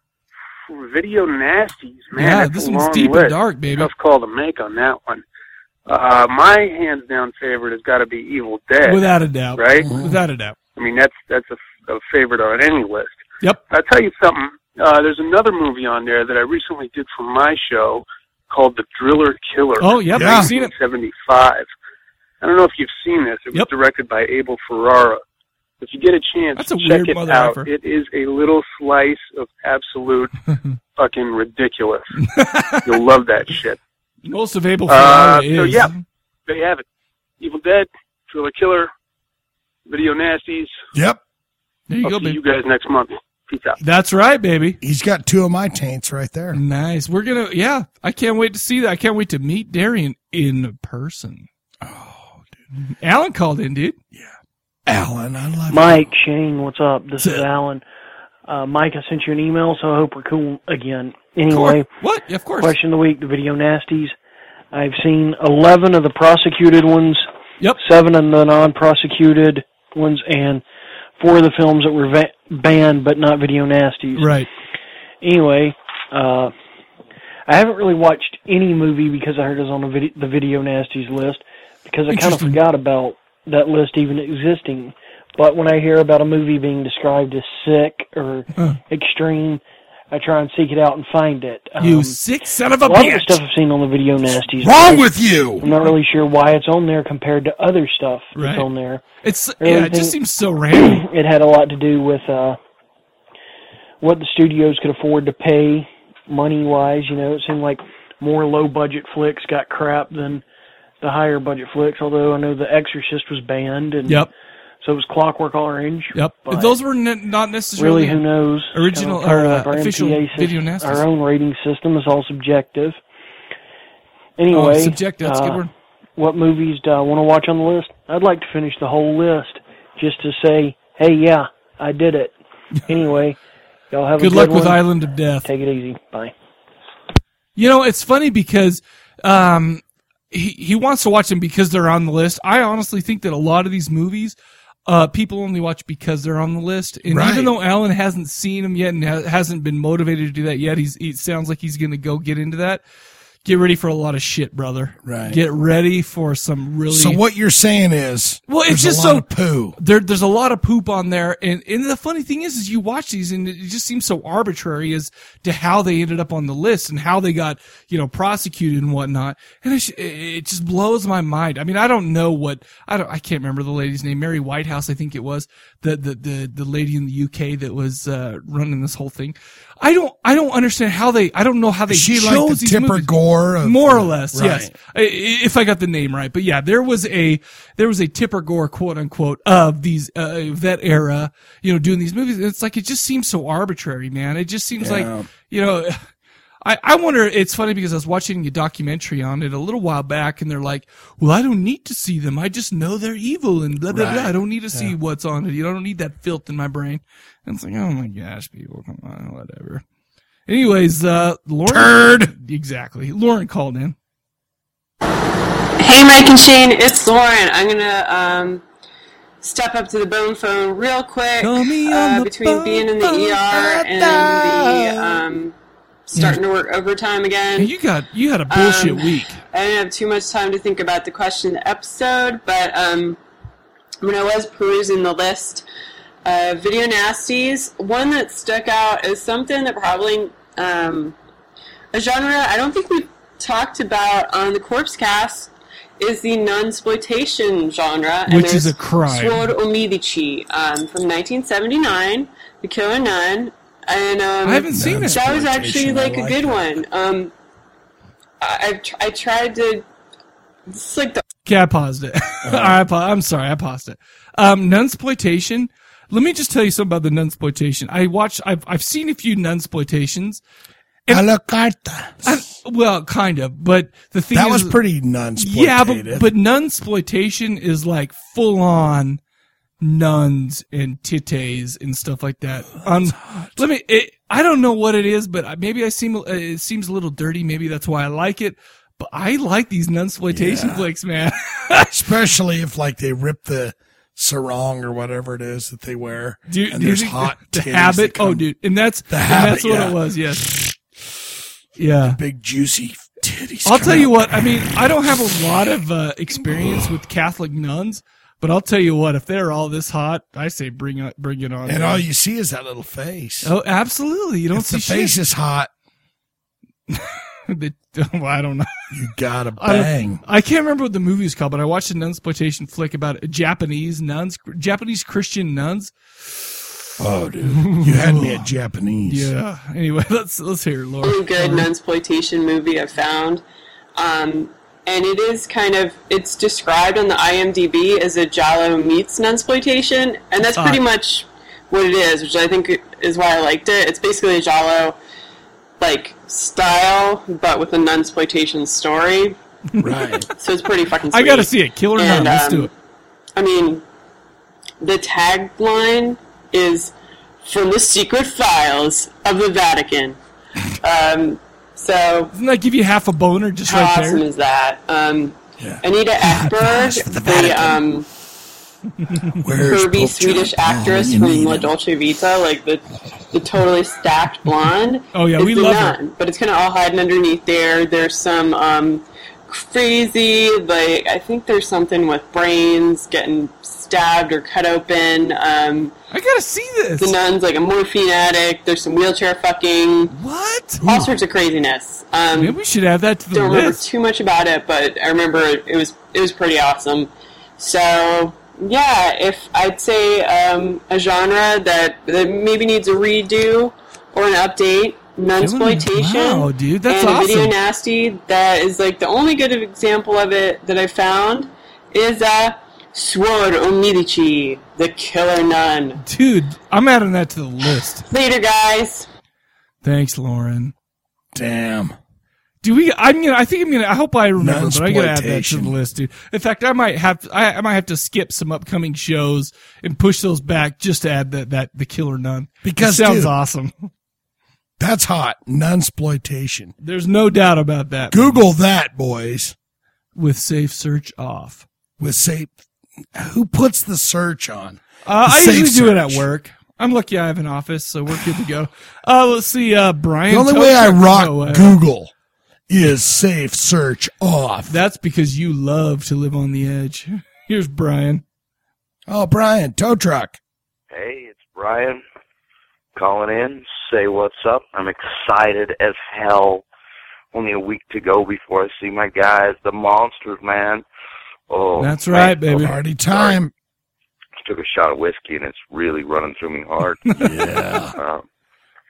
Speaker 7: video nasties, man.
Speaker 1: yeah,
Speaker 7: that's
Speaker 1: this
Speaker 7: a
Speaker 1: one's
Speaker 7: long
Speaker 1: deep
Speaker 7: list.
Speaker 1: and dark, baby.
Speaker 7: Tough call to make on that one. Uh, my hands down favorite has got to be Evil Dead.
Speaker 1: Without a doubt.
Speaker 7: Right?
Speaker 1: Without a doubt.
Speaker 7: I mean, that's that's a, a favorite on any list.
Speaker 1: Yep.
Speaker 7: I'll tell you something. Uh, there's another movie on there that I recently did for my show called The Driller Killer.
Speaker 1: Oh, yep.
Speaker 2: Yeah.
Speaker 1: I've seen it.
Speaker 7: 1975. I don't know if you've seen this. It was
Speaker 1: Yep.
Speaker 7: directed by Abel Ferrara. If you get a chance,
Speaker 1: That's a
Speaker 7: check
Speaker 1: weird
Speaker 7: it
Speaker 1: mother
Speaker 7: out.
Speaker 1: effer.
Speaker 7: It is a little slice of absolute fucking ridiculous. You'll love that shit.
Speaker 1: Most of Abel
Speaker 7: Uh,
Speaker 1: Ferrara is.
Speaker 7: so yeah. There you have it. Evil Dead, Driller Killer, Video Nasties.
Speaker 2: Yep.
Speaker 1: There you
Speaker 7: I'll
Speaker 1: go,
Speaker 7: see
Speaker 1: baby.
Speaker 7: you guys next month. Peace out.
Speaker 1: That's right, baby.
Speaker 2: He's got two of my taints right there.
Speaker 1: Nice. We're going to, yeah. I can't wait to see that. I can't wait to meet Darian in person. Oh, dude. Alan called in, dude.
Speaker 2: Alan, I love
Speaker 8: Mike, Shane, what's up? This is Alan. Uh, Mike, I sent you an email, so I hope we're cool again. Anyway,
Speaker 1: Cor- What? Yeah, of course.
Speaker 8: question of the week, the video nasties. I've seen 11 of the prosecuted ones,
Speaker 1: Yep.
Speaker 8: seven of the non-prosecuted ones, and four of the films that were va- banned but not video nasties.
Speaker 1: Right.
Speaker 8: Anyway, uh, I haven't really watched any movie because I heard it was on the, vid- the video nasties list because I kind of
Speaker 1: Interesting.
Speaker 8: forgot about that list even existing. But when I hear about a movie being described as sick or extreme, I try and seek it out and find it.
Speaker 1: You
Speaker 8: Um,
Speaker 1: sick son of a
Speaker 8: a lot of the
Speaker 1: bitch.
Speaker 8: stuff I've seen on the video nasties.
Speaker 2: Wrong with you.
Speaker 8: I'm not really sure why it's on there compared to other stuff
Speaker 1: Right.
Speaker 8: that's on there.
Speaker 1: It's,
Speaker 8: Really
Speaker 1: yeah, it
Speaker 7: Mm-hmm.
Speaker 1: just
Speaker 8: think-
Speaker 1: seems so random.
Speaker 8: it had a lot to do with uh, what the studios could afford to pay money wise. You know, it seemed like more low budget flicks got crap than the higher budget flicks. Although I know The Exorcist was banned, and
Speaker 1: Yep.
Speaker 8: so it was Clockwork Orange.
Speaker 1: Yep.
Speaker 8: But
Speaker 1: Those were ne- not necessarily.
Speaker 8: really, who knows?
Speaker 1: original
Speaker 8: Kind of
Speaker 1: or,
Speaker 8: kind of
Speaker 1: uh,
Speaker 8: like our
Speaker 1: official
Speaker 8: MPA system-
Speaker 1: video nasties.
Speaker 8: Our own rating system is all subjective.
Speaker 1: Oh,
Speaker 8: Anyway,
Speaker 1: subjective. That's a good
Speaker 8: uh,
Speaker 1: word.
Speaker 8: what movies do I want to watch on the list? I'd like to finish the whole list just to say, hey, yeah, I did it. Anyway, y'all have
Speaker 1: Good
Speaker 8: a
Speaker 1: luck
Speaker 8: good
Speaker 1: with
Speaker 8: one.
Speaker 1: Island of Death.
Speaker 8: Take it easy. Bye.
Speaker 1: You know, it's funny because um, he he wants to watch them because they're on the list. I honestly think that a lot of these movies, uh, people only watch because they're on the list. And
Speaker 2: Right.
Speaker 1: even though Alan hasn't seen them yet and ha- hasn't been motivated to do that yet, he's it sounds like he's going to go get into that. Get ready for a lot of shit, brother.
Speaker 2: Right.
Speaker 1: Get ready for some really.
Speaker 2: So what you're saying is,
Speaker 1: Well, it's
Speaker 2: there's
Speaker 1: just
Speaker 2: a lot
Speaker 1: so-
Speaker 2: of poo.
Speaker 1: There, there's a lot of poop on there, and and the funny thing is, is you watch these, and it just seems so arbitrary as to how they ended up on the list and how they got you know prosecuted and whatnot. And it's, it just blows my mind. I mean, I don't know what I don't. I can't remember the lady's name, Mary Whitehouse, I think it was the the the, the lady in the UK that was uh, running this whole thing. I don't I don't understand how they I don't know how they
Speaker 2: She
Speaker 1: chose
Speaker 2: like the
Speaker 1: these
Speaker 2: Tipper
Speaker 1: movies.
Speaker 2: Gore of-
Speaker 1: more or less
Speaker 2: Right.
Speaker 1: yes I- i- if I got the name right. But yeah, there was a there was a Tipper Gore quote unquote of these uh, of that era, you know, doing these movies. It's like it just seems so arbitrary, man. It just seems
Speaker 2: Yeah.
Speaker 1: like you know. I, I wonder, it's funny because I was watching a documentary on it a little while back and they're like, well, I don't need to see them. I just know they're evil and blah, blah, blah. I don't need to see what's on it. You know, I don't need that filth in my brain. And it's like, oh my gosh, people, come on, whatever. Anyways, uh, Lauren. Turd! Exactly. Lauren called in.
Speaker 9: Hey, Mike and Shane, it's Lauren. I'm gonna um, step up to the bone phone real quick.
Speaker 1: Call me on
Speaker 9: uh,
Speaker 1: the
Speaker 9: between being in the
Speaker 1: bone
Speaker 9: ER and the um, starting to work overtime again,
Speaker 1: Hey, you got, you had a bullshit
Speaker 9: Um,
Speaker 1: week.
Speaker 9: I didn't have too much time to think about the question of the episode, but um, when I was perusing the list, uh, video nasties, one that stuck out is something that probably um, a genre I don't think we talked about on the Corpse Cast is the nun exploitation genre, and
Speaker 1: Which is a
Speaker 9: there's
Speaker 1: crime.
Speaker 9: Suor o Medici um, from 1979, The Killer Nun, and um,
Speaker 1: I haven't seen it.
Speaker 9: that was actually
Speaker 2: Exploitation, I
Speaker 9: like,
Speaker 2: like
Speaker 9: a good one. Um, I, I've tr- I tried to. It's like the
Speaker 1: Okay, I paused it. I pa- I'm sorry, I paused it. Um, nunsploitation. Let me just tell you something about the nunsploitation. I watched. I've I've seen a few nunsploitations.
Speaker 2: A la carta.
Speaker 1: I, well, kind of, but the thing
Speaker 2: That
Speaker 1: is,
Speaker 2: was pretty nun
Speaker 1: yeah, but but nunsploitation is like full on nuns and titties and stuff like that. Um, let me. It, I don't know what it is, but I- maybe I seem uh, it seems a little dirty. Maybe that's why I like it. But I like these nunsploitation
Speaker 2: Yeah.
Speaker 1: flicks, man.
Speaker 2: especially if like they rip the sarong or whatever it is that they wear.
Speaker 1: Do you,
Speaker 2: and
Speaker 1: do you
Speaker 2: there's
Speaker 1: think
Speaker 2: hot
Speaker 1: the
Speaker 2: titties that
Speaker 1: habit? Oh,
Speaker 2: come-
Speaker 1: dude, and that's
Speaker 2: The
Speaker 1: and
Speaker 2: habit,
Speaker 1: that's what
Speaker 2: yeah.
Speaker 1: it was. Yes. Yeah.
Speaker 2: big juicy titties.
Speaker 1: I'll
Speaker 2: come
Speaker 1: tell you
Speaker 2: out.
Speaker 1: what. I mean, I don't have a lot of uh, experience with Catholic nuns, but I'll tell you what. If they're all this hot, I say bring it, bring it on.
Speaker 2: and
Speaker 1: man.
Speaker 2: all you see is that little face.
Speaker 1: oh, absolutely. You don't
Speaker 2: if
Speaker 1: see
Speaker 2: the face
Speaker 1: shit.
Speaker 2: is hot,
Speaker 1: The- well, I don't know.
Speaker 2: you gotta
Speaker 1: I, don't-
Speaker 2: bang.
Speaker 1: I can't remember what the movie was called, but I watched a nun exploitation flick about Japanese nuns, Japanese Christian nuns.
Speaker 2: Oh, dude, you had me at Japanese.
Speaker 1: Yeah. Anyway, let's let's hear it, Laura.
Speaker 9: only good nunsploitation movie I've found. Um, and it is kind of it's described on the IMDb as a Jalo meets nunsploitation, and that's pretty much what it is, which I think is why I liked it. It's basically a Jalo like style, but with a nunsploitation story.
Speaker 2: right.
Speaker 9: So it's pretty fucking. Sweet.
Speaker 1: I gotta see it. Killer nun.
Speaker 9: And,
Speaker 1: Let's
Speaker 9: um,
Speaker 1: do it.
Speaker 9: I mean, the tagline is from the secret files of the Vatican. Um, so
Speaker 1: Doesn't that give you half a boner just
Speaker 9: how
Speaker 1: right
Speaker 9: awesome
Speaker 1: there?
Speaker 9: is that? Um,
Speaker 2: Yeah.
Speaker 9: Anita
Speaker 2: Gosh,
Speaker 9: Ekberg,
Speaker 2: the
Speaker 9: the,
Speaker 2: Vatican.
Speaker 9: um,
Speaker 2: Where's
Speaker 9: curvy
Speaker 2: Pope
Speaker 9: Swedish
Speaker 2: John Paul?
Speaker 9: actress
Speaker 2: You
Speaker 9: from
Speaker 2: need
Speaker 9: La
Speaker 2: him.
Speaker 9: Dolce Vita, like the the totally stacked blonde.
Speaker 1: Oh, yeah,
Speaker 9: is
Speaker 1: we
Speaker 9: the
Speaker 1: love her.
Speaker 9: nun, But it's kind of all hiding underneath there. There's some um, crazy, like I think there's something with brains getting stabbed or cut open. Um,
Speaker 1: I gotta see
Speaker 9: the
Speaker 1: this.
Speaker 9: nun's like a morphine addict. There's some wheelchair fucking,
Speaker 1: What?
Speaker 9: all sorts of craziness. Um,
Speaker 1: Maybe we should add that to the
Speaker 9: don't remember
Speaker 1: list.
Speaker 9: too much about it, but I remember it was it was pretty awesome. So yeah, if I'd say um, a genre that, that maybe needs a redo or an update, nunsploitation.
Speaker 1: Wow, dude, that's
Speaker 9: and a video
Speaker 1: awesome.
Speaker 9: nasty that is like the only good example of it that I found is uh, Sword o Medici, the killer nun.
Speaker 1: Dude, I'm adding that to the list.
Speaker 9: Later, guys.
Speaker 1: Thanks, Lauren.
Speaker 2: Damn.
Speaker 1: Do we? I'm gonna. I think I'm gonna. I hope I remember, but I gotta add that to the
Speaker 2: Nunsploitation.
Speaker 1: list, dude. In fact, I might have. I, I might have to skip some upcoming shows and push those back just to add that that the killer nun
Speaker 2: Because,
Speaker 1: sounds
Speaker 2: dude-
Speaker 1: awesome.
Speaker 2: That's hot. Nunsploitation.
Speaker 1: There's no doubt about that.
Speaker 2: Google that, boys.
Speaker 1: with safe search off.
Speaker 2: With say, who puts the search on?
Speaker 1: Uh,
Speaker 2: The
Speaker 1: I
Speaker 2: safe
Speaker 1: usually do it at
Speaker 2: search.
Speaker 1: work. I'm lucky I have an office, so we're good to go. Uh, let's see, uh, Brian.
Speaker 2: The only way I
Speaker 1: Totuck-
Speaker 2: rock
Speaker 1: oh, uh,
Speaker 2: Google is safe search off.
Speaker 1: That's because you love to live on the edge. Here's Brian.
Speaker 2: Oh, Brian, tow truck.
Speaker 10: Hey, it's Brian calling in. Say what's up. I'm excited as hell. Only a week to go before I see my guys, the monsters, man. Oh,
Speaker 1: That's right,
Speaker 10: man.
Speaker 1: baby.
Speaker 10: Oh,
Speaker 1: Party
Speaker 2: time.
Speaker 10: just took a shot of whiskey and it's really running through me hard.
Speaker 2: yeah.
Speaker 10: Um,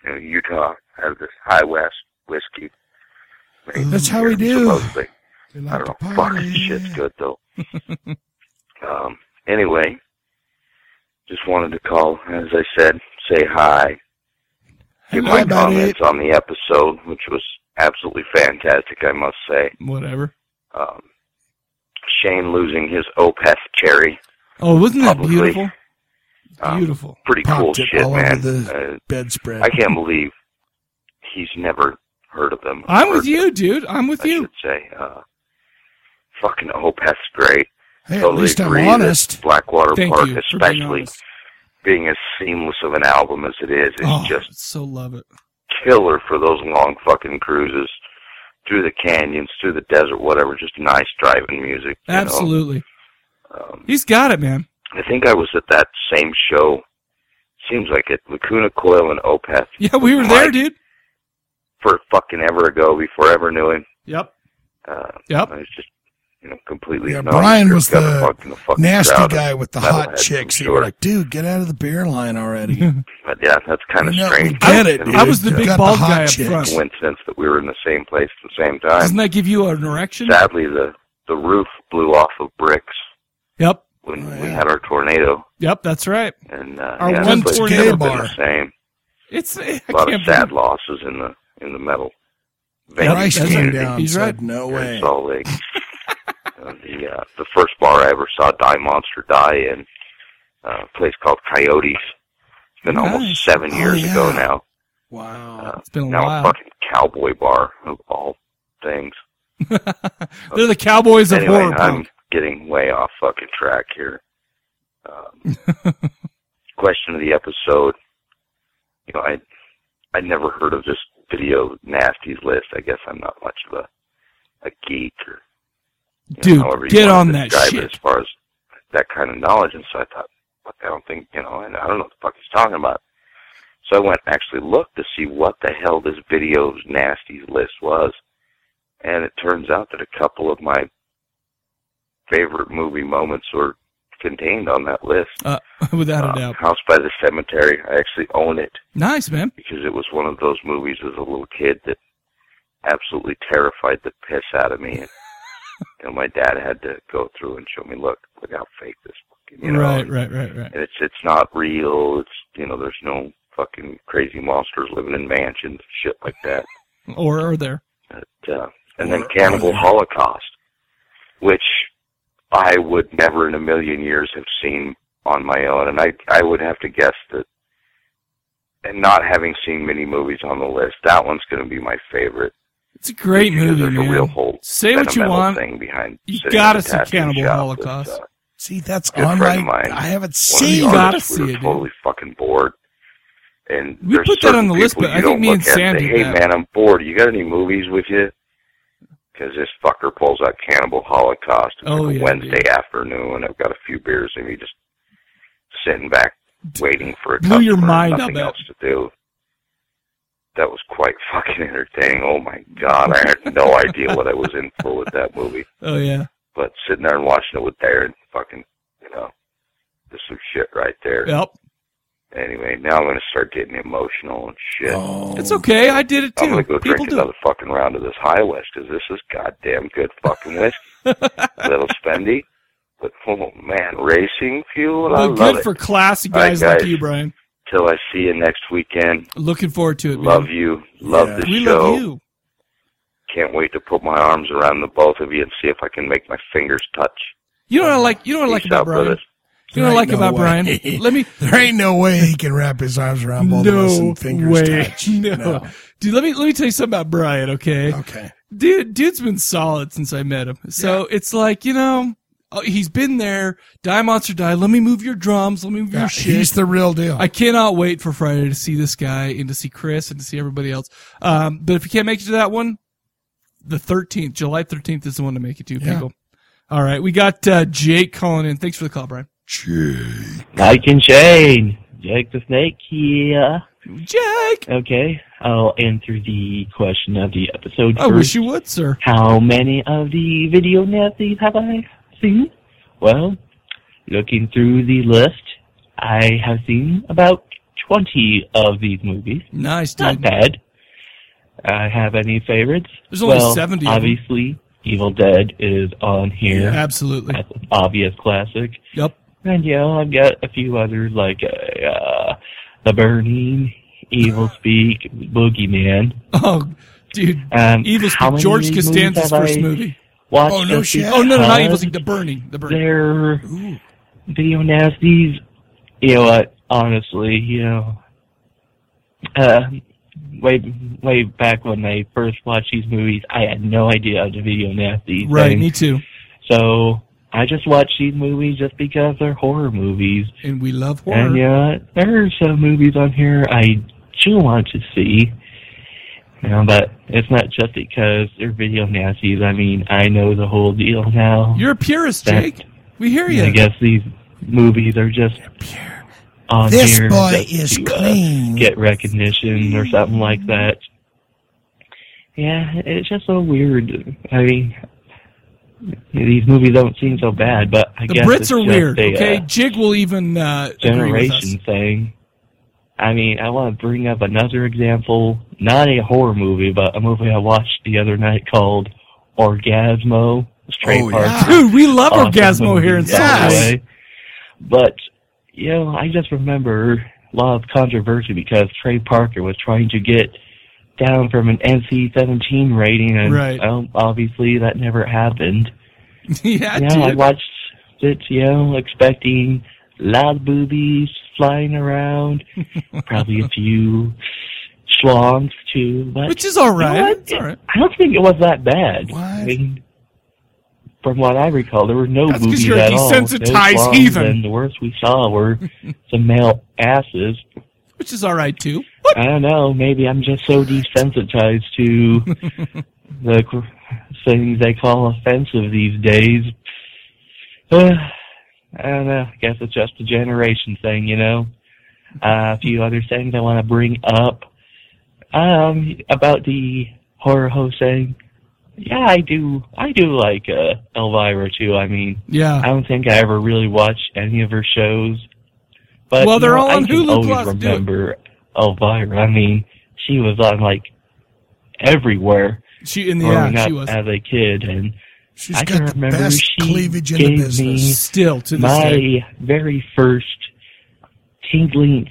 Speaker 10: you know, Utah has this high west whiskey.
Speaker 2: That's how we do.
Speaker 10: Supposedly. I don't know. Fuck, shit's good though. um, anyway, just wanted to call, as I said, say hi. Give
Speaker 1: Hello,
Speaker 10: my
Speaker 1: buddy.
Speaker 10: comments on the episode, which was absolutely fantastic, I must say.
Speaker 1: Whatever.
Speaker 10: Um, Shane losing his Opeth cherry.
Speaker 1: Oh, wasn't that
Speaker 10: Publicly.
Speaker 1: beautiful?
Speaker 10: Um,
Speaker 1: Beautiful.
Speaker 10: Pretty cool
Speaker 2: Popped it
Speaker 10: shit,
Speaker 2: all over
Speaker 10: man.
Speaker 2: the
Speaker 10: Uh,
Speaker 2: bedspread.
Speaker 10: I can't believe he's never heard of them.
Speaker 1: I'm with
Speaker 10: Heard
Speaker 1: you, dude. I'm with
Speaker 10: I
Speaker 1: you.
Speaker 10: should say, uh, fucking Opeth's great.
Speaker 2: Hey, at
Speaker 10: totally
Speaker 2: least I'm
Speaker 10: agree that
Speaker 2: honest.
Speaker 10: Blackwater
Speaker 1: Thank
Speaker 10: Park,
Speaker 1: you for being
Speaker 10: especially
Speaker 1: honest.
Speaker 10: being as seamless of an album as it is, is
Speaker 1: Oh,
Speaker 10: just
Speaker 1: so love it.
Speaker 10: killer for those long fucking cruises through the canyons, through the desert, whatever. Just nice driving music. you know?
Speaker 1: Absolutely.
Speaker 10: Um,
Speaker 1: He's got it, man.
Speaker 10: I think I was at that same show. Seems like it. Lacuna Coil and Opeth
Speaker 1: Yeah, we were
Speaker 10: Mike.
Speaker 1: there, dude.
Speaker 10: for fucking ever ago before I ever knew him.
Speaker 1: Yep.
Speaker 10: Uh,
Speaker 1: Yep.
Speaker 10: I was just, you know, completely.
Speaker 2: Yeah,
Speaker 10: ignored.
Speaker 2: Brian
Speaker 10: You're
Speaker 2: was
Speaker 10: kind of
Speaker 2: the
Speaker 10: fucked in the fucking
Speaker 2: Nasty
Speaker 10: crowd of
Speaker 2: guy with the hot
Speaker 10: metalheads,
Speaker 2: chicks.
Speaker 10: I'm
Speaker 2: You were
Speaker 10: sure.
Speaker 2: like, dude, get out of the beer line already.
Speaker 10: But yeah, that's kind of
Speaker 2: No, we
Speaker 10: strange.
Speaker 2: get it,
Speaker 10: And
Speaker 2: dude.
Speaker 1: I was the
Speaker 2: You
Speaker 1: big
Speaker 2: got
Speaker 1: bald
Speaker 2: hot
Speaker 1: guy up
Speaker 2: chicks.
Speaker 1: front.
Speaker 10: coincidence that we were in the same place at the same
Speaker 1: Doesn't
Speaker 10: time.
Speaker 1: that give you an erection?
Speaker 10: Sadly, the the roof blew off of bricks
Speaker 1: Yep.
Speaker 10: when
Speaker 2: Oh,
Speaker 10: we
Speaker 2: yeah.
Speaker 10: had our tornado,
Speaker 1: Yep, that's right.
Speaker 10: and uh,
Speaker 1: Our
Speaker 10: yeah,
Speaker 1: one
Speaker 10: the place
Speaker 1: tornado
Speaker 10: has never been
Speaker 2: bar.
Speaker 10: the same.
Speaker 1: It's I
Speaker 10: A lot of
Speaker 1: can't
Speaker 10: sad
Speaker 1: believe-
Speaker 10: losses in the in the metal. venue
Speaker 2: Christ
Speaker 1: that's
Speaker 2: came
Speaker 1: right.
Speaker 10: community
Speaker 2: down and
Speaker 1: He's right.
Speaker 2: said, no
Speaker 10: here in
Speaker 2: way.
Speaker 10: Salt Lake. Uh, the uh, the first bar I ever saw Die Monster die in uh, a place called Coyotes. It's been
Speaker 1: Nice.
Speaker 10: almost seven
Speaker 2: Oh,
Speaker 10: years
Speaker 2: yeah.
Speaker 10: ago now. Uh,
Speaker 2: Wow.
Speaker 1: It's been a
Speaker 10: now a
Speaker 1: while.
Speaker 10: fucking cowboy bar of all things.
Speaker 1: They're the Cowboys of
Speaker 10: anyway,
Speaker 1: horror
Speaker 10: I'm
Speaker 1: punk.
Speaker 10: getting way off fucking track here. Um, question of the episode. You know, I I never heard of this video nasties list. I guess I'm not much of a a geek or you know,
Speaker 1: Dude,
Speaker 10: however you
Speaker 1: get
Speaker 10: wanna
Speaker 1: on that
Speaker 10: describe
Speaker 1: shit.
Speaker 10: It as far as that kind of knowledge, and so I thought, fuck, I don't think you know, I I don't know what the fuck he's talking about. So I went and actually looked to see what the hell this video's nasties list was, and it turns out that a couple of my favorite movie moments were contained on that list.
Speaker 1: Uh, without
Speaker 10: Um,
Speaker 1: a doubt.
Speaker 10: House by the Cemetery, I actually own it
Speaker 1: Nice, man.
Speaker 10: because it was one of those movies as a little kid that absolutely terrified the piss out of me. And, you know, my dad had to go through and show me, look, look how fake this fucking, you know.
Speaker 1: right, right, right, right.
Speaker 10: And it's it's not real. It's you know, there's no fucking crazy monsters living in mansions, shit like that.
Speaker 1: Or or there.
Speaker 10: But, uh, and then Cannibal Holocaust, which I would never in a million years have seen on my own, and I I would have to guess that, and not having seen many movies on the list, that one's going to be my favorite.
Speaker 1: It's a great
Speaker 10: because
Speaker 1: movie,
Speaker 10: There's
Speaker 1: man.
Speaker 10: a real whole
Speaker 1: Say what you
Speaker 10: sentimental
Speaker 1: want.
Speaker 10: thing behind.
Speaker 1: You
Speaker 10: sitting in
Speaker 1: gotta
Speaker 10: a
Speaker 1: see
Speaker 10: tattoo
Speaker 1: Cannibal
Speaker 10: shop
Speaker 1: Holocaust.
Speaker 10: With, uh,
Speaker 2: See, that's
Speaker 10: Good
Speaker 2: on my.
Speaker 10: friend of mine.
Speaker 2: I haven't
Speaker 10: one of the
Speaker 2: seen.
Speaker 1: You gotta
Speaker 10: artists, we
Speaker 1: see
Speaker 10: were
Speaker 1: it, dude.
Speaker 10: totally fucking bored. And
Speaker 1: We
Speaker 10: there's
Speaker 1: put that on
Speaker 10: certain
Speaker 1: the list,
Speaker 10: people
Speaker 1: but I
Speaker 10: you
Speaker 1: think
Speaker 10: don't
Speaker 1: me and
Speaker 10: look at
Speaker 1: Sam
Speaker 10: say,
Speaker 1: did
Speaker 10: Hey
Speaker 1: that."
Speaker 10: man, I'm bored. You got any movies with you? Because this fucker pulls out Cannibal Holocaust on
Speaker 1: Oh,
Speaker 10: like a
Speaker 1: yeah,
Speaker 10: Wednesday
Speaker 1: dude.
Speaker 10: afternoon, and I've got a few beers, and you just sitting back waiting for a
Speaker 1: Blew your
Speaker 10: customer,
Speaker 1: mind, I'll
Speaker 10: nothing
Speaker 1: bet.
Speaker 10: else to do. That was quite fucking entertaining. Oh my god, I had no idea what I was in for with that movie
Speaker 1: Oh yeah.
Speaker 10: but sitting there and watching it with Darren, fucking, you know, there's some shit right there.
Speaker 1: Yep.
Speaker 10: Anyway, now I'm gonna start getting emotional and shit.
Speaker 2: Oh,
Speaker 1: It's okay. I did it
Speaker 10: I'm
Speaker 1: too.
Speaker 10: gonna go
Speaker 1: People
Speaker 10: drink
Speaker 1: do.
Speaker 10: another fucking round of this High West because this is goddamn good fucking whiskey. Little spendy, but oh man, racing fuel. I
Speaker 1: Well,
Speaker 10: love
Speaker 1: good
Speaker 10: it.
Speaker 1: for classy
Speaker 10: All right,
Speaker 1: guys, like
Speaker 10: guys.
Speaker 1: you, Brian.
Speaker 10: Till I see you next weekend.
Speaker 1: Looking forward to it, man.
Speaker 10: Love you. Love
Speaker 2: Yeah.
Speaker 10: this
Speaker 1: we
Speaker 10: show.
Speaker 1: love you.
Speaker 10: Can't wait to put my arms around the both of you and see if I can make my fingers touch.
Speaker 1: You know what I like you know what I like
Speaker 10: Peace
Speaker 1: about
Speaker 10: out,
Speaker 1: Brian?
Speaker 10: brothers.
Speaker 1: You know what I
Speaker 2: There
Speaker 1: like
Speaker 2: ain't no
Speaker 1: about Brian?
Speaker 2: way.
Speaker 1: Let me
Speaker 2: There ain't no way he can wrap his arms around both of us
Speaker 1: no
Speaker 2: and fingers
Speaker 1: way.
Speaker 2: touch.
Speaker 1: No. Dude, let me let me tell you something about Brian, okay?
Speaker 2: Okay.
Speaker 1: dude dude's been solid since i met him so it's like you know oh, he's been there die monster die let me move your drums let me move
Speaker 2: Yeah,
Speaker 1: your shit
Speaker 2: he's the real deal.
Speaker 1: i cannot wait for friday to see this guy and to see chris and to see everybody else um, but if you can't make it to that one the 13th. July 13th is the one to make it to,
Speaker 11: Yeah.
Speaker 1: people. All right. We got uh, Jake calling in. Thanks for the call, Brian.
Speaker 11: Mike and Shane. Jake the Snake here.
Speaker 1: Jake!
Speaker 11: Okay, I'll answer the question of the episode
Speaker 1: I
Speaker 11: first.
Speaker 1: wish you would, sir.
Speaker 11: How many of the video nasties have I seen? Well, looking through the list, I have seen about 20 of these movies.
Speaker 1: Nice,
Speaker 11: Not bad. I have any favorites?
Speaker 1: There's only
Speaker 11: well,
Speaker 1: 70 of 'em.
Speaker 11: Obviously, Evil Dead is on here.
Speaker 1: Absolutely.
Speaker 11: That's an obvious classic.
Speaker 1: Yep.
Speaker 11: And yeah, I've got a few others like uh, uh, The Burning, Evil Speak, Boogeyman.
Speaker 1: Oh, dude.
Speaker 11: Um,
Speaker 1: Evil
Speaker 11: how many
Speaker 1: George
Speaker 11: movies
Speaker 1: Costanza's
Speaker 11: have
Speaker 1: first
Speaker 11: I
Speaker 1: movie.
Speaker 11: watched
Speaker 1: Oh, no
Speaker 11: just
Speaker 1: shit. Oh, no, no, not Evil
Speaker 11: because
Speaker 1: Speak, The Burning, The Burning.
Speaker 11: They're video nasties. You know what? Honestly, you know, uh, way way back when I first watched these movies, I had no idea of the video nasty.
Speaker 1: Right,
Speaker 11: thing.
Speaker 1: me too.
Speaker 11: So I just watch these movies just because they're horror movies.
Speaker 1: And we love horror.
Speaker 11: And yeah, Uh, there are some movies on here I do want to see. You know, but it's not just because they're video nasties. I mean, I know the whole deal now.
Speaker 1: You're a purist,
Speaker 11: That-
Speaker 1: Jake. We hear you.
Speaker 11: I guess these movies are just on
Speaker 2: This
Speaker 11: here
Speaker 2: boy
Speaker 11: just
Speaker 2: is
Speaker 11: to, uh,
Speaker 2: clean.
Speaker 11: get recognition or something like that. Yeah, it's just so weird. I mean, these movies don't seem so bad, but I
Speaker 1: the
Speaker 11: guess
Speaker 1: Brits
Speaker 11: it's
Speaker 1: are
Speaker 11: just
Speaker 1: weird.
Speaker 11: a,
Speaker 1: okay,
Speaker 11: uh,
Speaker 1: Jig will even uh, agree with us.
Speaker 11: generation thing. I mean, I want to bring up another example, not a horror movie, but a movie I watched the other night called Orgasmo. Straight
Speaker 1: Oh, yeah. Dude, we love Orgasmo here in Salt Lake.
Speaker 11: But, you know, I just remember a lot of controversy because Trey Parker was trying to get down from an NC-17 rating, and
Speaker 1: Right.
Speaker 11: well, obviously that never happened.
Speaker 1: yeah,
Speaker 11: Yeah, I
Speaker 1: dude.
Speaker 11: watched it, you know, expecting loud boobies flying around, probably a few schlongs too, but
Speaker 1: Which is all
Speaker 11: you know
Speaker 1: right.
Speaker 11: what?
Speaker 1: It's all right.
Speaker 11: I don't think it was that bad. I mean, from what I recall, there were no
Speaker 1: That's 'cause
Speaker 11: boobies
Speaker 1: you're a
Speaker 11: at all. No
Speaker 1: desensitized
Speaker 11: schlongs,
Speaker 1: heathen.
Speaker 11: And the worst we saw were some male asses.
Speaker 1: Which is all right too.
Speaker 11: I don't know. Maybe I'm just so desensitized to the cr- things they call offensive these days. Uh, I don't know. I guess it's just a generation thing, you know. Uh, a few other things I want to bring up um, about the horror host thing. Yeah, I do. I do like uh, Elvira too. I mean,
Speaker 1: Yeah.
Speaker 11: I don't think I ever really watched any of her shows. But
Speaker 1: Well, they're
Speaker 11: you know,
Speaker 1: all
Speaker 11: I
Speaker 1: on
Speaker 11: can
Speaker 1: Hulu
Speaker 11: always
Speaker 1: Plus, dude.
Speaker 11: Remember Elvira? I mean, she was on like everywhere.
Speaker 1: She in the-
Speaker 11: growing
Speaker 1: yeah,
Speaker 11: up
Speaker 1: she was.
Speaker 11: as a kid, and
Speaker 2: She's
Speaker 11: I
Speaker 2: got
Speaker 11: can
Speaker 2: the
Speaker 11: remember
Speaker 2: best
Speaker 11: she
Speaker 2: cleavage in
Speaker 11: gave
Speaker 2: the
Speaker 11: me
Speaker 2: business. Still, to this
Speaker 11: my
Speaker 2: day.
Speaker 11: very first tingling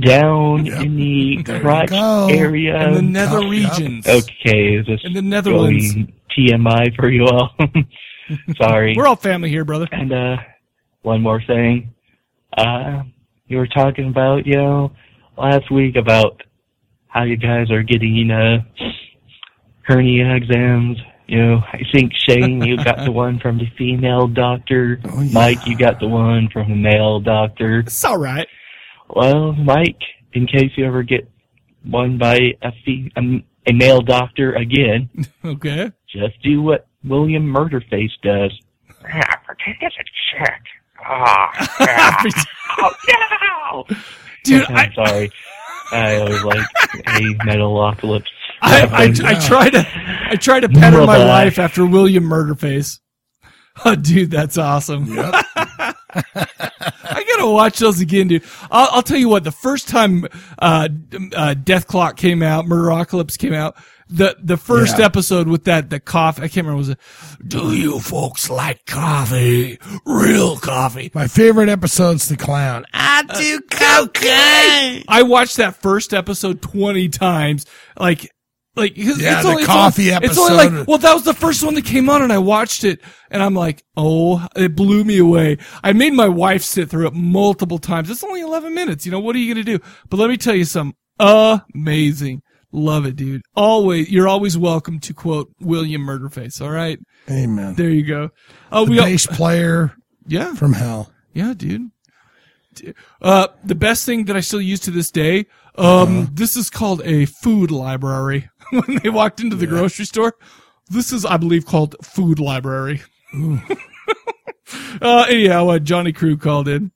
Speaker 11: down in the crotch
Speaker 1: go.
Speaker 11: area
Speaker 1: In the nether Yep. regions.
Speaker 11: Okay, is this
Speaker 1: In the Netherlands.
Speaker 11: going TMI for you all. Sorry.
Speaker 1: We're all family here, brother.
Speaker 11: And uh, one more thing. Uh, you were talking about, you know, last week about how you guys are getting uh, hernia exams. You know, I think Shane, you got the one from the female doctor. Mike, you got the one from the male doctor.
Speaker 1: Oh, It's all right.
Speaker 11: Well, Mike, in case you ever get one by a, fe- um, a male doctor again,
Speaker 1: Okay.
Speaker 11: just do what William Murderface does. It's a chick. Ah, yeah. oh, no!
Speaker 1: Dude,
Speaker 11: I'm sorry. I was like a metalocalypse.
Speaker 1: I, I, I try to I try to pattern my
Speaker 11: Mother.
Speaker 1: life after William Murderface. Oh, dude, that's awesome. I gotta watch those again, dude. I'll, I'll tell you what. The first time uh, d- uh, Death Clock came out, Murderocalypse came out. The the first
Speaker 2: Yeah.
Speaker 1: episode with that the cough. I can't remember was it. Do you folks like coffee? Real coffee.
Speaker 2: My favorite episode's the clown.
Speaker 1: I do cocaine. Uh, I watched that first episode twenty times. Like, like 'cause
Speaker 2: Yeah,
Speaker 1: it's
Speaker 2: the
Speaker 1: only,
Speaker 2: coffee
Speaker 1: it's only, It's only
Speaker 2: episode.
Speaker 1: like, well, that was the first one that came on, and I watched it, and I'm like, oh, it blew me away. I made my wife sit through it multiple times. It's only eleven minutes. You know what are you gonna do? But let me tell you something. Amazing. Love it, dude. Always, you're always welcome to quote William Murderface. All right.
Speaker 2: Amen.
Speaker 1: There you go. Oh,
Speaker 2: the
Speaker 1: we got-
Speaker 2: bass player.
Speaker 1: Yeah.
Speaker 2: From hell.
Speaker 1: Yeah, dude. D- Uh,
Speaker 2: Uh-huh.
Speaker 1: the best thing that I still use to this day. Um, this is called a food library. when they walked into the grocery store. This is, I believe, called food library. uh, anyhow, uh, Johnny Crew called in.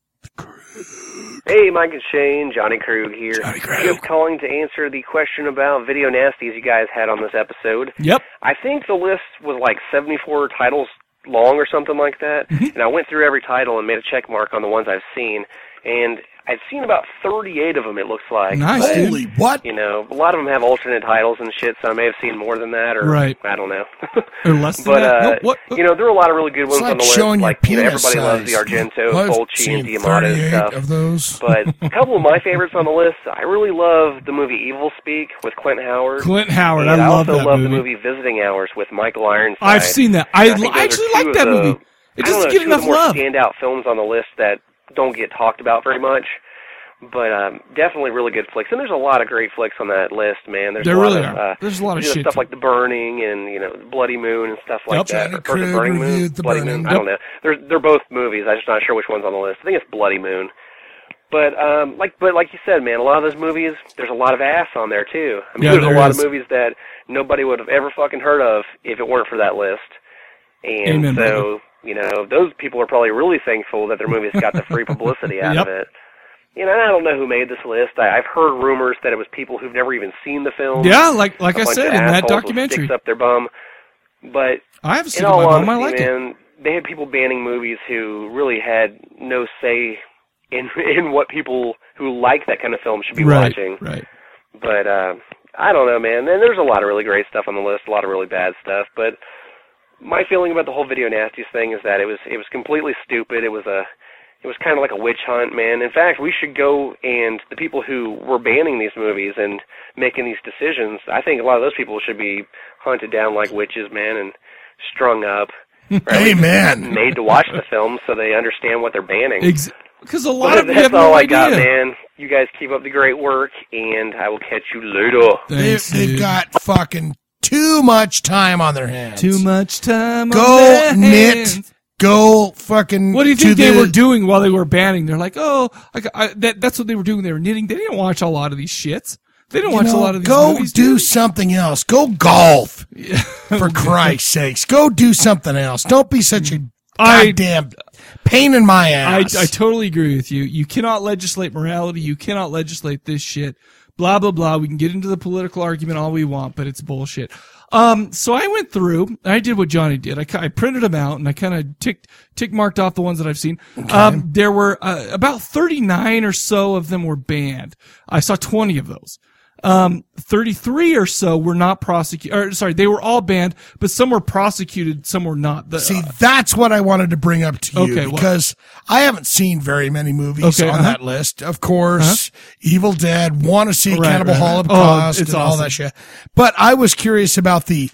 Speaker 12: Hey, Mike and Shane, Johnny Krug here. Johnny Krug. Just calling to answer the question about video nasties you guys had on this episode.
Speaker 1: Yep.
Speaker 12: I think the list was like 74 titles long or something like that,
Speaker 2: Mm-hmm.
Speaker 12: and I went through every title and made a check mark on the ones I've seen, and I've seen about 38 of them, it looks like.
Speaker 2: Nice, dude. Holy what?
Speaker 12: You know, a lot of them have alternate titles and shit, so I may have seen more than that, or
Speaker 2: Right.
Speaker 12: I don't know.
Speaker 1: Or less than
Speaker 12: but,
Speaker 1: that.
Speaker 12: uh,
Speaker 1: Nope, what?
Speaker 12: you know, there are a lot of really good
Speaker 2: It's
Speaker 12: ones
Speaker 2: like
Speaker 12: on the list.
Speaker 2: showing your
Speaker 12: like, you know,
Speaker 2: penis
Speaker 12: everybody loves the
Speaker 2: size.
Speaker 12: Argento,
Speaker 2: I've
Speaker 12: Fulci, and
Speaker 2: seen
Speaker 12: Diamante
Speaker 2: 38
Speaker 12: stuff.
Speaker 2: of those.
Speaker 12: but a couple of my favorites on the list, I really love the movie Evil Speak with Clint Howard.
Speaker 1: Clint Howard, I
Speaker 12: and
Speaker 1: love
Speaker 12: also
Speaker 1: that
Speaker 12: love
Speaker 1: movie.
Speaker 12: the movie Visiting Hours with Michael Ironside.
Speaker 1: I've seen that. I
Speaker 12: think
Speaker 1: li-
Speaker 12: those are
Speaker 1: actually
Speaker 12: two
Speaker 1: like
Speaker 12: of
Speaker 1: that
Speaker 12: the-
Speaker 1: movie. It
Speaker 12: I don't
Speaker 1: doesn't
Speaker 12: know,
Speaker 1: get
Speaker 12: two of
Speaker 1: enough
Speaker 12: the more
Speaker 1: love.
Speaker 12: Standout films on the list that don't get talked about very much, but um, definitely really good flicks. And there's a lot of great flicks on that list, man. There's
Speaker 1: There
Speaker 12: a lot
Speaker 1: really
Speaker 12: of,
Speaker 1: are.
Speaker 12: Uh,
Speaker 1: There's a lot of
Speaker 12: you know,
Speaker 1: shit
Speaker 12: stuff
Speaker 1: to-
Speaker 12: like The Burning and you know Bloody Moon and stuff like
Speaker 1: Yep.
Speaker 12: that.
Speaker 1: Johnny
Speaker 12: Or is it
Speaker 1: Krug
Speaker 12: Burning Moon,
Speaker 1: reviewed The
Speaker 12: Bloody
Speaker 1: Burning.
Speaker 12: Moon. I
Speaker 1: Yep.
Speaker 12: don't know. They're they're both movies. I'm just not sure which one's on the list. I think it's Bloody Moon. But um, like, but like you said, man, a lot of those movies, there's a lot of ass on there too. I mean,
Speaker 13: Yeah,
Speaker 12: there's
Speaker 13: there
Speaker 12: a lot
Speaker 13: is.
Speaker 12: of movies that nobody would have ever fucking heard of if it weren't for that list. And
Speaker 13: Amen,
Speaker 12: so,
Speaker 13: brother.
Speaker 12: you know, those people are probably really thankful that their movies got the free publicity out of
Speaker 13: Yep.
Speaker 12: it. You know, and I don't know who made this list. I, I've heard rumors that it was people who've never even seen the film.
Speaker 1: Yeah, like- like
Speaker 12: A
Speaker 1: I
Speaker 12: bunch
Speaker 1: said
Speaker 12: of
Speaker 1: in that
Speaker 12: assholes with
Speaker 1: documentary.
Speaker 12: sticks up their bum. But
Speaker 1: I have
Speaker 12: in
Speaker 1: seen it.
Speaker 12: all
Speaker 1: My mom,
Speaker 12: honesty,
Speaker 1: I like it.
Speaker 12: man, they had people banning movies who really had no say in in what people who like that kind of film should be
Speaker 1: Right,
Speaker 12: watching.
Speaker 1: right.
Speaker 12: But uh, I don't know, man. And there's a lot of really great stuff on the list, a lot of really bad stuff. But my feeling about the whole video nasties thing is that it was it was completely stupid. It was a it was kind of like a witch hunt, man. In fact, we should go and the people who were banning these movies and making these decisions, I think a lot of those people should be hunted down like witches, man, and strung up. or at least
Speaker 2: Amen.
Speaker 12: Made to watch the film so they understand what they're banning.
Speaker 1: Ex- 'cause a lot
Speaker 12: But
Speaker 1: of you
Speaker 12: that's
Speaker 1: have
Speaker 12: all
Speaker 1: no
Speaker 12: I got,
Speaker 1: idea.
Speaker 12: man. You guys keep up the great work, and I will catch you later.
Speaker 2: They, they've got fucking too much time on their hands.
Speaker 1: Too much time. on
Speaker 2: Go
Speaker 1: their
Speaker 2: knit.
Speaker 1: hands.
Speaker 2: Go fucking.
Speaker 1: What do you
Speaker 2: to
Speaker 1: think they
Speaker 2: the-
Speaker 1: were doing while they were banning? They're like, oh, I, got- I, that, that's what they were doing. They were knitting. They didn't watch a lot of these shits. They didn't
Speaker 2: you
Speaker 1: watch
Speaker 2: know,
Speaker 1: a lot of these
Speaker 2: Go
Speaker 1: movies.
Speaker 2: do something else. Go golf. For Christ's sakes, go do something else. Don't be such a goddamn pain in my
Speaker 1: I,
Speaker 2: ass.
Speaker 1: I totally agree with you. You cannot legislate morality. You cannot legislate this shit. Blah, blah, blah. We can get into the political argument all we want, but it's bullshit. Um, so I went through, I did what Johnny did. I, ki- I printed them out and I kind of ticked, tick marked off the ones that I've seen. Um, there were uh, about 39 or so of them were banned. I saw 20 of those. Um, 33 or so were not prosecuted, or sorry, they were all banned, but some were prosecuted, some were not. The, uh,
Speaker 2: See, that's what I wanted to bring up to you
Speaker 1: Okay, what?
Speaker 2: because I haven't seen very many movies
Speaker 1: Okay,
Speaker 2: on
Speaker 1: uh-huh.
Speaker 2: that list. Of course, Evil Dead, want to see
Speaker 1: Right,
Speaker 2: Cannibal
Speaker 1: right, right.
Speaker 2: Holocaust,
Speaker 1: Oh, it's
Speaker 2: and all
Speaker 1: awesome.
Speaker 2: that shit. But I was curious about the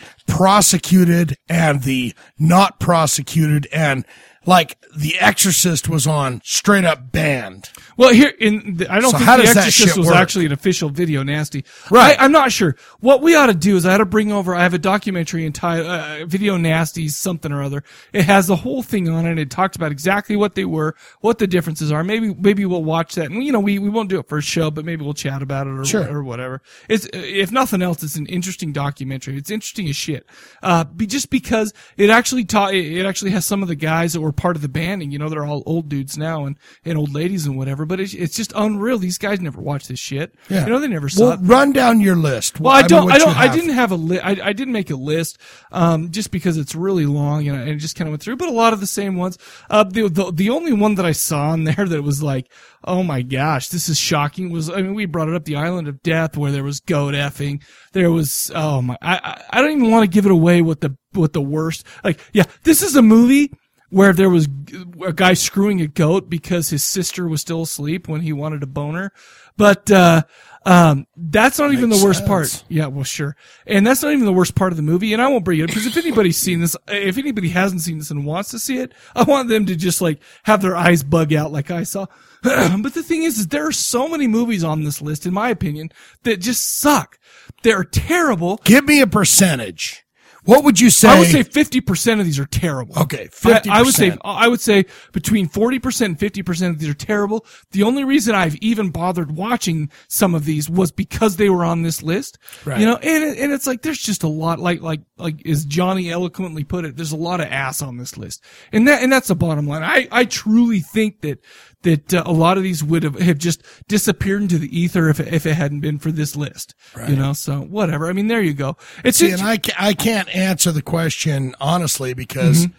Speaker 2: prosecuted and the not prosecuted, and like The Exorcist was on straight up banned.
Speaker 1: Well, here in the, I don't
Speaker 2: So
Speaker 1: think
Speaker 2: how
Speaker 1: the
Speaker 2: does that
Speaker 1: Exorcist
Speaker 2: shit
Speaker 1: was
Speaker 2: work?
Speaker 1: actually an official video nasty. Right. I, I'm not sure. What we ought to do is I ought to bring over. I have a documentary entitled uh, "Video Nasties" something or other. It has the whole thing on it. It talks about exactly what they were, what the differences are. Maybe maybe we'll watch that, and you know we, we won't do it for a show, but maybe we'll chat about it or,
Speaker 2: Sure.
Speaker 1: or whatever. It's if nothing else, it's an interesting documentary. It's interesting as shit. Uh, be, just because it actually taught it actually has some of the guys that were part of the banning. You know, they're all old dudes now and and old ladies and whatever. But it's, it's just unreal. These guys never watched this shit.
Speaker 2: Yeah.
Speaker 1: you know they never saw
Speaker 2: Well,
Speaker 1: it.
Speaker 2: run down your list.
Speaker 1: Well, I
Speaker 2: mean,
Speaker 1: don't,
Speaker 2: what
Speaker 1: I
Speaker 2: you
Speaker 1: don't, I
Speaker 2: have.
Speaker 1: didn't have a list. I, I didn't make a list, um, just because it's really long and I, and it just kind of went through, but a lot of the same ones. Uh, the, the, the only one that I saw on there that was like, oh my gosh, this is shocking was, I mean, we brought it up, the Island of Death where there was goat effing. There was, oh my, I, I I don't even want to give it away what the, what the worst, like, yeah, this is a movie where there was g- a guy screwing a goat because his sister was still asleep when he wanted a boner. But, uh, um, that's not even the worst part. Yeah, well, sure. And that's not even the worst part of the movie. And I won't bring it up because if anybody's seen this, if anybody hasn't seen this and wants to see it, I want them to just like have their eyes bug out like I saw. but the thing is, is there are so many movies on this list, in my opinion, that just suck. They're terrible.
Speaker 2: Give me a percentage. What would you say?
Speaker 1: I would say fifty percent of these are terrible.
Speaker 2: Okay,
Speaker 1: I, I would say
Speaker 2: 50%.
Speaker 1: I would say between forty percent and fifty percent of these are terrible. The only reason I've even bothered watching some of these was because they were on this list.
Speaker 2: Right.
Speaker 1: You know, and it- and it's like there's just a lot, like like like as Johnny eloquently put it, there's a lot of ass on this list, and that and that's the bottom line. I I truly think that that uh, a lot of these would have, have just disappeared into the ether if it, if it hadn't been for this list. You
Speaker 2: Right.
Speaker 1: know, so whatever. I mean, there you go. It's
Speaker 2: See,
Speaker 1: just,
Speaker 2: and I, ca- I can't answer the question honestly because
Speaker 1: Mm-hmm.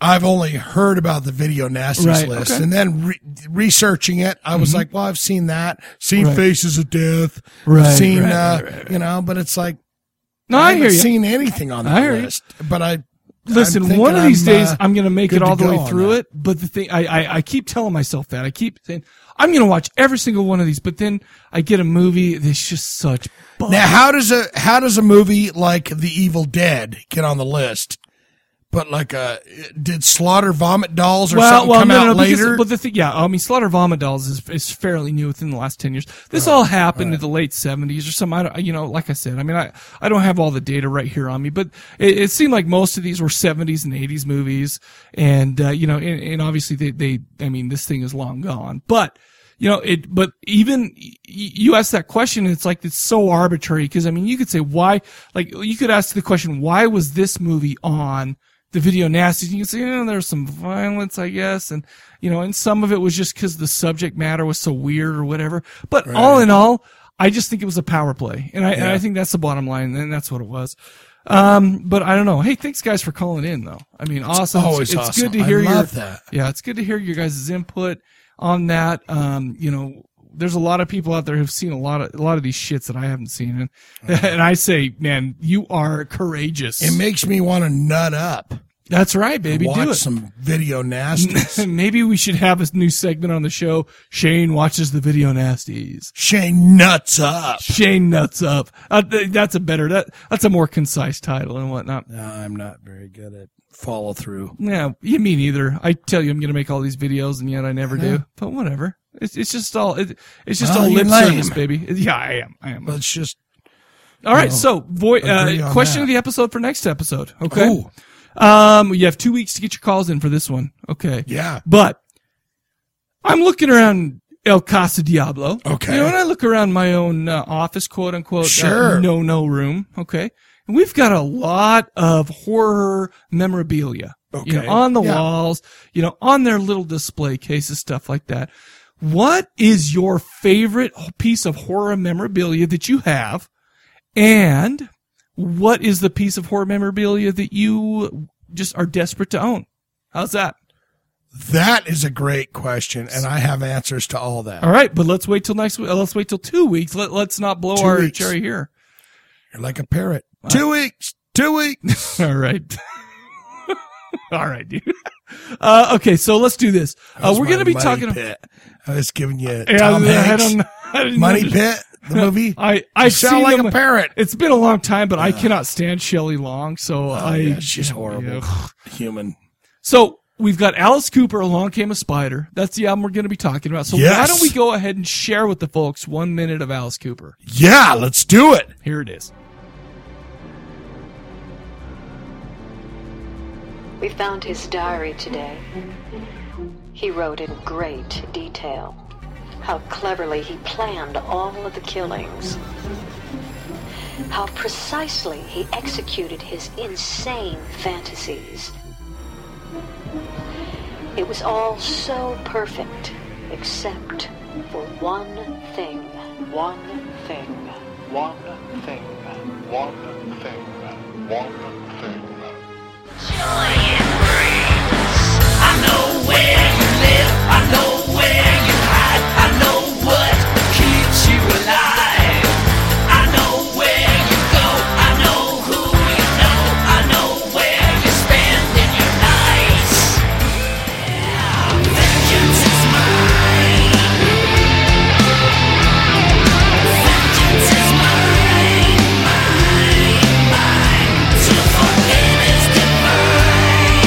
Speaker 2: I've only heard about the video nasties
Speaker 1: Right,
Speaker 2: list,
Speaker 1: okay. Mm-hmm.
Speaker 2: and then re- researching it, I was like, well, I've seen that, seen
Speaker 1: Right.
Speaker 2: Faces of Death, I've
Speaker 1: Right,
Speaker 2: seen,
Speaker 1: right,
Speaker 2: uh,
Speaker 1: right, right,
Speaker 2: you know, but it's like,
Speaker 1: No, I
Speaker 2: haven't
Speaker 1: hear you.
Speaker 2: seen anything on
Speaker 1: I
Speaker 2: that
Speaker 1: hear you.
Speaker 2: list, but I
Speaker 1: Listen,
Speaker 2: I'm
Speaker 1: one of
Speaker 2: thinking
Speaker 1: these
Speaker 2: I'm,
Speaker 1: days
Speaker 2: uh,
Speaker 1: I'm going to make
Speaker 2: good
Speaker 1: it all
Speaker 2: to
Speaker 1: the
Speaker 2: go
Speaker 1: way
Speaker 2: on
Speaker 1: through it. But the thing, I, I, I keep telling myself that. I keep saying I'm going to watch every single one of these. But then I get a movie that's just such. Bull-
Speaker 2: Now, how does a how does a movie like The Evil Dead get on the list? But like, uh, did Slaughter Vomit Dolls or something come out
Speaker 1: because-
Speaker 2: later?
Speaker 1: but the thing, yeah, I mean, Slaughter Vomit Dolls is, is fairly new within the last 10 years. This all happened in the late 70s or some, I don't, you know, like I said, I mean, I, I don't have all the data right here on me, but it, it seemed like most of these were 70s and 80s movies. And, uh, you know, and, and obviously they, they, I mean, this thing is long gone, but, you know, it, but even y- you ask that question, it's like, it's so arbitrary. Cause I mean, you could say why, like, you could ask the question, why was this movie on the video nasty? And you could say, oh, there was some violence, I guess. And, you know, and some of it was just cause the subject matter was so weird or whatever. But all in all, I just think it was a power play. And I, and
Speaker 2: Yeah.
Speaker 1: I think that's the bottom line. And that's what it was. Um, but I don't know. Hey, thanks guys for calling in though. I mean, awesome.
Speaker 2: always
Speaker 1: it's
Speaker 2: awesome.
Speaker 1: good to
Speaker 2: I
Speaker 1: hear
Speaker 2: love
Speaker 1: your,
Speaker 2: that.
Speaker 1: yeah, it's good to hear your guys' input on that. Um, you know, there's a lot of people out there who've seen a lot of a lot of these shits that I haven't seen, and and I say, man, you are courageous.
Speaker 2: Uh-huh. it makes me want to nut up.
Speaker 1: That's right, baby.
Speaker 2: Watch
Speaker 1: Do it.
Speaker 2: some video nasties.
Speaker 1: Maybe we should have a new segment on the show. Shane watches the video nasties.
Speaker 2: Shane nuts up.
Speaker 1: Shane nuts up. Uh, th- that's a better. That that's a more concise title and whatnot.
Speaker 2: No, I'm not very good at follow through.
Speaker 1: Yeah, you mean either. I tell you, I'm going to make all these videos, and yet I never do. But whatever. It's it's just all it, it's just
Speaker 2: Well,
Speaker 1: all
Speaker 2: Ah, you're
Speaker 1: lip
Speaker 2: lame.
Speaker 1: service, baby. Yeah, I am. I am.
Speaker 2: Let's just.
Speaker 1: All right.
Speaker 2: Well,
Speaker 1: so, voi-
Speaker 2: agree
Speaker 1: uh,
Speaker 2: on
Speaker 1: question
Speaker 2: that.
Speaker 1: of the episode for next episode. Okay.
Speaker 2: Ooh.
Speaker 1: Um, you have two weeks to get your calls in for this one. Okay.
Speaker 2: Yeah.
Speaker 1: But I'm looking around El Casa Diablo.
Speaker 2: Okay.
Speaker 1: You know, and I look around my own uh, office, quote unquote,
Speaker 2: Sure.
Speaker 1: no no room. Okay. And we've got a lot of horror memorabilia. You know,
Speaker 2: Okay.
Speaker 1: on the
Speaker 2: Yeah.
Speaker 1: walls, you know, on their little display cases, stuff like that. What is your favorite piece of horror memorabilia that you have? And what is the piece of horror memorabilia that you just are desperate to own? How's that?
Speaker 2: That is a great question, and I have answers to all that.
Speaker 1: All right, but let's wait till next week. Let's wait till two weeks. Let, let's not blow
Speaker 2: Two
Speaker 1: our
Speaker 2: weeks.
Speaker 1: cherry here.
Speaker 2: You're like a parrot. Two weeks. Two weeks.
Speaker 1: All right. All right, dude. Uh, okay, so let's do this. Uh,
Speaker 2: That was
Speaker 1: we're going to
Speaker 2: my
Speaker 1: be
Speaker 2: money
Speaker 1: talking.
Speaker 2: Pit. I was giving you
Speaker 1: Yeah,
Speaker 2: Tom
Speaker 1: I
Speaker 2: Hanks.
Speaker 1: don't know- I didn't
Speaker 2: Money
Speaker 1: know-
Speaker 2: Pit, the movie.
Speaker 1: I I
Speaker 2: You sound like a parrot. Oh,
Speaker 1: It's been a long time, but I cannot stand Shelley Long. So I
Speaker 2: yeah, she's horrible.
Speaker 1: Yeah.
Speaker 2: Human.
Speaker 1: So we've got Alice Cooper, Along Came a Spider. That's the album we're going to be talking about. So why
Speaker 2: Yes.
Speaker 1: don't we go ahead and share with the folks one minute of Alice Cooper?
Speaker 2: Yeah, let's do it.
Speaker 1: Here it is.
Speaker 13: We found his diary today. He wrote in great detail how cleverly he planned all of the killings, how precisely he executed his insane fantasies. It was all so perfect, except for one thing, one thing, one thing, one thing, one thing.
Speaker 14: I know where you live, I know where you hide, I know what keeps you alive. I know where you go, I know who you know, I know where you're spending your nights. Vengeance is mine. Vengeance is mine, mine, mine. To forgive is divine.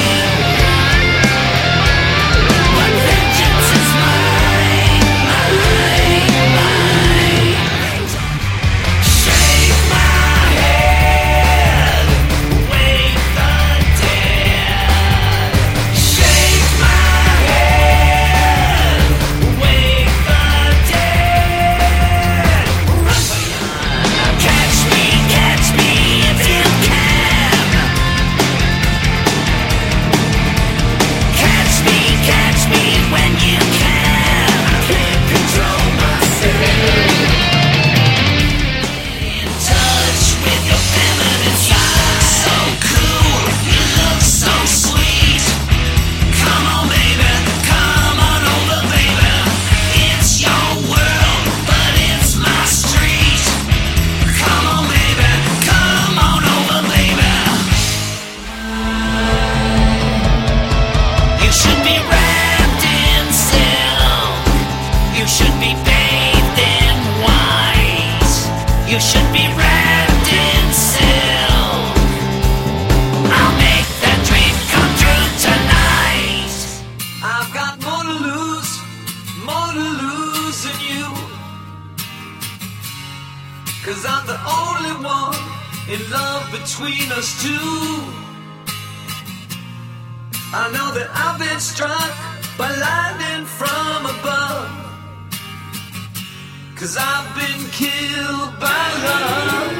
Speaker 14: should be wrapped in silk. I'll make that dream come true tonight. I've got more to lose, more to lose than you. Cause I'm the only one in love between us two. I know that I've been struck by lightning from above. Cause I've been killed by love.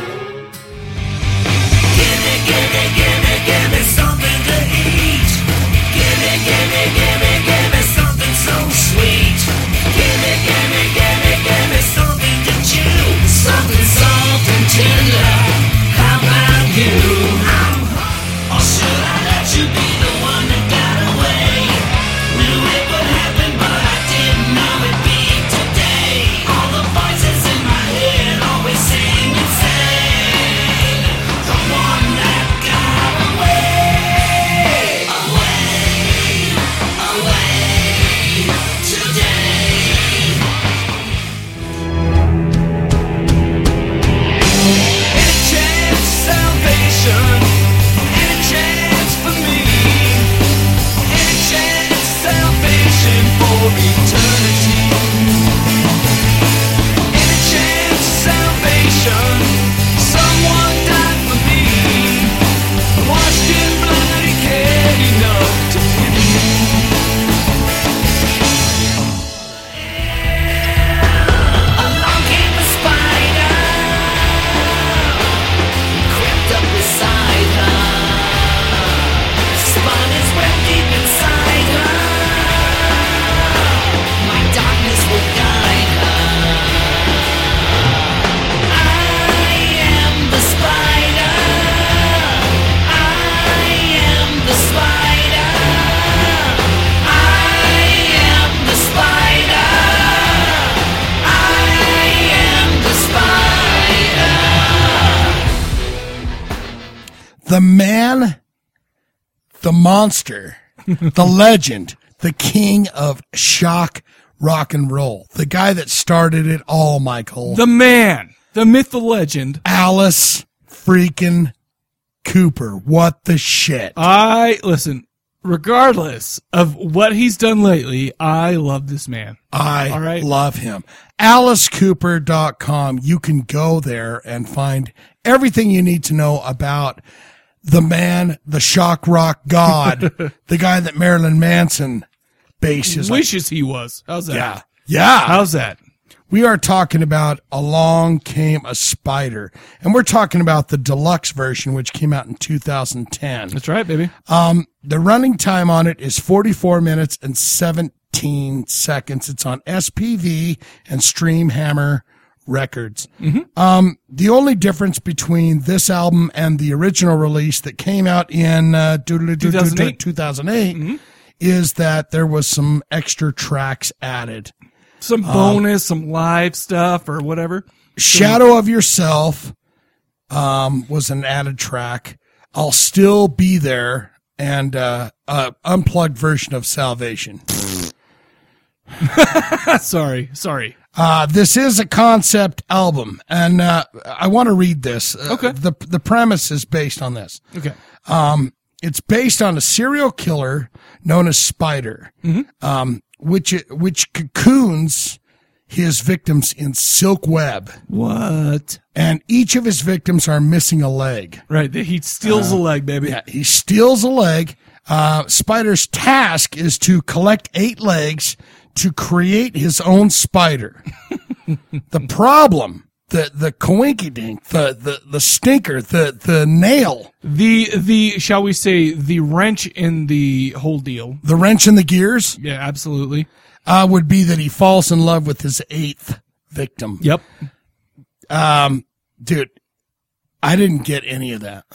Speaker 14: Gimme, gimme, gimme, gimme something to eat. Gimme, gimme, gimme, gimme something so sweet. Gimme, gimme, gimme, gimme something to chew. Something soft and tender. How about you? I'm hot. Or should I let you be the one that got away? Knew it would happen, but I didn't know it'd be today. All the voices in my head always sing and say, the one that got away, away, away today. Any chance salvation? Any chance for me? Any chance salvation for eternity? Any chance salvation? Someone died for me, washed in blood and cared enough to pity me. Along came a spider, crept up beside her, spun his web deep inside her. My darkness will guide her. I am the spider. I am the spider. I am the spider. I am the spider.
Speaker 2: the man, the monster, the legend, the king of shock rock and roll, the guy that started it all, Michael.
Speaker 1: The man, the myth, the legend,
Speaker 2: Alice freaking Cooper. What the shit?
Speaker 1: I listen. Regardless of what he's done lately, I love this man.
Speaker 2: I love him. AliceCooper.com. You can go there and find everything you need to know about the man, the shock rock god, the guy that Marilyn Manson bases.
Speaker 1: Wishes he was. How's that?
Speaker 2: Yeah. Yeah.
Speaker 1: How's that?
Speaker 2: We are talking about Along Came a Spider. And we're talking about the deluxe version, which came out in 2010. That's
Speaker 1: right, baby.
Speaker 2: Um, the running time on it is 44 minutes and 17 seconds. It's on SPV and Streamhammer Records.
Speaker 1: Mm-hmm.
Speaker 2: Um, the only difference between this album and the original release that came out in uh,
Speaker 1: 2008.
Speaker 2: 2008, 2008
Speaker 1: Mm-hmm.
Speaker 2: is that there was some extra tracks added.
Speaker 1: Some
Speaker 2: Um,
Speaker 1: bonus, some live stuff or whatever.
Speaker 2: Shadow of Yourself um, was an added track. I'll still be there and uh, uh unplugged version of Salvation.
Speaker 1: sorry, sorry.
Speaker 2: Uh, this is a concept album, and uh, I want to read this. Okay. the the premise is based on this.
Speaker 1: Okay.
Speaker 2: Um, it's based on a serial killer known as Spider,
Speaker 1: Mm-hmm.
Speaker 2: um, which which cocoons his victims in silk web.
Speaker 1: What?
Speaker 2: And each of his victims are missing a leg.
Speaker 1: Right. He steals
Speaker 2: Uh,
Speaker 1: a leg, baby.
Speaker 2: Yeah, he steals a leg. Uh, Spider's task is to collect eight legs to create his own spider. the problem, the the coinky dink, the, the the stinker, the the nail,
Speaker 1: The the shall we say the wrench in the whole deal.
Speaker 2: the wrench in the gears.
Speaker 1: Yeah, absolutely.
Speaker 2: Uh, would be that he falls in love with his eighth victim.
Speaker 1: Yep.
Speaker 2: Um, dude, I didn't get any of that.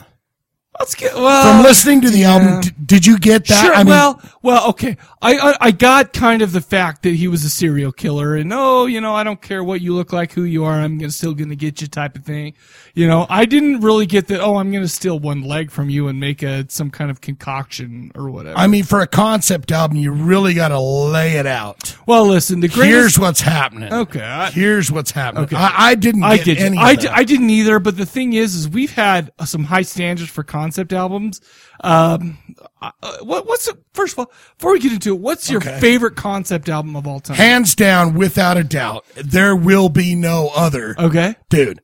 Speaker 1: Let's get well
Speaker 2: From listening to the album, d- did you get that?
Speaker 1: Sure.
Speaker 2: I mean-
Speaker 1: well, well, okay. I, I I got kind of the fact that he was a serial killer, and oh, you know, I don't care what you look like, who you are, I'm gonna, still going to get you, type of thing. You know, I didn't really get that. Oh, I'm going to steal one leg from you and make a some kind of concoction or whatever.
Speaker 2: I mean, for a concept album, you really got to lay it out.
Speaker 1: well, listen, the greatest.
Speaker 2: Here's what's happening.
Speaker 1: Okay. I-
Speaker 2: Here's what's happening.
Speaker 1: Okay.
Speaker 2: I, I didn't. get
Speaker 1: didn't.
Speaker 2: any.
Speaker 1: I,
Speaker 2: of
Speaker 1: di-
Speaker 2: that.
Speaker 1: I didn't either. But the thing is, is we've had uh, some high standards for concept albums. Um, uh, uh, what, what's the, first of all, before we get into it, what's your
Speaker 2: Okay.
Speaker 1: favorite concept album of all time?
Speaker 2: Hands down, without a doubt, there will be no other.
Speaker 1: Okay,
Speaker 2: dude.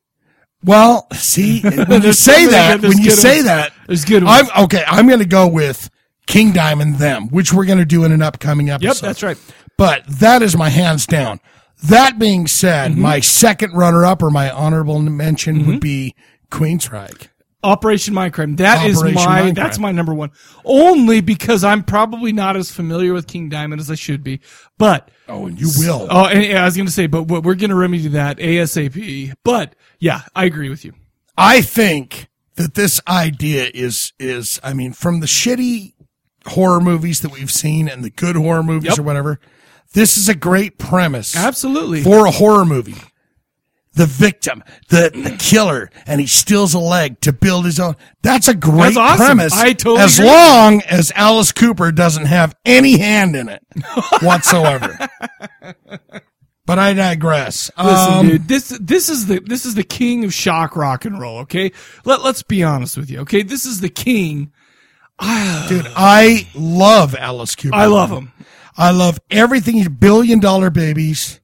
Speaker 2: Well, see, when you
Speaker 1: There's
Speaker 2: say
Speaker 1: so many
Speaker 2: that,
Speaker 1: good- there's
Speaker 2: when you
Speaker 1: good
Speaker 2: say
Speaker 1: ones.
Speaker 2: that,
Speaker 1: There's good
Speaker 2: I'm
Speaker 1: ones.
Speaker 2: okay. I'm going to go with King Diamond them, which we're going to do in an upcoming episode.
Speaker 1: Yep, that's right.
Speaker 2: But that is my hands down. That being said,
Speaker 1: Mm-hmm.
Speaker 2: my second runner up or my honorable mention would be Queensryche.
Speaker 1: Operation Mindcrime. That is
Speaker 2: Operation
Speaker 1: my
Speaker 2: Mindcrime.
Speaker 1: that's my number one. Only because I'm probably not as familiar with King Diamond as I should be. But
Speaker 2: oh, and you will.
Speaker 1: Oh, and, yeah, I was going to say, but we're we're going to remedy that ASAP. But yeah, I agree with you.
Speaker 2: I think that this idea is is I mean from the shitty horror movies that we've seen and the good horror movies
Speaker 1: Yep.
Speaker 2: or whatever. This is a great premise.
Speaker 1: Absolutely.
Speaker 2: For a horror movie. The victim, the, the killer, and he steals a leg to build his own. That's a great
Speaker 1: That's awesome.
Speaker 2: premise.
Speaker 1: I totally
Speaker 2: as
Speaker 1: agree.
Speaker 2: long as Alice Cooper doesn't have any hand in it whatsoever. but I digress.
Speaker 1: Listen,
Speaker 2: Um,
Speaker 1: dude, this this is the this is the king of shock rock and roll. Okay, let let's be honest with you. Okay, this is the king.
Speaker 2: Dude, I love Alice Cooper.
Speaker 1: I love him.
Speaker 2: I love everything. He's Billion Dollar Babies.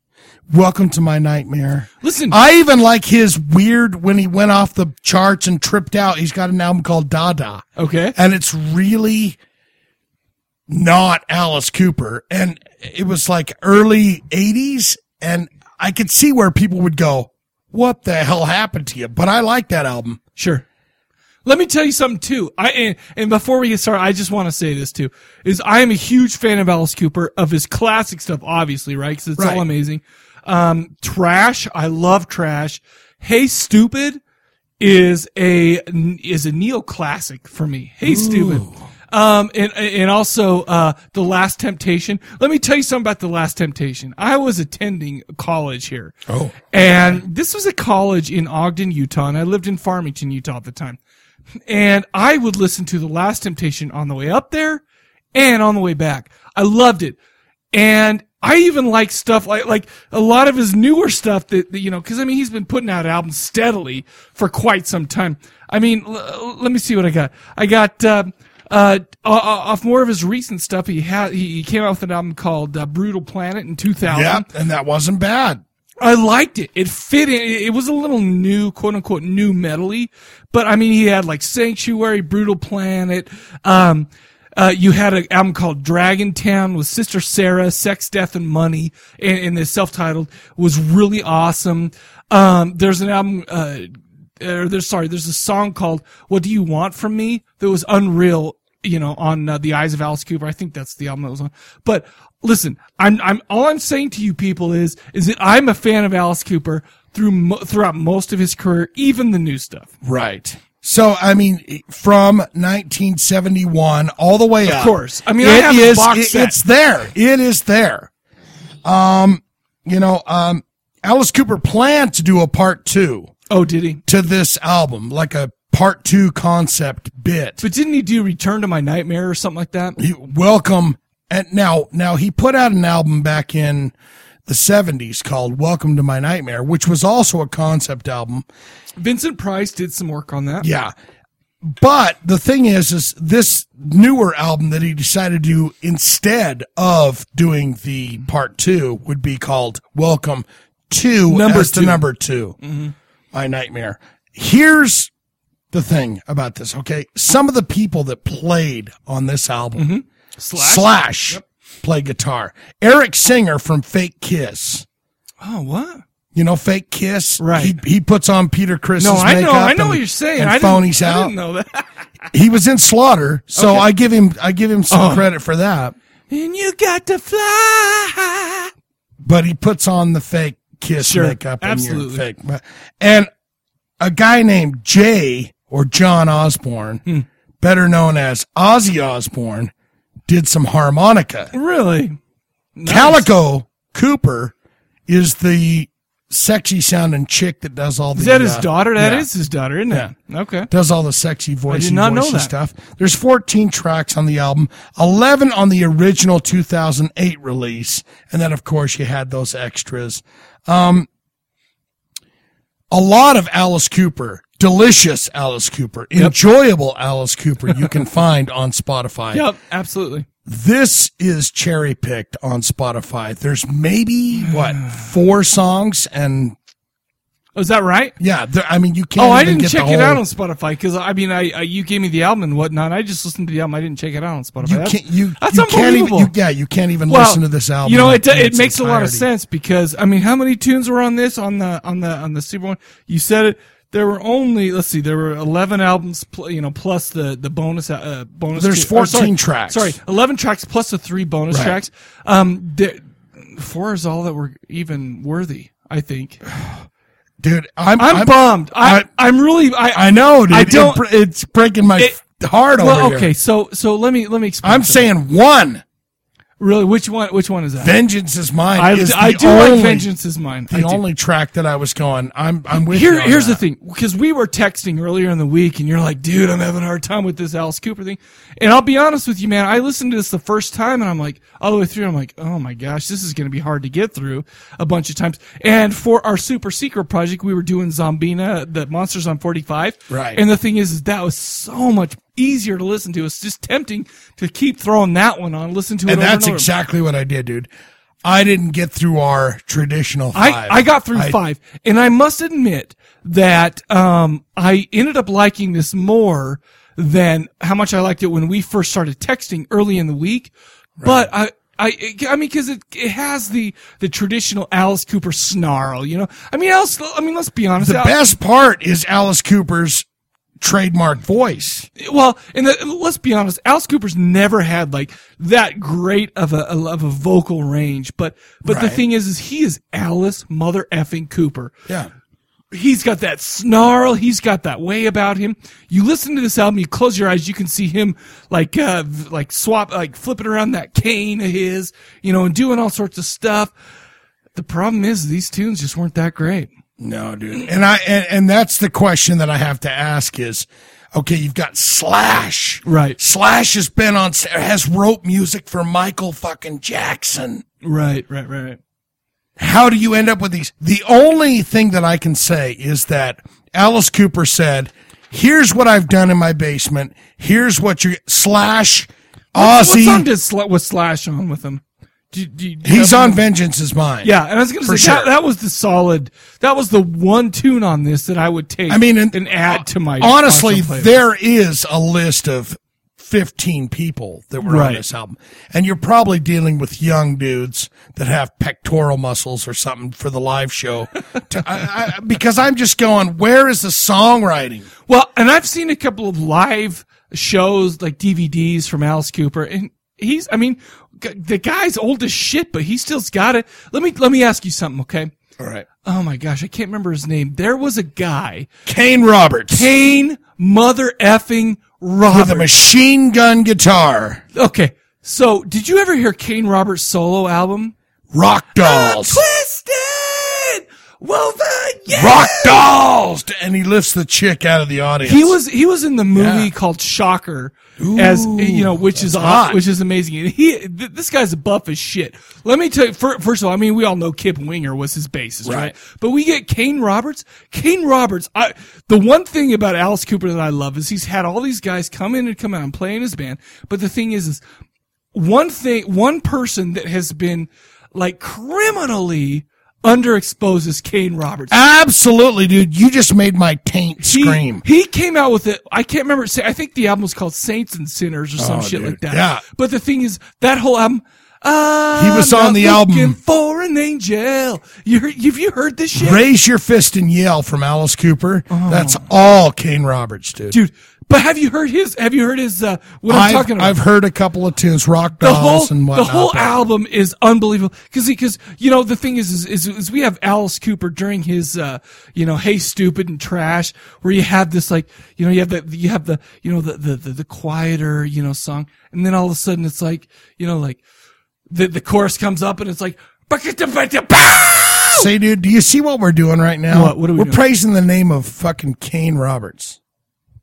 Speaker 2: Welcome to my nightmare.
Speaker 1: Listen,
Speaker 2: I even like his weird when he went off the charts and tripped out. He's got an album called Dada.
Speaker 1: Okay.
Speaker 2: And it's really not Alice Cooper. And it was like early 80s. And I could see where people would go, What the hell happened to you? But I like that album.
Speaker 1: Sure. Let me tell you something too. I and, and before we get started, I just want to say this too: is I am a huge fan of Alice Cooper of his classic stuff, obviously, right? Because it's
Speaker 2: Right.
Speaker 1: all amazing. Um, trash, I love trash. Hey, stupid is a is a neoclassic for me. Hey, stupid. Um, and and also uh, the Last Temptation. Let me tell you something about the Last Temptation. I was attending college here.
Speaker 2: Oh.
Speaker 1: And this was a college in Ogden, Utah, and I lived in Farmington, Utah at the time. And I would listen to The Last Temptation on the way up there and on the way back. I loved it. And I even like stuff like, like a lot of his newer stuff that, that, you know, cause I mean, he's been putting out albums steadily for quite some time. I mean, l- l- let me see what I got. I got, uh, uh, o- o- off more of his recent stuff, he had, he he came out with an album called uh, Brutal Planet in 2000.
Speaker 2: Yeah. And that wasn't bad.
Speaker 1: I liked it. It fit in. It it was a little new, quote unquote, new metally, but I mean, he had like Sanctuary, Brutal Planet. Um, uh, you had an album called Dragon Town with Sister Sarah, Sex, Death, and Money, and, and the self-titled was really awesome. Um, there's an album, uh, or there's sorry, there's a song called "What Do You Want From Me" that was unreal. You know, on uh, the eyes of Alice Cooper. I think that's the album that was on. But listen, I'm I'm all I'm saying to you people is is that I'm a fan of Alice Cooper through mo- throughout most of his career, even the new stuff.
Speaker 2: Right. So I mean, from 1971 all the way
Speaker 1: Of
Speaker 2: up.
Speaker 1: course. I mean, I have the
Speaker 2: is-
Speaker 1: box
Speaker 2: it-
Speaker 1: set.
Speaker 2: It's there. It is there. Um, you know, um, Alice Cooper planned to do a part two.
Speaker 1: Oh, did he?
Speaker 2: To this album, like a part two concept bit.
Speaker 1: But didn't he do Return to My Nightmare or something like that?
Speaker 2: welcome. And now, now he put out an album back in the 70s called Welcome to My Nightmare, which was also a concept album.
Speaker 1: Vincent Price did some work on that.
Speaker 2: Yeah. But the thing is, is this newer album that he decided to do instead of doing the part two would be called Welcome to
Speaker 1: Number
Speaker 2: as the
Speaker 1: two.
Speaker 2: number 2 My nightmare. Here's the thing about this. Okay. Some of the people that played on this album,
Speaker 1: Mm-hmm. Slash,
Speaker 2: Slash play guitar. Eric Singer from Fake Kiss.
Speaker 1: Oh, what?
Speaker 2: You know, Fake Kiss. Right. He, he puts on Peter Chris's
Speaker 1: No, I know,
Speaker 2: makeup
Speaker 1: I know
Speaker 2: and-
Speaker 1: what you're saying.
Speaker 2: And
Speaker 1: I didn't,
Speaker 2: phonies
Speaker 1: I
Speaker 2: out
Speaker 1: didn't know that.
Speaker 2: he was in Slaughter, so
Speaker 1: Okay.
Speaker 2: I give him I give him some
Speaker 1: Oh.
Speaker 2: credit for that.
Speaker 1: And you got to fly.
Speaker 2: But he puts on the fake kiss
Speaker 1: Sure.
Speaker 2: makeup, and you're
Speaker 1: Absolutely. Hmm.
Speaker 2: fake. But- And a guy named Jay or John Osborne better known as Ozzy Osbourne, did some harmonica.
Speaker 1: Really?
Speaker 2: Calico Cooper is the sexy sounding chick that does all the.
Speaker 1: Is that his
Speaker 2: uh,
Speaker 1: daughter? That is
Speaker 2: yeah.
Speaker 1: his daughter, isn't it? Okay.
Speaker 2: Does all the sexy voice
Speaker 1: did not know
Speaker 2: voicey
Speaker 1: that.
Speaker 2: stuff. There's 14 tracks on the album, 11 on the original 2008 release, and then of course you had those extras. Um, a lot of Alice Cooper, delicious Alice Cooper, enjoyable Alice Cooper you can find on Spotify.
Speaker 1: Yep, absolutely.
Speaker 2: This is cherry picked on Spotify. There's maybe what four songs and.
Speaker 1: Oh, Is that right?
Speaker 2: Yeah, there, I mean you can't.
Speaker 1: Oh, I
Speaker 2: even
Speaker 1: didn't
Speaker 2: get the
Speaker 1: check it out
Speaker 2: whole-
Speaker 1: on Spotify because I mean, I, I you gave me the album and whatnot. I just listened to the album. I didn't check it out on Spotify.
Speaker 2: You
Speaker 1: That's-
Speaker 2: can't. You,
Speaker 1: that's
Speaker 2: you can't even.
Speaker 1: unbelievable.
Speaker 2: You, yeah, you can't even
Speaker 1: Well,
Speaker 2: listen to this album.
Speaker 1: You know, it
Speaker 2: in
Speaker 1: it
Speaker 2: its
Speaker 1: makes a lot of
Speaker 2: entirety.
Speaker 1: sense because I mean, how many tunes were on this on the on the on the Super One? You said it. There were only let's see, there were eleven albums, pl- you know, plus the the bonus uh, bonus.
Speaker 2: There's
Speaker 1: two- or sorry,
Speaker 2: 14 tracks.
Speaker 1: Sorry, eleven tracks plus the three bonus
Speaker 2: Right.
Speaker 1: tracks. Um, there, four is all that were even worthy. I think.
Speaker 2: dude. I'm,
Speaker 1: I'm,
Speaker 2: I'm-
Speaker 1: bummed. I,
Speaker 2: I-
Speaker 1: I am really I
Speaker 2: I know, dude.
Speaker 1: I
Speaker 2: It
Speaker 1: don't.
Speaker 2: br- it's breaking my f- heart
Speaker 1: well,
Speaker 2: over here.
Speaker 1: okay, so so let me let me explain.
Speaker 2: I'm
Speaker 1: something.
Speaker 2: saying one.
Speaker 1: Really, which one? Which one is that?
Speaker 2: Vengeance is mine.
Speaker 1: I,
Speaker 2: is
Speaker 1: I
Speaker 2: the
Speaker 1: do
Speaker 2: only-
Speaker 1: like Vengeance is mine.
Speaker 2: The
Speaker 1: I do.
Speaker 2: only track that I was going. I'm. I'm with
Speaker 1: Here,
Speaker 2: you on
Speaker 1: here's
Speaker 2: that.
Speaker 1: the thing, because we were texting earlier in the week, and you're like, "Dude, I'm having a hard time with this Alice Cooper thing." And I'll be honest with you, man. I listened to this the first time, and I'm like, all the way through, I'm like, "Oh my gosh, this is going to be hard to get through a bunch of times." And for our super secret project, we were doing Zombina, the Monsters on 45,
Speaker 2: Right.
Speaker 1: And the thing is, is that was so much easier to listen to. It's just tempting to keep throwing that one on, listen to it,
Speaker 2: and
Speaker 1: over
Speaker 2: that's
Speaker 1: over.
Speaker 2: exactly what I did, dude. I didn't get through our traditional.
Speaker 1: I,
Speaker 2: Five.
Speaker 1: I got through
Speaker 2: I-
Speaker 1: five, and I must admit that um, I ended up liking this more than how much I liked it when we first started texting early in the week. But I. I, I mean, because it, it has the, the traditional Alice Cooper snarl, you know. I mean, Alice. I mean, let's be honest.
Speaker 2: The
Speaker 1: Al-
Speaker 2: best part is Alice Cooper's trademark voice.
Speaker 1: well, and the, let's be honest, Alice Cooper's never had like that great of a of a vocal range. But but the
Speaker 2: Right.
Speaker 1: thing is, is he is Alice mother effing Cooper.
Speaker 2: Yeah.
Speaker 1: He's got that snarl. He's got that way about him. You listen to this album, you close your eyes, you can see him like, uh, v- like swap, like flipping around that cane of his, you know, and doing all sorts of stuff. The problem is these tunes just weren't that great.
Speaker 2: No, dude. And I and, and that's the question that I have to ask is, okay, you've got Slash.
Speaker 1: Right.
Speaker 2: Slash has been on has wrote music for Michael fucking Jackson.
Speaker 1: Right, right, right, right.
Speaker 2: How do you end up with these? The only thing that I can say is that Alice Cooper said, "Here's what I've done in my basement. Here's what you Slash
Speaker 1: What- What
Speaker 2: Ozzy.
Speaker 1: song did Sla- was Slash on with him? Do, you- do you-
Speaker 2: he's
Speaker 1: do you
Speaker 2: on
Speaker 1: have-
Speaker 2: Vengeance is mine.
Speaker 1: Yeah, and I was going to
Speaker 2: For
Speaker 1: say that, that was the solid, that was the one tune on this that I would take.
Speaker 2: I mean,
Speaker 1: and, add to my
Speaker 2: honestly,
Speaker 1: awesome playlist.
Speaker 2: there is a list of 15 people that were on
Speaker 1: Right.
Speaker 2: this album. And you're probably dealing with young dudes that have pectoral muscles or something for the live show. To- I- I- because I'm just going, where is the songwriting?
Speaker 1: Well, and I've seen a couple of live shows, like DVDs from Alice Cooper, and he's, I mean, g- the guy's old as shit, but he still's got it. Let me, let me ask you something, okay?
Speaker 2: All right.
Speaker 1: Oh my gosh, I can't remember his name. There was a guy.
Speaker 2: Kane Roberts.
Speaker 1: Kane mother effing Roberts.
Speaker 2: With a machine gun guitar.
Speaker 1: Okay. So, did you ever hear Kane Roberts' solo album? Ah,
Speaker 2: Rock Dolls. Rock Dolls! And he lifts the chick out of the audience.
Speaker 1: He was he was in the movie called Shocker as
Speaker 2: Ooh,
Speaker 1: you know, which is
Speaker 2: that's
Speaker 1: off,
Speaker 2: hot.
Speaker 1: which is amazing. And he th- this guy's a buff as shit. Let me tell you fir- first of all, I mean, we all know Kip Winger was his bassist, right?
Speaker 2: Right.
Speaker 1: But we get Kane Roberts. Kane Roberts, I the one thing about Alice Cooper that I love is he's had all these guys come in and come out and play in his band. But the thing is is one thing one person that has been like criminally underexposed is Kane Roberts.
Speaker 2: Absolutely, dude. You just made my taint scream.
Speaker 1: He came out with it. I can't remember. I think the album was called Saints and Sinners or some
Speaker 2: Oh,
Speaker 1: shit
Speaker 2: dude.
Speaker 1: like that.
Speaker 2: Yeah.
Speaker 1: But the thing is, that whole album,
Speaker 2: He was
Speaker 1: I'm
Speaker 2: on the
Speaker 1: looking
Speaker 2: album.
Speaker 1: for an angel. You heard, have you heard this shit?
Speaker 2: Raise your fist and yell from Alice Cooper. That's all Kane Roberts, dude.
Speaker 1: dude. But have you heard his? Have you heard his? Uh, what
Speaker 2: I've,
Speaker 1: I'm talking about?
Speaker 2: I've heard a couple of tunes, Rock
Speaker 1: the
Speaker 2: Dolls
Speaker 1: whole
Speaker 2: and
Speaker 1: the
Speaker 2: whatnot.
Speaker 1: whole
Speaker 2: but-
Speaker 1: album is unbelievable because because you know the thing is is, is is we have Alice Cooper during his uh you know hey stupid and trash where you have this like you know you have the you have the you know the the the, the quieter you know song and then all of a sudden it's like you know like the the chorus comes up and it's like
Speaker 2: Say, dude, do you see what we're doing right now?
Speaker 1: What- what are we
Speaker 2: are
Speaker 1: doing?
Speaker 2: praising the name of fucking Kane Roberts.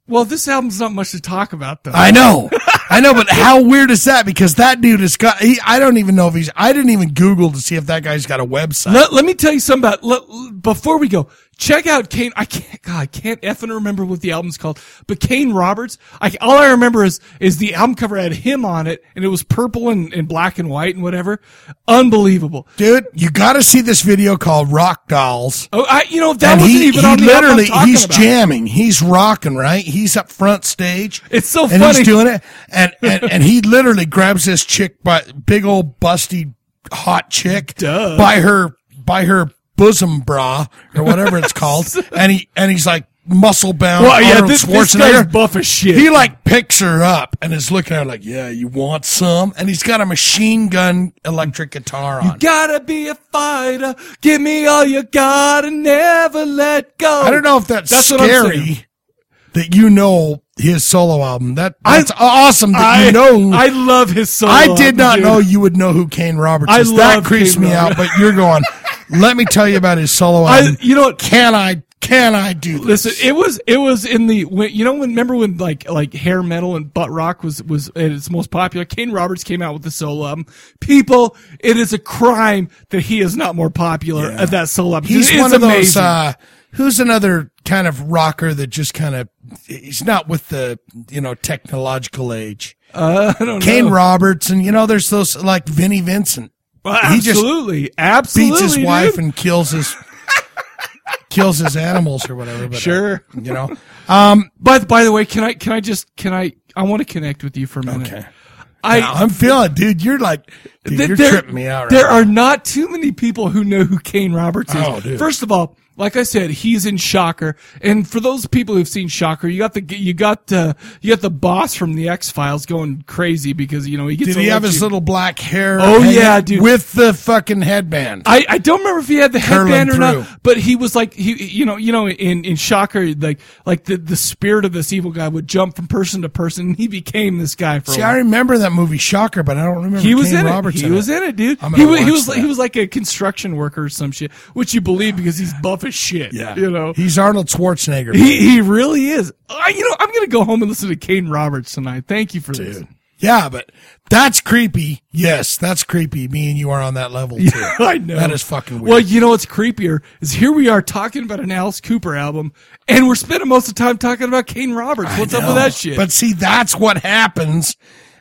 Speaker 1: well this album's not much to talk about though
Speaker 2: I know. I know, but how weird is that? Because that dude has got, he, I don't even know if he's, I didn't even Google to see if that guy's got a website.
Speaker 1: Let, let me tell you something about let, before we go. Check out Kane. I can't. God, I can't effing remember what the album's called. But Kane Roberts. I, all I remember is is the album cover had him on it, and it was purple and, and black and white and whatever. Unbelievable.
Speaker 2: Dude, you got to see this video called Rock Dolls.
Speaker 1: Oh, I. You know that wasn't even on the
Speaker 2: literally,
Speaker 1: album I'm talking
Speaker 2: he's
Speaker 1: about.
Speaker 2: jamming. He's rocking, right? He's up front stage.
Speaker 1: It's so
Speaker 2: and
Speaker 1: funny.
Speaker 2: he's doing it. And, and, and he literally grabs this chick by, big old busty hot chick
Speaker 1: Duh.
Speaker 2: by her, by her bosom bra or whatever it's called. and he, and he's like muscle bound.
Speaker 1: Well, yeah,
Speaker 2: Arnold
Speaker 1: this- this
Speaker 2: Schwarzenegger.
Speaker 1: guy's buff as shit.
Speaker 2: He like picks her up and is looking at her like, yeah, you want some? And he's got a machine gun electric guitar on.
Speaker 1: You gotta be a fighter. Give me all you got and never let go.
Speaker 2: I don't know if that's,
Speaker 1: Oh, what I'm saying.
Speaker 2: scary that you know his solo album. That that's awesome that
Speaker 1: I
Speaker 2: you know.
Speaker 1: I love his song.
Speaker 2: I did not know you would know who Kane Roberts
Speaker 1: I
Speaker 2: is. that
Speaker 1: love
Speaker 2: creeps
Speaker 1: Kane
Speaker 2: me
Speaker 1: Roberts.
Speaker 2: out, but you're going. Let me tell you about his solo
Speaker 1: I-
Speaker 2: album.
Speaker 1: you know, what?
Speaker 2: can I? Can I do this?
Speaker 1: Listen, it was it was in the when, you know when remember when like like hair metal and butt rock was was at its most popular. Kane Roberts came out with the solo album. People, it is a crime that he is not more popular at that solo album.
Speaker 2: He's
Speaker 1: It is
Speaker 2: one of those.
Speaker 1: amazing.
Speaker 2: Uh, who's another kind of rocker that just kind of he's not with the you know technological age.
Speaker 1: Uh, I don't
Speaker 2: Kane
Speaker 1: know.
Speaker 2: Roberts and you know there's those like Vinnie Vincent.
Speaker 1: Well,
Speaker 2: just
Speaker 1: absolutely, absolutely,
Speaker 2: beats his
Speaker 1: dude.
Speaker 2: wife and kills his kills his animals or whatever. But uh,
Speaker 1: sure,
Speaker 2: you know.
Speaker 1: Um, but by the way, can I can I just can I I want to connect with you for a minute. Okay. I
Speaker 2: Now, I'm feeling, dude. You're like, dude,
Speaker 1: Th-
Speaker 2: you're
Speaker 1: there-
Speaker 2: tripping me out. Right
Speaker 1: there
Speaker 2: now.
Speaker 1: are not too many people who know who Kane Roberts is.
Speaker 2: Oh, dude.
Speaker 1: First of all, like I said, he's in Shocker, and for those people who've seen Shocker, you got the you got uh, you got the boss from the X Files going crazy because you know he gets.
Speaker 2: Did he have his
Speaker 1: electrocuted.
Speaker 2: little black hair?
Speaker 1: Oh,
Speaker 2: hanging
Speaker 1: yeah, dude.
Speaker 2: with the fucking headband.
Speaker 1: I, I don't remember if he had the
Speaker 2: Curling
Speaker 1: headband or
Speaker 2: through.
Speaker 1: not, but he was like he you know you know in in Shocker like like the the spirit of this evil guy would jump from person to person, and he became this guy for.
Speaker 2: See,
Speaker 1: a while.
Speaker 2: I remember that movie Shocker, but I don't remember.
Speaker 1: he was
Speaker 2: Kane
Speaker 1: in
Speaker 2: Roberts
Speaker 1: it. He was in it, dude.
Speaker 2: I'm gonna
Speaker 1: He was, he
Speaker 2: watch
Speaker 1: was
Speaker 2: that.
Speaker 1: he was like a construction worker or some shit, which you believe because he's buff as shit.
Speaker 2: Yeah.
Speaker 1: you know.
Speaker 2: He's Arnold Schwarzenegger.
Speaker 1: He he really is. I, you know, I'm gonna go home and listen to Kane Roberts tonight. Thank you for this.
Speaker 2: yeah, but that's creepy. Yes, that's creepy. Me and you are on that level too.
Speaker 1: Yeah, I know
Speaker 2: that is fucking weird.
Speaker 1: Well, you know what's creepier is here we are talking about an Alice Cooper album, and we're spending most of the time talking about Kane Roberts. What's up with
Speaker 2: No.
Speaker 1: that shit?
Speaker 2: But see, that's what happens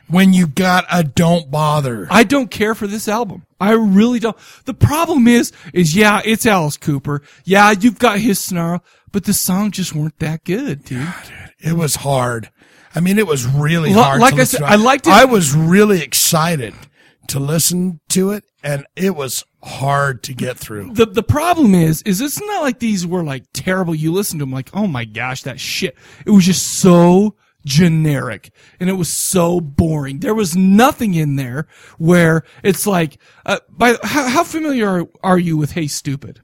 Speaker 2: when you got a don't bother.
Speaker 1: I don't care for this album. I really don't. The problem is, is yeah, it's Alice Cooper. Yeah, you've got his snarl, but the songs just weren't that good, dude.
Speaker 2: It was hard. I mean, it was really
Speaker 1: Li-
Speaker 2: hard.
Speaker 1: like
Speaker 2: to
Speaker 1: I
Speaker 2: listen
Speaker 1: said,
Speaker 2: to.
Speaker 1: I liked it-
Speaker 2: I was really excited to listen to it, and it was hard to get through.
Speaker 1: the the problem is is it's not like these were like terrible. You listen to them like, oh my gosh, that shit. It was just so generic and it was so boring. There was nothing in there where it's like, uh, by how, how familiar are, are you with Hey Stupid?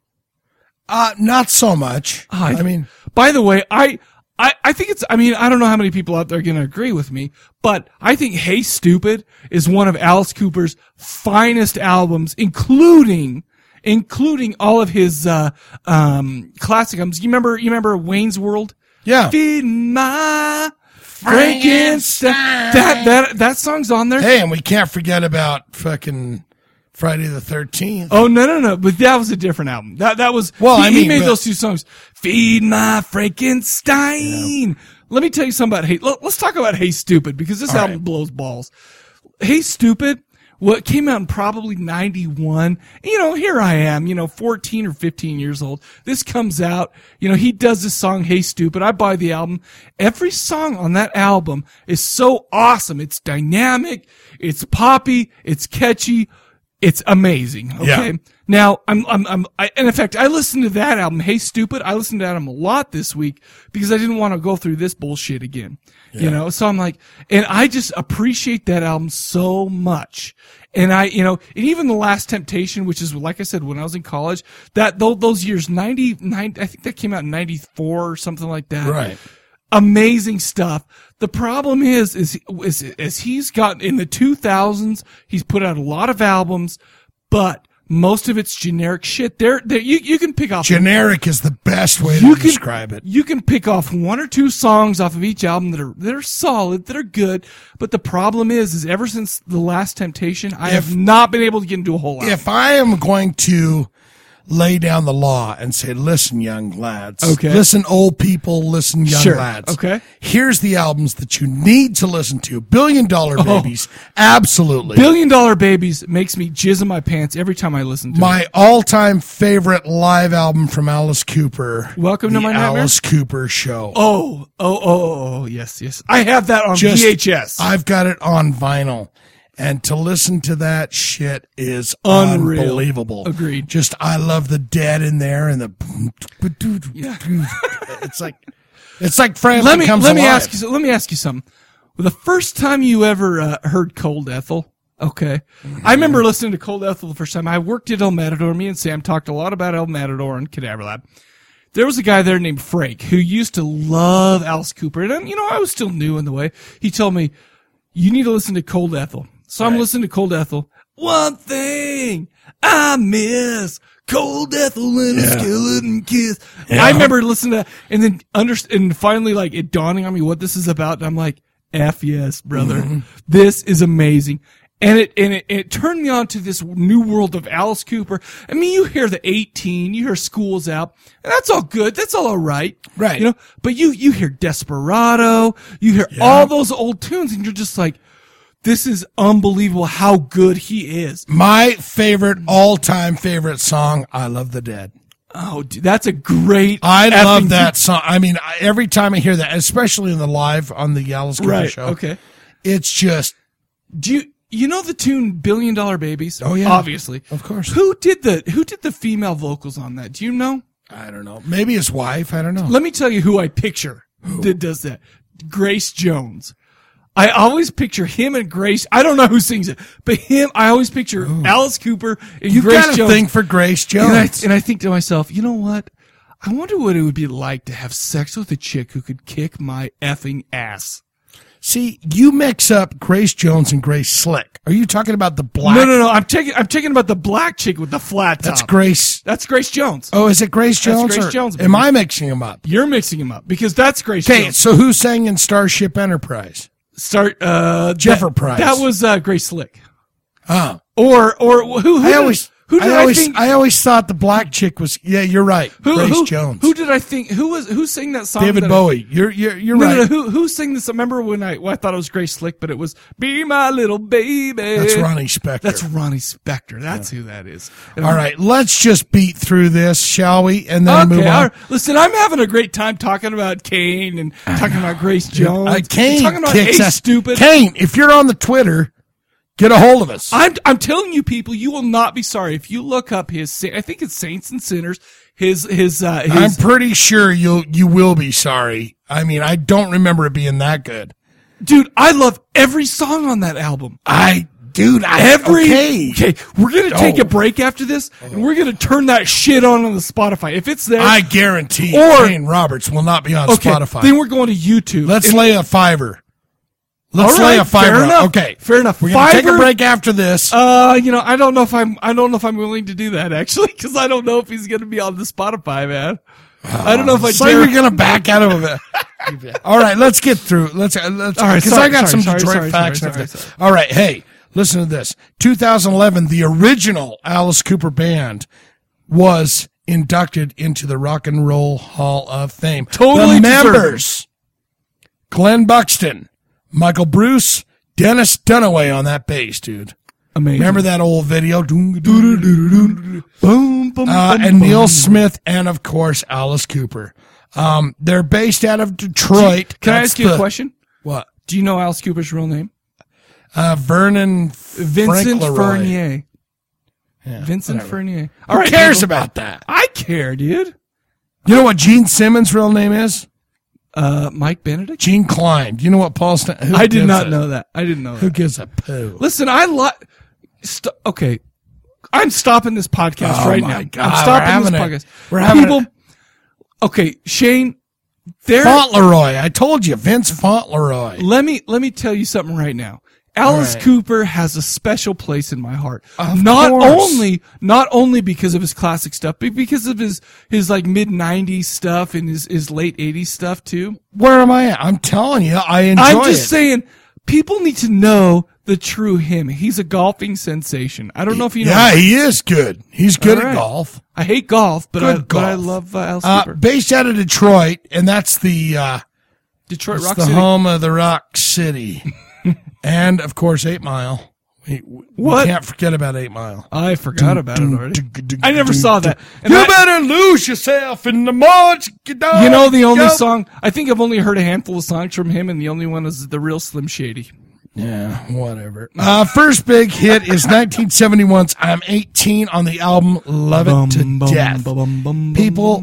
Speaker 2: Uh, not so much. I, mean,
Speaker 1: by the way, I. I, I think it's, I mean, I don't know how many people out there are going to agree with me, but I think Hey Stupid is one of Alice Cooper's finest albums, including, including all of his, uh, um, classic albums. You remember, you remember Wayne's World?
Speaker 2: Yeah.
Speaker 1: Feed my Frankenstein. That, that, that song's on there.
Speaker 2: Hey, and we can't forget about fucking Friday the Thirteenth.
Speaker 1: Oh no no no! But that was a different album. That that was
Speaker 2: Well,
Speaker 1: He,
Speaker 2: I
Speaker 1: he
Speaker 2: mean,
Speaker 1: made
Speaker 2: but-
Speaker 1: those two songs. Feed my Frankenstein. Let me tell you something about Hey. Let, us talk about Hey Stupid because this
Speaker 2: All
Speaker 1: album blows balls. Hey Stupid Well, it came out in probably 91. You know, here I am, you know, 14 or 15 years old. This comes out, you know, he does this song, Hey Stupid. I buy the album. Every song on that album is so awesome. It's dynamic. It's poppy. It's catchy. It's amazing. Okay.
Speaker 14: Yeah.
Speaker 1: Now I'm, I'm, I'm, I, and in fact, I listened to that album, Hey Stupid. I listened to that album a lot this week because I didn't want to go through this bullshit again. You
Speaker 14: Yeah.
Speaker 1: know, so I'm like, and I just appreciate that album so much. And I, you know, and even The Last Temptation, which is, like I said, when I was in college, that, tho- those years, 99, I think that came out in 94 or something like that
Speaker 2: Right.
Speaker 1: amazing stuff. The problem is, is, is, is he's gotten in the 2000s, he's put out a lot of albums, but most of it's generic shit. There, there, you, you can pick off
Speaker 2: Generic is the best way to describe it.
Speaker 1: you can pick off one or two songs off of each album that are that are solid, that are good. But the problem is, is ever since the Last Temptation, I have not been able to get into a whole lot.
Speaker 2: If I am going to lay down the law and say, listen, young lads,
Speaker 1: Okay.
Speaker 2: listen, old people, listen, young
Speaker 1: Sure.
Speaker 2: lads.
Speaker 1: Okay.
Speaker 2: Here's the albums that you need to listen to. Billion Dollar
Speaker 1: Oh.
Speaker 2: Babies. Absolutely.
Speaker 1: Billion Dollar Babies makes me jizz in my pants every time I listen to
Speaker 2: My
Speaker 1: it.
Speaker 2: all time favorite live album from Alice Cooper.
Speaker 1: Welcome to
Speaker 2: The
Speaker 1: my nightmare?
Speaker 2: Alice Cooper show.
Speaker 1: Oh, oh, oh, oh, oh, yes, yes. I have that on
Speaker 2: Just-
Speaker 1: VHS.
Speaker 2: I've got it on vinyl. And to listen to that shit is
Speaker 1: Unreal.
Speaker 2: unbelievable.
Speaker 1: Agreed.
Speaker 2: Just I love the dead in there and the it's like it's like Franklin
Speaker 1: let me
Speaker 2: comes
Speaker 1: let me
Speaker 2: alive.
Speaker 1: ask you so- let me ask you something. Well, the first time you ever uh, heard Cold Ethel, okay, I remember listening to Cold Ethel the first time. I worked at El Matador. Me and Sam talked a lot about El Matador and Cadaver Lab. There was a guy there named Frank who used to love Alice Cooper, and um, you know I was still new in the way. He told me, "You need to listen to Cold Ethel." So I'm listening to Cold Ethel. One thing I miss: Cold Ethel and a
Speaker 14: Yeah.
Speaker 1: skeleton kiss.
Speaker 14: Yeah.
Speaker 1: I remember listening to that, and then under and finally like it dawning on me what this is about, and I'm like, "F yes, brother,
Speaker 14: Mhm.
Speaker 1: this is amazing." And it and it, it turned me on to this new world of Alice Cooper. I mean, you hear the 18, you hear School's Out, and that's all good, that's all all right, right? You know, but you you hear Desperado, you hear all those old tunes, and you're just like, "This is unbelievable how good he is."
Speaker 2: My favorite all time favorite song, I Love the Dead.
Speaker 1: Oh, dude, that's a great.
Speaker 2: I
Speaker 1: effing
Speaker 2: love that song. I mean, I- every time I hear that, especially in the live on the Alice Cooper
Speaker 1: Right,
Speaker 2: show.
Speaker 1: okay.
Speaker 2: It's just
Speaker 1: Do you you know the tune Billion Dollar Babies?
Speaker 2: Oh, yeah.
Speaker 1: Obviously.
Speaker 2: Of course.
Speaker 1: Who did the who did the female vocals on that? Do you know?
Speaker 2: I don't know. Maybe his wife, I don't know.
Speaker 1: Let me tell you who I picture that does that. Grace Jones. I always picture him and Grace. I don't know who sings it, but him. I always picture Alice Cooper and
Speaker 2: You
Speaker 1: Grace
Speaker 2: got a
Speaker 1: Jones.
Speaker 2: thing for Grace
Speaker 1: And I,
Speaker 2: Jones.
Speaker 1: and I think to myself, you know what? I wonder what it would be like to have sex with a chick who could kick my effing ass.
Speaker 2: See, you mix up Grace Jones and Grace Slick. Are you talking about the black?
Speaker 1: No, no, no. I'm taking. I'm taking about the black chick with the flat top.
Speaker 2: That's Grace.
Speaker 1: That's Grace Jones.
Speaker 2: Oh, is it Grace
Speaker 1: That's
Speaker 2: Jones?
Speaker 1: Grace
Speaker 2: or
Speaker 1: Jones,
Speaker 2: Am
Speaker 1: baby.
Speaker 2: I mixing them up?
Speaker 1: You're mixing him up because that's Grace
Speaker 2: Okay,
Speaker 1: Jones.
Speaker 2: so who sang in Starship Enterprise?
Speaker 1: Start uh,
Speaker 2: Jeffer
Speaker 1: that,
Speaker 2: Price.
Speaker 1: That was uh, Grace Slick.
Speaker 2: Oh.
Speaker 1: Or or who? who
Speaker 2: I
Speaker 1: did-
Speaker 2: always
Speaker 1: who did I,
Speaker 2: I always
Speaker 1: think?
Speaker 2: I always thought the black chick was yeah, you're right.
Speaker 1: who,
Speaker 2: Grace
Speaker 1: who-
Speaker 2: Jones.
Speaker 1: Who did I think? Who was who sang that song?
Speaker 2: David
Speaker 1: that I-
Speaker 2: Bowie. You're you're you're
Speaker 1: no,
Speaker 2: right.
Speaker 1: no, no, who who sang this? I remember when I well, I thought it was Grace Slick, but it was "Be My Little Baby."
Speaker 2: That's Ronnie Spector.
Speaker 1: Uh, That's Ronnie Spector. That's who that is. And
Speaker 2: All
Speaker 1: I'm-
Speaker 2: right, let's just beat through this, shall we? And then
Speaker 1: okay,
Speaker 2: move on.
Speaker 1: all right. listen, I'm having a great time talking about Kane and talking about Grace Jones.
Speaker 2: Uh,
Speaker 1: and
Speaker 2: Kane
Speaker 1: talking about Ace
Speaker 2: kicks ass.
Speaker 1: Stupid.
Speaker 2: Kane, if you're on the Twitter, get a hold of us.
Speaker 1: I'm, I'm telling you, people, you will not be sorry if you look up his. sa- I think it's Saints and Sinners. His his uh, his.
Speaker 2: I'm pretty sure you'll you will be sorry. I mean, I don't remember it being that good.
Speaker 1: Dude, I love every song on that album.
Speaker 2: I dude, I
Speaker 1: Every
Speaker 2: okay.
Speaker 1: okay, we're gonna take
Speaker 2: Oh.
Speaker 1: a break after this, and we're gonna turn that shit on on the Spotify if it's there.
Speaker 2: I guarantee
Speaker 1: Or-
Speaker 2: Kane Roberts will not be on
Speaker 1: Okay,
Speaker 2: Spotify.
Speaker 1: then we're going to YouTube.
Speaker 2: Let's
Speaker 1: And-
Speaker 2: lay a fiver. Let's
Speaker 1: All
Speaker 2: lay
Speaker 1: right,
Speaker 2: a fiver.
Speaker 1: Fair
Speaker 2: up.
Speaker 1: enough.
Speaker 2: Okay.
Speaker 1: fair enough.
Speaker 2: We're gonna take a
Speaker 1: Fiverr-
Speaker 2: break after this.
Speaker 1: Uh, you know, I don't know if I'm, I don't know if I'm willing to do that actually, because I don't know if he's going to be on the Spotify, man. I don't know if I.
Speaker 2: Say
Speaker 1: dare-
Speaker 2: we're gonna back out of it. All right, let's get through. Let's uh, let's
Speaker 1: All right,
Speaker 2: because
Speaker 1: sorry,
Speaker 2: I got
Speaker 1: sorry,
Speaker 2: some
Speaker 1: sorry,
Speaker 2: Detroit
Speaker 1: sorry,
Speaker 2: facts.
Speaker 1: sorry, sorry,
Speaker 2: and everything. All right, hey, listen to this. 2011, the original Alice Cooper band was inducted into the Rock and Roll Hall of Fame.
Speaker 1: Totally
Speaker 2: the
Speaker 1: deserved.
Speaker 2: members: Glenn Buxton, Michael Bruce, Dennis Dunaway on that bass, dude.
Speaker 1: Amazing.
Speaker 2: Remember that old video? Doom, doo, doo, doo, doo, doo,
Speaker 1: Boom, boom,
Speaker 2: Uh,
Speaker 1: boom,
Speaker 2: and
Speaker 1: boom.
Speaker 2: Neil Smith and of course Alice Cooper. Um, they're based out of Detroit.
Speaker 1: Can I
Speaker 2: That's
Speaker 1: ask you
Speaker 2: the-
Speaker 1: a question?
Speaker 2: What?
Speaker 1: Do you know Alice Cooper's real name?
Speaker 2: Uh, Vernon
Speaker 1: Vincent
Speaker 2: Frankleroy.
Speaker 1: Fernier.
Speaker 2: Yeah,
Speaker 1: Vincent
Speaker 2: whatever.
Speaker 1: Fernier.
Speaker 2: Who cares about that?
Speaker 1: I care, dude.
Speaker 2: You know what Gene Simmons' real name is?
Speaker 1: Uh, Mike Benedict.
Speaker 2: Gene Klein. Do you know what Paul? Stan- who
Speaker 1: I did
Speaker 2: gives
Speaker 1: not
Speaker 2: a-
Speaker 1: know that. I didn't know
Speaker 2: Who
Speaker 1: that.
Speaker 2: gives a poo?
Speaker 1: Listen, I like. St- okay, I'm stopping this podcast
Speaker 2: Oh
Speaker 1: right
Speaker 2: my
Speaker 1: now.
Speaker 2: God,
Speaker 1: I'm
Speaker 2: we're
Speaker 1: stopping
Speaker 2: having
Speaker 1: this
Speaker 2: it.
Speaker 1: podcast.
Speaker 2: We're having
Speaker 1: People, okay, Shane. There,
Speaker 2: Fauntleroy. I told you, Vince Fauntleroy.
Speaker 1: Let me let me tell you something right now. Alice
Speaker 2: All right.
Speaker 1: Cooper has a special place in my heart.
Speaker 2: Of
Speaker 1: not
Speaker 2: course.
Speaker 1: only not only because of his classic stuff, but because of his his like mid '90s stuff and his his late '80s stuff too.
Speaker 2: Where am I at? I'm telling you, I enjoy
Speaker 1: I'm just
Speaker 2: it.
Speaker 1: saying, people need to know the true him. He's a golfing sensation. I don't know if you know.
Speaker 2: yeah, he is good. He's good
Speaker 1: All
Speaker 2: at
Speaker 1: right.
Speaker 2: golf.
Speaker 1: I hate golf, but, I,
Speaker 2: Good
Speaker 1: but I
Speaker 2: golf.
Speaker 1: love uh, Alice
Speaker 2: Uh,
Speaker 1: Cooper.
Speaker 2: based out of Detroit, and that's the uh,
Speaker 1: Detroit
Speaker 2: it's
Speaker 1: Rock
Speaker 2: the
Speaker 1: City.
Speaker 2: home of the Rock City, and of course Eight Mile. We, we
Speaker 1: What?
Speaker 2: can't forget about Eight Mile.
Speaker 1: I forgot about it already. I never saw that. And
Speaker 2: you
Speaker 1: I-
Speaker 2: better lose yourself in the march.
Speaker 1: You know the only song I think I've only heard a handful of songs from him, and the only one is the real Slim Shady. Mm.
Speaker 2: Yeah, whatever. Uh, first big hit is 1971's "I'm 18" on the album "Love It to Death." People,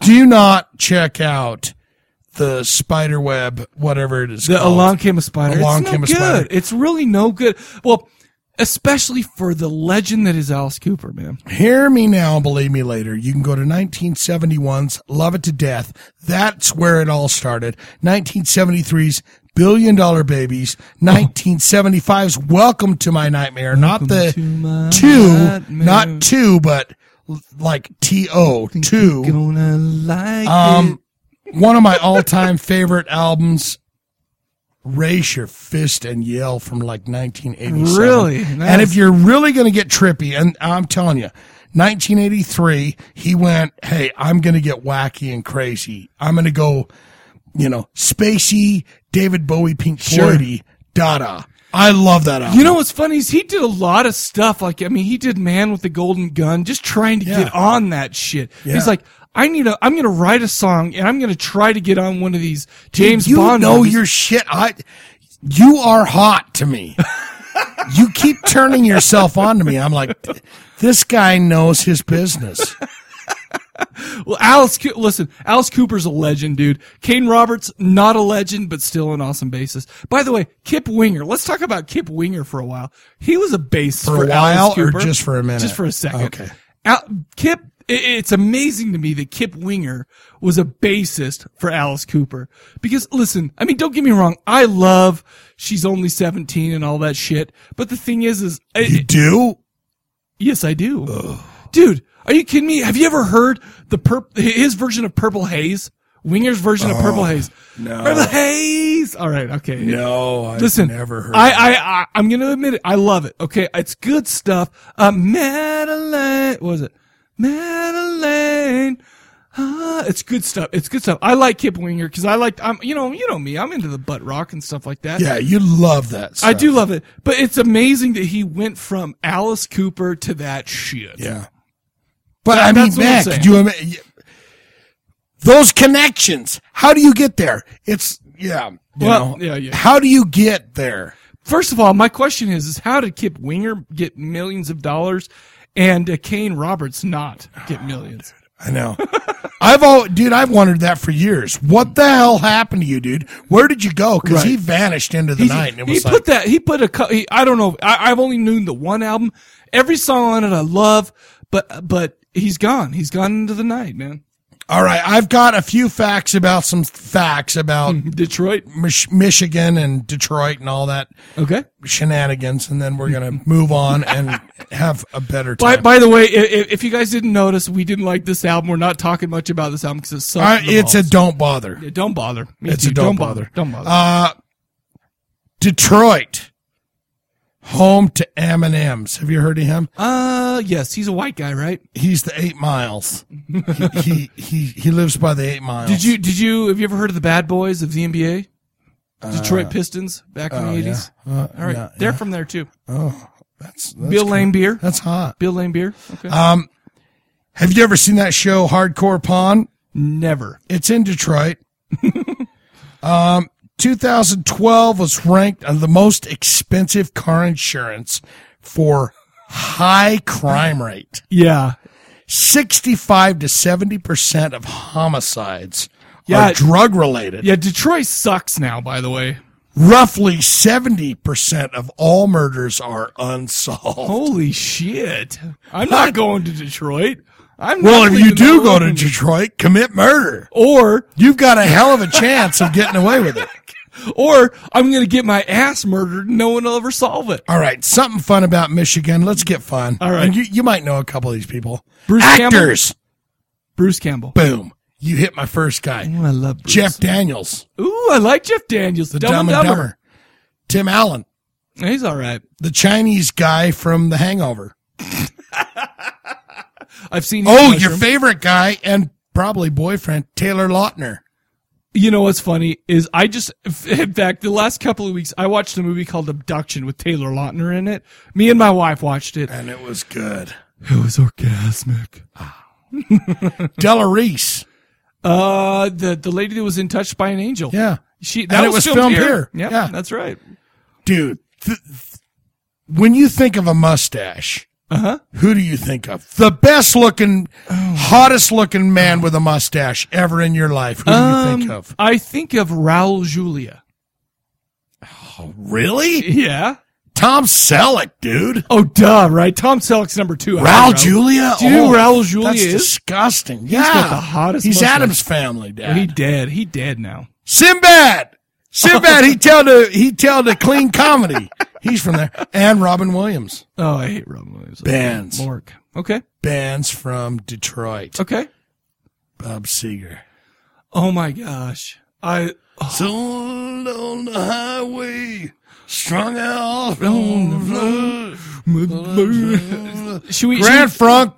Speaker 2: do not check out the spider web, whatever it is.
Speaker 1: The
Speaker 2: called.
Speaker 1: Along Came a Spider.
Speaker 2: Along
Speaker 1: it's no
Speaker 2: Came a
Speaker 1: good.
Speaker 2: Spider.
Speaker 1: It's really no good. Well, especially for the legend that is Alice Cooper, man.
Speaker 2: Hear me now, believe me later. You can go to 1971's Love It to Death. That's where it all started. 1973's Billion Dollar Babies.
Speaker 1: Oh.
Speaker 2: 1975's Welcome to My Nightmare. not the two, not two, but l- like T-O, two. um, one of my all-time favorite albums. Raise your fist and yell from like 1987.
Speaker 1: Really?
Speaker 2: And if
Speaker 1: Nice.
Speaker 2: you you're really going to get trippy, and I'm telling you, 1983, he went, Hey, I'm going to get wacky and crazy. I'm going to go, you know, spacey, David Bowie, Pink
Speaker 1: Sure.
Speaker 2: Floydy, Dada. I love that album.
Speaker 1: You know what's funny is he did a lot of stuff. Like I mean, he did Man with the Golden Gun, just trying to get on that shit.
Speaker 2: Yeah.
Speaker 1: He's like, I need a, I'm gonna write a song and I'm gonna try to get on one of these James
Speaker 2: you
Speaker 1: Bond.
Speaker 2: know
Speaker 1: movies.
Speaker 2: your shit. I, you are hot to me. you keep turning yourself on to me. I'm like, this guy knows his business.
Speaker 1: Well, Alice, Coo- listen, Alice Cooper's a legend, dude. Kane Roberts, not a legend, but still an awesome bassist. By the way, Kip Winger. Let's talk about Kip Winger for a while. He was a bassist
Speaker 2: For
Speaker 1: for,
Speaker 2: a while
Speaker 1: Alice
Speaker 2: or
Speaker 1: Cooper,
Speaker 2: just for a minute?
Speaker 1: just for a second.
Speaker 2: Okay.
Speaker 1: Al- Kip. i- It's amazing to me that Kip Winger was a bassist for Alice Cooper. Because listen, I mean, don't get me wrong. I love she's only 17 and all that shit. But the thing is, is
Speaker 2: You do?
Speaker 1: Yes, I do. Dude, are you kidding me? Have you ever heard the purp his version of Purple Haze? Winger's version of Purple
Speaker 2: Oh,
Speaker 1: Haze.
Speaker 2: no.
Speaker 1: Purple Haze. All right, okay.
Speaker 2: No, I've
Speaker 1: Listen,
Speaker 2: never heard
Speaker 1: I,
Speaker 2: that.
Speaker 1: I, I, I'm going to admit it. I love it. Okay. It's good stuff. Uh, Madeline, what was it? Madeline. Ah, it's good stuff. It's good stuff. I like Kip Winger because I like, I'm, you know, you know me. I'm into the butt rock and stuff like that.
Speaker 2: Yeah, you love that. Stuff.
Speaker 1: I do love it, but it's amazing that he went from Alice Cooper to that shit.
Speaker 2: Yeah. But
Speaker 1: That-
Speaker 2: I mean,
Speaker 1: that's what I'm
Speaker 2: man,
Speaker 1: saying.
Speaker 2: could you imagine those connections? How do you get there? It's yeah, you
Speaker 1: Well,
Speaker 2: know,
Speaker 1: yeah, yeah.
Speaker 2: How do you get there?
Speaker 1: First of all, my question is: Is how did Kip Winger get millions of dollars, and uh, Kane Roberts not
Speaker 2: Ah,
Speaker 1: get millions?
Speaker 2: I know. I've all, dude. I've wondered that for years. What the hell happened to you, dude? Where did you go? Because he
Speaker 1: Right.
Speaker 2: vanished into the
Speaker 1: he,
Speaker 2: night. And it
Speaker 1: he
Speaker 2: was
Speaker 1: put
Speaker 2: like,
Speaker 1: that. He put a. cou- He, I don't know. I, I've only known the one album. Every song on it I love, but but he's gone. He's gone into the night, man.
Speaker 2: all right, I've got a few facts about some facts about
Speaker 1: Detroit,
Speaker 2: Mich- Michigan, and Detroit, and all that.
Speaker 1: Okay,
Speaker 2: shenanigans, and then we're gonna move on and have a better
Speaker 1: By,
Speaker 2: time.
Speaker 1: by the way, if, if you guys didn't notice, we didn't like this album. We're not talking much about this album because it's so.
Speaker 2: All right, it's a don't bother.
Speaker 1: Yeah, don't bother. Me
Speaker 2: It's
Speaker 1: too.
Speaker 2: a don't, bother.
Speaker 1: bother. Don't bother.
Speaker 2: Uh, Detroit, home to Eminem's. Have you heard of him?
Speaker 1: Uh, yes, he's a white guy, right?
Speaker 2: He's the Eight Miles. he, he he he lives by the Eight Miles.
Speaker 1: Did you did you have you ever heard of the Bad Boys of the NBA?
Speaker 2: Uh,
Speaker 1: Detroit Pistons back in
Speaker 2: oh,
Speaker 1: the
Speaker 2: yeah.
Speaker 1: eighties.
Speaker 2: Uh,
Speaker 1: All right,
Speaker 2: yeah,
Speaker 1: they're
Speaker 2: yeah.
Speaker 1: from there too.
Speaker 2: Oh, That's,
Speaker 1: Bill Lane
Speaker 2: Beer. That's hot.
Speaker 1: Bill Lane Beer. Okay.
Speaker 2: Um, have you ever seen that show Hardcore Pawn?
Speaker 1: Never.
Speaker 2: It's in Detroit. um, 2012 was ranked on the most expensive car insurance for high crime rate.
Speaker 1: Yeah.
Speaker 2: 65 to 70% of homicides
Speaker 1: Yeah.
Speaker 2: are drug related.
Speaker 1: Yeah, Detroit sucks now, by the way.
Speaker 2: Roughly 70% of all murders are unsolved.
Speaker 1: Holy shit. I'm not going to Detroit. I'm
Speaker 2: well,
Speaker 1: not
Speaker 2: if you
Speaker 1: leaving
Speaker 2: do
Speaker 1: that
Speaker 2: go to
Speaker 1: room.
Speaker 2: Detroit, commit murder.
Speaker 1: Or
Speaker 2: you've got a hell of a chance of getting away with it.
Speaker 1: Or I'm going to get my ass murdered and no one will ever solve it.
Speaker 2: All right, something fun about Michigan. Let's get fun.
Speaker 1: All right.
Speaker 2: And you, you might know a couple of these people.
Speaker 1: Bruce Campbell?
Speaker 2: Actors.
Speaker 1: Bruce Campbell.
Speaker 2: Boom. You hit my first guy.
Speaker 1: I love Bruce.
Speaker 2: Jeff Daniels.
Speaker 1: Ooh, I like Jeff Daniels.
Speaker 2: The
Speaker 1: Dumb and Dumber.
Speaker 2: Tim Allen.
Speaker 1: He's all right.
Speaker 2: The Chinese guy from The Hangover.
Speaker 1: I've seen. him in
Speaker 2: Oh,
Speaker 1: my
Speaker 2: your
Speaker 1: room.
Speaker 2: favorite guy and probably boyfriend, Taylor Lautner.
Speaker 1: You know what's funny is I just, in fact, the last couple of weeks I watched a movie called Abduction with Taylor Lautner in it. Me and my wife watched it,
Speaker 2: and it was good.
Speaker 1: It was orgasmic.
Speaker 2: Della Reese,
Speaker 1: uh, the the lady that was in Touched by an Angel.
Speaker 2: Yeah,
Speaker 1: she
Speaker 2: And
Speaker 1: that
Speaker 2: it was filmed here.
Speaker 1: Yeah,
Speaker 2: Yeah.
Speaker 1: that's right.
Speaker 2: Dude, th- th- when you think of a mustache,
Speaker 1: uh-huh.
Speaker 2: who do you think of? The best looking, hottest looking man with a mustache ever in your life. Who do you think
Speaker 1: Um,
Speaker 2: of?
Speaker 1: I think of Raul Julia.
Speaker 2: Oh, Really?
Speaker 1: Yeah.
Speaker 2: Tom Selleck, dude.
Speaker 1: Oh, duh, right? Tom Selleck's number two. I
Speaker 2: Raul
Speaker 1: think,
Speaker 2: Julia?
Speaker 1: Do you know who
Speaker 2: Oh,
Speaker 1: Raul Julia
Speaker 2: that's
Speaker 1: is?
Speaker 2: disgusting.
Speaker 1: He's got
Speaker 2: Yeah.
Speaker 1: the hottest.
Speaker 2: He's
Speaker 1: mustache.
Speaker 2: Adam's family, Dad.
Speaker 1: He dead. He dead now.
Speaker 2: Sinbad. Sinbad, he tell the he tell the clean comedy. He's from there. And Robin Williams.
Speaker 1: Oh, I hate Robin Williams.
Speaker 2: Bands.
Speaker 1: Mork. Okay.
Speaker 2: Bands from Detroit.
Speaker 1: Okay.
Speaker 2: Bob Seger.
Speaker 1: Oh my gosh. I oh.
Speaker 2: Sold on the highway, strung out on the
Speaker 1: Should we-
Speaker 2: Grand
Speaker 1: should-
Speaker 2: Funk,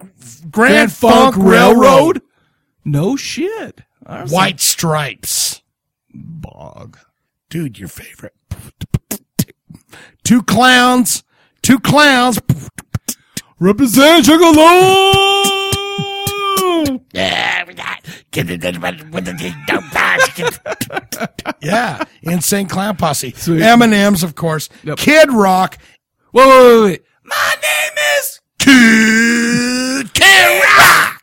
Speaker 2: Grand, Funk, Railroad,
Speaker 1: No shit. I was
Speaker 2: White
Speaker 1: like,
Speaker 2: Stripes, Bog, dude, your favorite. Two clowns, two clowns.
Speaker 1: Represent Juggalo.
Speaker 2: Yeah, we got- yeah, insane clown posse. M and M's, of course. Kid Rock.
Speaker 1: Whoa, whoa, whoa, wait.
Speaker 2: My name is Kid Kid Rock.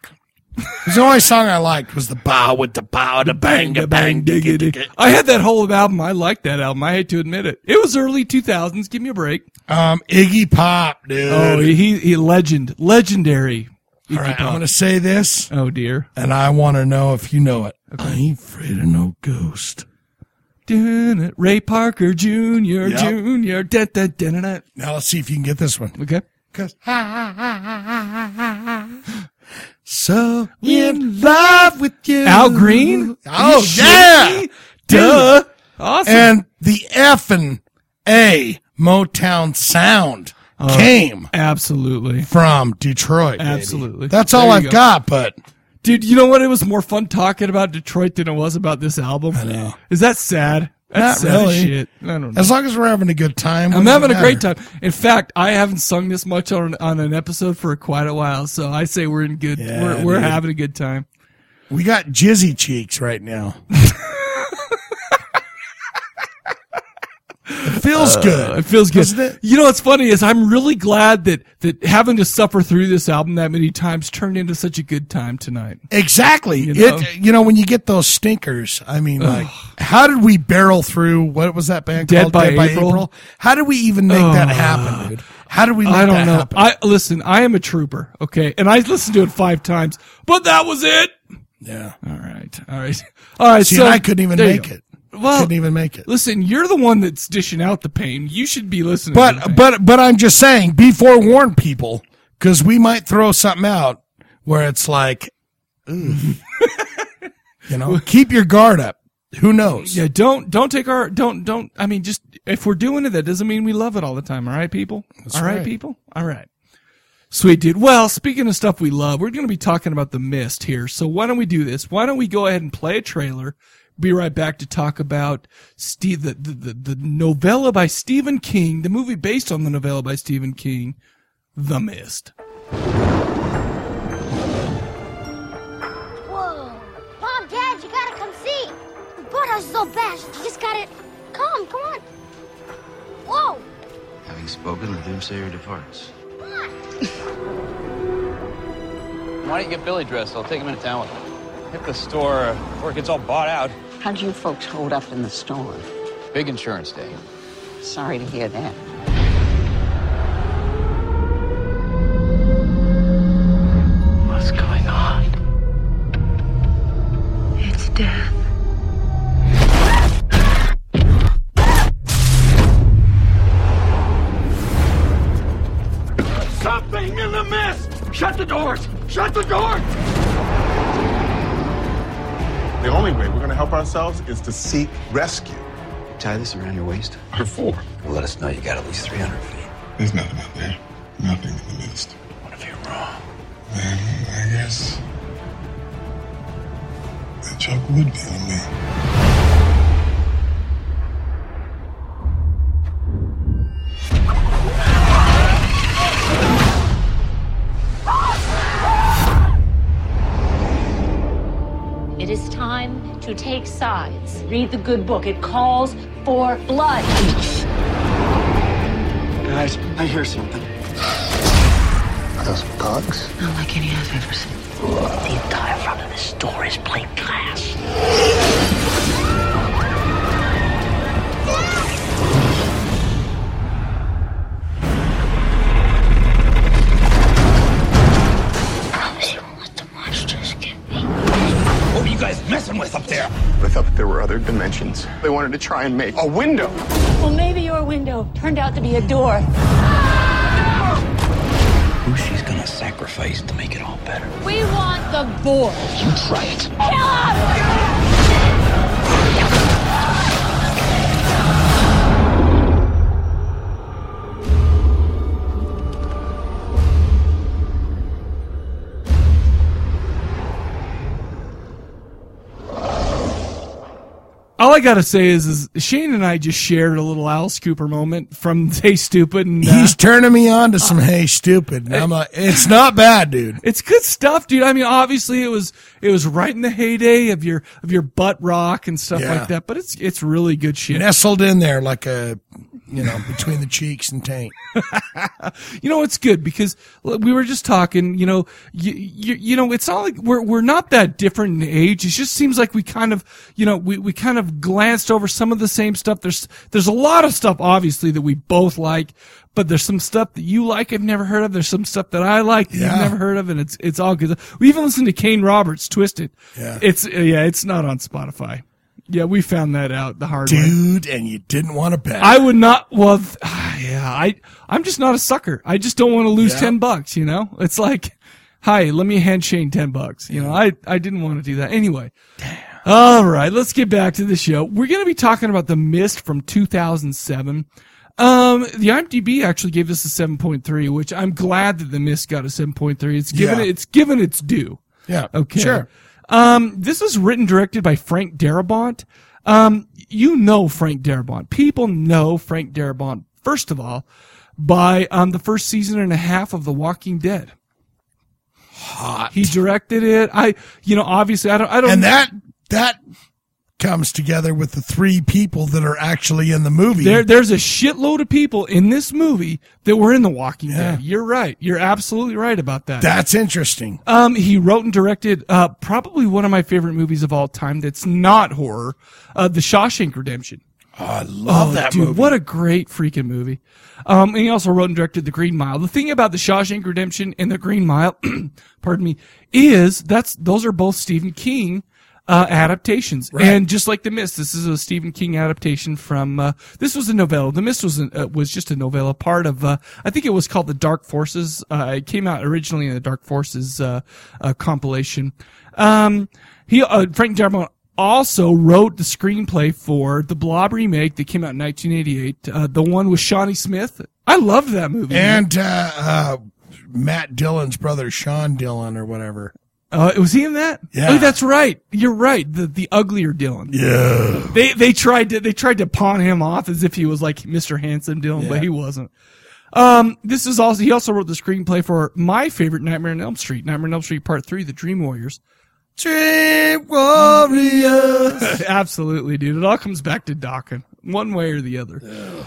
Speaker 2: It was the only song I liked was the bow with the bow the bang the bang diggity.
Speaker 1: I had that whole album. I liked that album. I hate to admit it. It was early 2000s. Give me a break.
Speaker 2: Um, Iggy Pop, dude.
Speaker 1: Oh, he, he legend, legendary.
Speaker 2: All right, I'm gonna say this.
Speaker 1: Oh dear.
Speaker 2: And I want to know if you know it. I ain't afraid of no ghost.
Speaker 1: Dun it, Ray Parker Jr.
Speaker 2: Yep.
Speaker 1: Jr. Da, da, da, da, da.
Speaker 2: Now let's see if you can get this one.
Speaker 1: Okay.
Speaker 2: Cause so in love with you,
Speaker 1: Al Green?
Speaker 2: Oh
Speaker 1: You shitting
Speaker 2: yeah,
Speaker 1: me? Dude. Awesome.
Speaker 2: And the F and A Motown sound
Speaker 1: Oh,
Speaker 2: came
Speaker 1: absolutely
Speaker 2: from Detroit. baby.
Speaker 1: Absolutely.
Speaker 2: that's
Speaker 1: There
Speaker 2: all
Speaker 1: you
Speaker 2: I've
Speaker 1: go.
Speaker 2: got. But
Speaker 1: Dude, you know what? It was more fun talking about Detroit than it was about this album. I
Speaker 2: know.
Speaker 1: Is that sad? That's
Speaker 2: not
Speaker 1: sad as
Speaker 2: really.
Speaker 1: shit. I don't know.
Speaker 2: As long as we're having a good time,
Speaker 1: I'm
Speaker 2: what does
Speaker 1: having
Speaker 2: it
Speaker 1: a great
Speaker 2: matter?
Speaker 1: time. In fact, I haven't sung this much on on an episode for quite a while, so I say we're in good.
Speaker 2: Yeah,
Speaker 1: we're we're
Speaker 2: dude.
Speaker 1: having a good time.
Speaker 2: We got jizzy cheeks right now. it feels
Speaker 1: Uh,
Speaker 2: good.
Speaker 1: It feels good.
Speaker 2: doesn't it?
Speaker 1: You know what's funny is I'm really glad that that having to suffer through this album that many times turned into such a good time tonight.
Speaker 2: Exactly.
Speaker 1: You know?
Speaker 2: It you know when you get those stinkers. I mean, like,
Speaker 1: Ugh.
Speaker 2: how did we barrel through? What was that band
Speaker 1: Dead
Speaker 2: called?
Speaker 1: by April?
Speaker 2: How did we even make that
Speaker 1: Ugh.
Speaker 2: happen, dude? How did we? Make
Speaker 1: I don't
Speaker 2: that
Speaker 1: know.
Speaker 2: Happen?
Speaker 1: I listen. I am a trooper. Okay, and I listened to it five times, but that was it.
Speaker 2: Yeah.
Speaker 1: All right. All right. All right.
Speaker 2: See,
Speaker 1: so
Speaker 2: and I couldn't even
Speaker 1: there you
Speaker 2: make
Speaker 1: go.
Speaker 2: it.
Speaker 1: Well,
Speaker 2: couldn't even make it.
Speaker 1: Listen, you're the one that's dishing out the pain. You should be listening. to the
Speaker 2: But
Speaker 1: pain.
Speaker 2: but but I'm just saying, be forewarned, people, because we might throw something out where it's like, ooh. you know, keep your guard up. Who knows?
Speaker 1: yeah, don't don't take our don't don't. I mean, just if we're doing it, that doesn't mean we love it all the time. All right, people.
Speaker 2: That's
Speaker 1: all right,
Speaker 2: right.
Speaker 1: people. All right. Sweet dude. Well, speaking of stuff we love, we're going to be talking about the mist here. So why don't we do this? Why don't we go ahead and play a trailer? be right back to talk about Steve, the, the, the, the novella by Stephen King, the movie based on the novella by Stephen King, The Mist.
Speaker 15: Whoa! Mom, Dad, you gotta come see. The boathouse is all bashed. You just gotta come. Come on. Whoa!
Speaker 16: Having spoken, the doomsayer departs.
Speaker 17: Why don't you get Billy dressed? I'll take him into town with him. Hit the store before it gets all bought out.
Speaker 18: How do you folks hold up in the storm?
Speaker 17: Big insurance day.
Speaker 18: Sorry to hear that.
Speaker 14: What's going on? It's death.
Speaker 19: Something in the mist! Shut the doors! Shut the doors!
Speaker 20: The only way we're going to help ourselves is to seek rescue. Tie this around your waist. For four.
Speaker 16: Let us know you got at least 300 feet.
Speaker 21: There's nothing out there. Nothing in the midst. What if you're wrong? Then I guess the joke would be on me.
Speaker 22: It is time to take sides. Read the good book. It calls for blood.
Speaker 16: Guys, I hear something. Are those bugs?
Speaker 14: Not like any I've ever seen. The entire front of this door is plain glass.
Speaker 15: Promise you won't let the monsters get me.
Speaker 19: What were you guys messing with up there? I thought that there were other dimensions. They wanted to try and make a window.
Speaker 22: Well, maybe your window turned out to be a door.
Speaker 16: Who she's gonna sacrifice to make it all better?
Speaker 22: We want the board.
Speaker 16: You try it.
Speaker 1: All I gotta say is, is Shane and I just shared a little Al Scooper moment from Hey Stupid, and uh,
Speaker 2: He's turning me on to some hey stupid. And I'm like, it's not bad, dude.
Speaker 1: It's good stuff, dude. I mean, obviously it was it was right in the heyday of your of your butt rock and stuff
Speaker 2: Yeah.
Speaker 1: like that, but it's it's really good shit.
Speaker 2: Nestled in there like a, you know, between the cheeks and taint.
Speaker 1: you know it's good because l- we were just talking you know you, you, you know it's not like we're, we're not that different in age it just seems like we kind of you know we, we kind of glanced over some of the same stuff there's there's a lot of stuff obviously that we both like but there's some stuff that you like I've never heard of. There's some stuff that I like that you've
Speaker 2: Yeah.
Speaker 1: never heard of, and it's it's all good. We even listened to Kane Roberts, Twisted.
Speaker 2: Yeah.
Speaker 1: it's uh, yeah, it's not on Spotify. Yeah, we found that out the hard way.
Speaker 2: Dude, and you didn't want to bet.
Speaker 1: I would not. Well, th- yeah, I I'm just not a sucker. I just don't want to lose
Speaker 2: Yeah.
Speaker 1: ten bucks. You know, it's like, hi, let me hand Shane ten bucks. You know, I I didn't want to do that anyway. All right, let's get back to the show. We're gonna be talking about the mist from 2007. Um, the IMDb actually gave this a 7.3, which I'm glad that the mist got a 7.3. It's given
Speaker 2: Yeah.
Speaker 1: it, it's given its due.
Speaker 2: Yeah,
Speaker 1: Okay.
Speaker 2: sure.
Speaker 1: Um, this was written and directed by Frank Darabont. Um, you know Frank Darabont. People know Frank Darabont first of all by um the first season and a half of The Walking Dead. Hot. He directed it. I, you know, obviously I don't. I don't.
Speaker 2: And that that comes together with the three people that are actually in the movie.
Speaker 1: There, there's a shitload of people in this movie that were in The Walking
Speaker 2: Yeah.
Speaker 1: Dead. You're right. You're absolutely right about that.
Speaker 2: That's interesting.
Speaker 1: Um, he wrote and directed uh, probably one of my favorite movies of all time. That's not horror, uh, The Shawshank Redemption.
Speaker 2: Oh,
Speaker 1: Oh,
Speaker 2: I love that
Speaker 1: dude,
Speaker 2: movie.
Speaker 1: What a great freaking movie! Um, and he also wrote and directed The Green Mile. The thing about The Shawshank Redemption and The Green Mile, pardon me, is that's those are both Stephen King uh, adaptations.
Speaker 2: Right.
Speaker 1: And just like The Mist, this is a Stephen King adaptation from. Uh, this was a novella. The Mist was an, uh, was just a novella, part of. Uh, I think it was called The Dark Forces. Uh, it came out originally in the Dark Forces uh, uh, compilation. Um, he uh, Frank Darabont also wrote the screenplay for the Blob remake that came out in 1988. Uh, the one with Shawnee Smith. I loved that movie.
Speaker 2: And uh, uh, Matt Dillon's brother, Sean Dillon, or whatever.
Speaker 1: Uh, was he in that?
Speaker 2: Yeah.
Speaker 1: Oh, that's right. You're right. The the uglier Dylan.
Speaker 2: Yeah.
Speaker 1: They they tried to they tried to pawn him off as if he was like Mr. Handsome Dylan, but
Speaker 2: Yeah.
Speaker 1: he wasn't. Um, this is also he also wrote the screenplay for my favorite Nightmare on Elm Street, Nightmare on Elm Street Part Three, The Dream Warriors. Dream Warriors. Absolutely, dude. It all comes back to Dockin, one way or the other.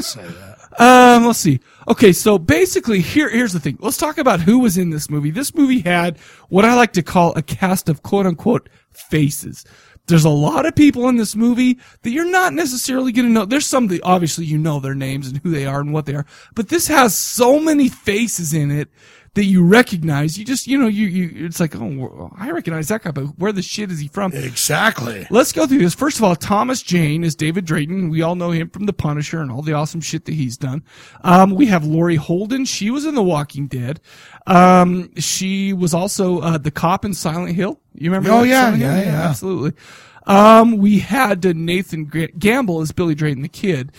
Speaker 2: Say that.
Speaker 1: Um, let's see. Okay, so basically, here here's the thing. Let's talk about who was in this movie. This movie had what I like to call a cast of quote unquote faces. There's a lot of people in this movie that you're not necessarily going to know. There's some that obviously you know their names and who they are and what they are, but this has so many faces in it that you recognize. You just you know you you it's like oh I recognize that guy, but where the shit is he from?
Speaker 2: Exactly.
Speaker 1: Let's go through this. First of all, Thomas Jane is David Drayton. We all know him from The Punisher and all the awesome shit that he's done. Um, we have Lori Holden. She was in The Walking Dead. Um, she was also uh, the cop in Silent Hill. You remember?
Speaker 2: Oh,
Speaker 1: that
Speaker 2: yeah,
Speaker 1: Silent Hill?
Speaker 2: yeah, yeah.
Speaker 1: absolutely. Um, we had uh, Nathan Gra- Gamble as Billy Drayton the Kid.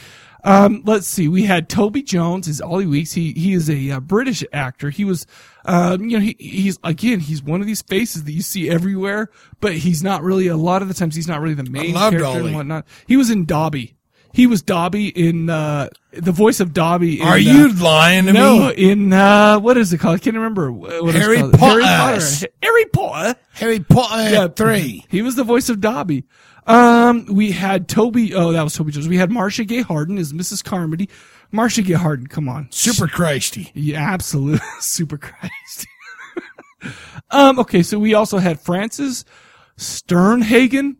Speaker 1: Um, let's see. We had Toby Jones as Ollie Weeks. He he is a uh, British actor. He was, um, you know, he, he's again he's one of these faces that you see everywhere, but he's not really a lot of the times he's not really the main
Speaker 2: loved
Speaker 1: character
Speaker 2: Ollie.
Speaker 1: and whatnot. He was in Dobby. He was Dobby in uh, the voice of Dobby. In,
Speaker 2: Are
Speaker 1: uh,
Speaker 2: you lying to
Speaker 1: no,
Speaker 2: me?
Speaker 1: in uh, what is it called? I can't remember. wh- What it's
Speaker 2: Harry
Speaker 1: called. Harry
Speaker 2: Potter.
Speaker 1: Potter. Harry Potter.
Speaker 2: Harry Potter three.
Speaker 1: He was the voice of Dobby. Um, we had Toby. Oh, that was Toby Jones. We had Marcia Gay Harden as Mrs. Carmody. Marcia Gay Harden, come on,
Speaker 2: super Christy.
Speaker 1: Yeah, absolute super Christy. um, okay, so we also had Frances Sternhagen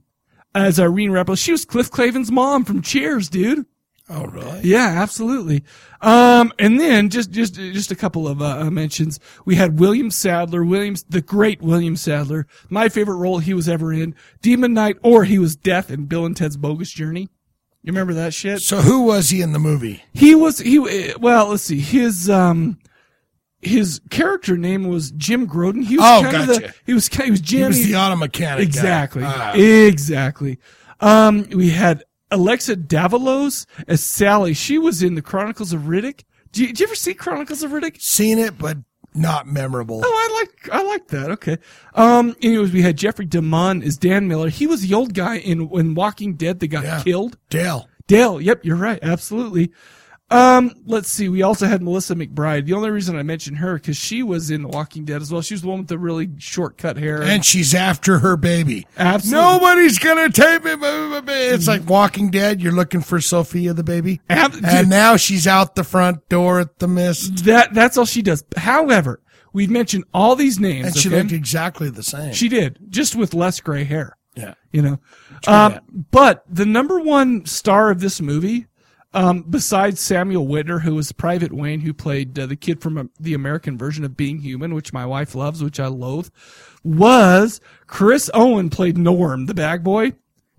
Speaker 1: as Irene Rappel. She was Cliff Clavin's mom from Cheers, dude.
Speaker 2: Oh, really?
Speaker 1: Yeah, absolutely. Um, and then just just just a couple of uh, mentions. We had William Sadler, Williams, the great William Sadler. My favorite role he was ever in, Demon Knight, or he was Death in Bill and Ted's Bogus Journey. You remember that shit?
Speaker 2: So who was he in the movie?
Speaker 1: He was he eh, well, let's see. His um his character name was Jim Groden. He was
Speaker 2: Oh,
Speaker 1: kind of the
Speaker 2: gotcha.
Speaker 1: he was ki- he was Jim.
Speaker 2: He was the auto mechanic guy.
Speaker 1: Exactly.
Speaker 2: Ah.
Speaker 1: Exactly. Um we had Alexa Davalos as Sally. She was in the Chronicles of Riddick. Did you, did you ever see Chronicles of Riddick?
Speaker 2: Seen it, but not memorable.
Speaker 1: Oh, I like I like that. Okay. Um. Anyways, we had Jeffrey DeMunn as Dan Miller. He was the old guy in when Walking Dead that got killed.
Speaker 2: Dale.
Speaker 1: Dale. Yep, you're right. Absolutely. Um. Let's see. We also had Melissa McBride. The only reason I mentioned her because she was in The Walking Dead as well. She was the one with the really short cut hair.
Speaker 2: And she's after her baby.
Speaker 1: Absolutely.
Speaker 2: Nobody's gonna take me. my- my baby. It's like Walking Dead. You're looking for Sophia the baby,
Speaker 1: Ab-
Speaker 2: and now she's out the front door at the mist.
Speaker 1: that that's all she does. However, we've mentioned all these names.
Speaker 2: And she
Speaker 1: okay?
Speaker 2: looked exactly the same.
Speaker 1: She did, just with less gray hair.
Speaker 2: Yeah.
Speaker 1: You know.
Speaker 2: True
Speaker 1: Um,
Speaker 2: that.
Speaker 1: but the number one star of this movie, um, besides Samuel Whitner, who was Private Wayne, who played uh, the kid from um, the American version of Being Human, which my wife loves, which I loathe, was Chris Owen played Norm, the bag boy.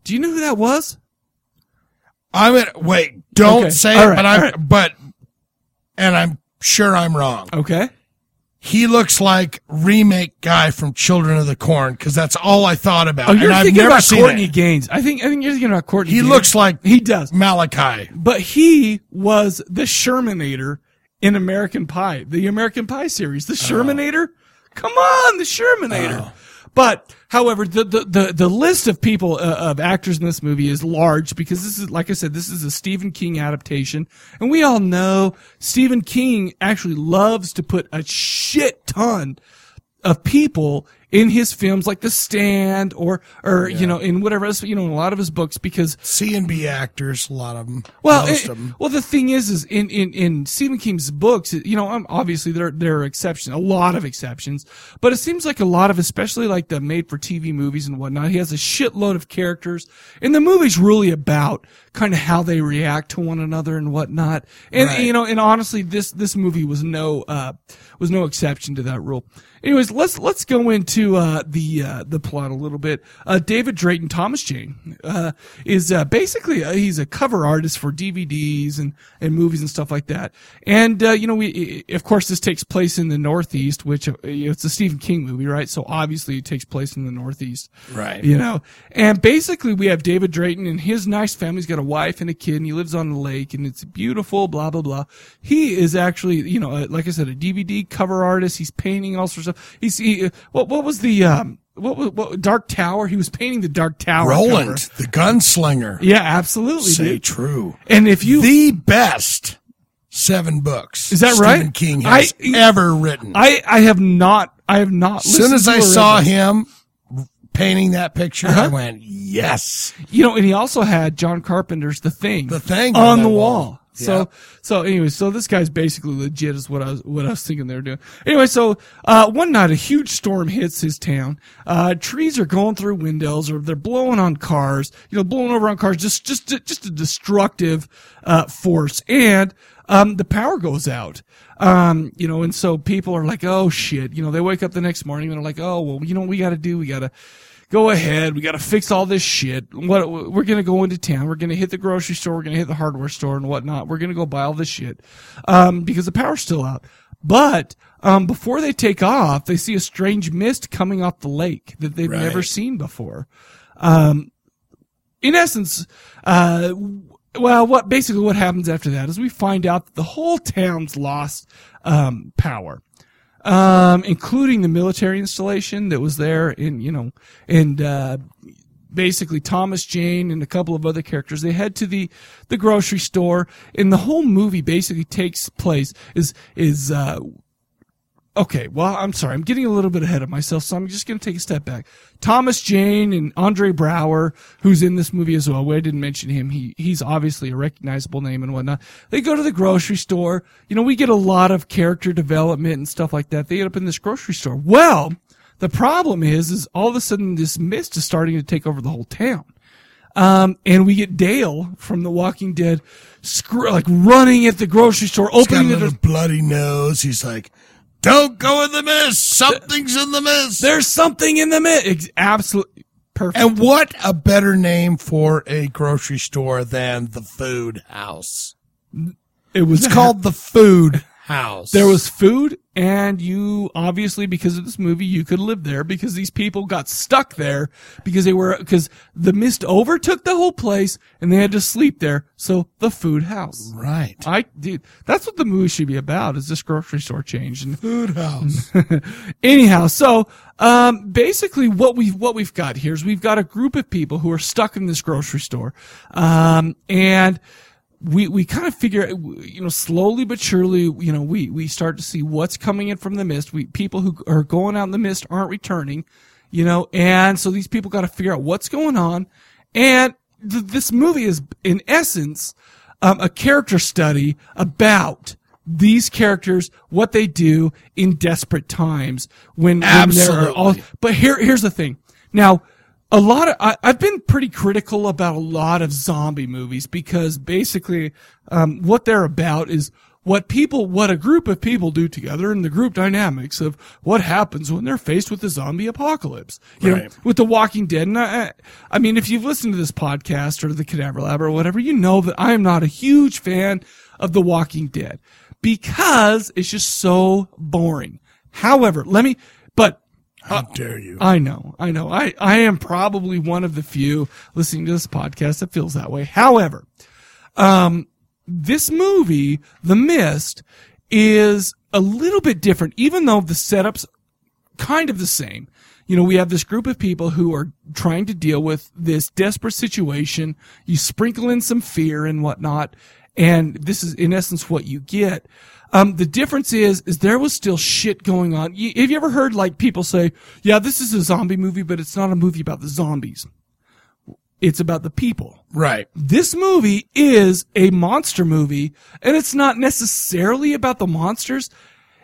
Speaker 1: Do you know who that was?
Speaker 2: I'm at, wait, Don't
Speaker 1: Okay.
Speaker 2: say
Speaker 1: All
Speaker 2: it,
Speaker 1: right,
Speaker 2: but
Speaker 1: all
Speaker 2: I'm
Speaker 1: right.
Speaker 2: but, and I'm sure I'm wrong.
Speaker 1: Okay.
Speaker 2: He looks like remake guy from Children of the Corn because that's all I thought about.
Speaker 1: Oh, you're
Speaker 2: and
Speaker 1: thinking
Speaker 2: I've never
Speaker 1: about
Speaker 2: seen
Speaker 1: Courtney
Speaker 2: it.
Speaker 1: Gaines. I think I think you're thinking about Courtney.
Speaker 2: He
Speaker 1: Gaines.
Speaker 2: looks like
Speaker 1: he does
Speaker 2: Malachi.
Speaker 1: But he was the Shermanator in American Pie, the American Pie series.
Speaker 2: Oh.
Speaker 1: The Shermanator? Come on, the Shermanator. But, however, the, the, the, the list of people, uh, of actors in this movie is large because this is, like I said, this is a Stephen King adaptation. And we all know Stephen King actually loves to put a shit ton of people in his films like The Stand or, or, you know, in whatever else, you know, in a lot of his books because.
Speaker 2: C and B actors, a lot of them.
Speaker 1: Well,
Speaker 2: most
Speaker 1: it-
Speaker 2: of them.
Speaker 1: well, the thing is, is in, in, in Stephen King's books, you know, um, obviously there, there are exceptions, a lot of exceptions, but it seems like a lot of, especially like the made for TV movies and whatnot, he has a shitload of characters and the movie's really about kind of how they react to one another and whatnot. And,
Speaker 2: Right.
Speaker 1: you know, and honestly, this, this movie was no, uh, was no exception to that rule. Anyways, let's, let's go into, uh, the, uh, the plot a little bit. Uh, David Drayton Thomas Jane, uh, is, uh, basically, uh, he's a cover artist for DVDs and, and movies and stuff like that. And, uh, you know, we, i- of course, this takes place in the Northeast, which uh, you know, it's a Stephen King movie, right? So obviously it takes place in the Northeast.
Speaker 2: Right.
Speaker 1: You know, and basically we have David Drayton and his nice family's got a wife and a kid and he lives on the lake and it's beautiful, blah, blah, blah. He is actually, you know, uh, like I said, a DVD cover artist. He's painting all sorts of he's he, what what was the um what, was what Dark Tower? He was painting the Dark Tower.
Speaker 2: Roland,
Speaker 1: cover.
Speaker 2: the gunslinger.
Speaker 1: Yeah, absolutely.
Speaker 2: Say
Speaker 1: dude.
Speaker 2: true.
Speaker 1: And if you
Speaker 2: the best seven books,
Speaker 1: Is that
Speaker 2: Stephen
Speaker 1: right?
Speaker 2: King has
Speaker 1: I-
Speaker 2: ever written.
Speaker 1: I I have not I have not.
Speaker 2: As soon
Speaker 1: listened
Speaker 2: as
Speaker 1: to
Speaker 2: I
Speaker 1: or read
Speaker 2: saw
Speaker 1: this.
Speaker 2: him painting that picture, I
Speaker 1: Uh-huh.
Speaker 2: went, "Yes."
Speaker 1: You know, and he also had John Carpenter's The Thing, The
Speaker 2: Thing
Speaker 1: on,
Speaker 2: on
Speaker 1: the
Speaker 2: that
Speaker 1: wall.
Speaker 2: wall.
Speaker 1: So
Speaker 2: Yeah.
Speaker 1: so anyway, so this guy's basically legit is what I was what I was thinking they were doing. Anyway, so uh, one night a huge storm hits his town. Uh, trees are going through windows, or they're blowing on cars. You know, blowing over on cars. Just just just a destructive uh, force, and um, the power goes out. Um, you know, and so people are like, oh shit. You know, they wake up the next morning and they're like, oh well, you know, what we got to do, we got to go ahead. We got to fix all this shit. What we're gonna go into town. We're gonna hit the grocery store. We're gonna hit the hardware store and whatnot. We're gonna go buy all this shit um, because the power's still out. But um, before they take off, they see a strange mist coming off the lake that they've
Speaker 2: Right.
Speaker 1: never seen before. Um, in essence, uh, w- well, what basically what happens after that is we find out that the whole town's lost um, power, um, including the military installation that was there, and you know, and uh, basically Thomas Jane and a couple of other characters. They head to the the grocery store, and the whole movie basically takes place is is. Uh, Okay, well, I'm sorry. I'm getting a little bit ahead of myself, so I'm just going to take a step back. Thomas Jane and Andre Brower, who's in this movie as well. I didn't mention him. He he's obviously a recognizable name and whatnot. They go to the grocery store. You know, we get a lot of character development and stuff like that. They end up in this grocery store. Well, the problem is, is all of a sudden this mist is starting to take over the whole town. Um, and we get Dale from The Walking Dead, scr- like running at the grocery store,
Speaker 2: He's got
Speaker 1: opening
Speaker 2: a
Speaker 1: the
Speaker 2: little bloody nose. He's like, "Don't go in the mist. Something's in the mist.
Speaker 1: There's something in the mist." Absolutely perfect.
Speaker 2: And what a better name for a grocery store than the Food House?
Speaker 1: It was
Speaker 2: It's called the Food House.
Speaker 1: There was food, and you obviously because of this movie, you could live there because these people got stuck there because they were because the mist overtook the whole place, and they had to sleep there. So the food house,
Speaker 2: right?
Speaker 1: I dude, that's what the movie should be about: is this grocery store change and
Speaker 2: Food House.
Speaker 1: Anyhow, so um, basically, what we've what we've got here is we've got a group of people who are stuck in this grocery store, um, and we we kind of figure, you know, slowly but surely, you know, we we start to see what's coming in from the mist. We people who are going out in the mist aren't returning, you know, and so these people got to figure out what's going on, and th- this movie is in essence um, a character study about these characters, what they do in desperate times when, when they're all.
Speaker 2: Absolutely.
Speaker 1: But here, here's the thing. Now, a lot of I, I've been pretty critical about a lot of zombie movies because basically, um, what they're about is what people, what a group of people do together and the group dynamics of what happens when they're faced with the zombie apocalypse. You know,
Speaker 2: Right.
Speaker 1: with The Walking Dead. And I, I- I mean, if you've listened to this podcast or the Cadaver Lab or whatever, you know that I am not a huge fan of The Walking Dead because it's just so boring. However, let me, but. How
Speaker 2: dare you?
Speaker 1: Uh, I know, I know. I, I am probably one of the few listening to this podcast that feels that way. However, um, this movie, The Mist, is a little bit different, even though the setup's kind of the same. You know, we have this group of people who are trying to deal with this desperate situation. You sprinkle in some fear and whatnot, and this is in essence what you get. Um, the difference is, is there was still shit going on. You, have you ever heard like people say, "Yeah, this is a zombie movie, but it's not a movie about the zombies. It's about the people."
Speaker 2: Right.
Speaker 1: This movie is a monster movie, and it's not necessarily about the monsters.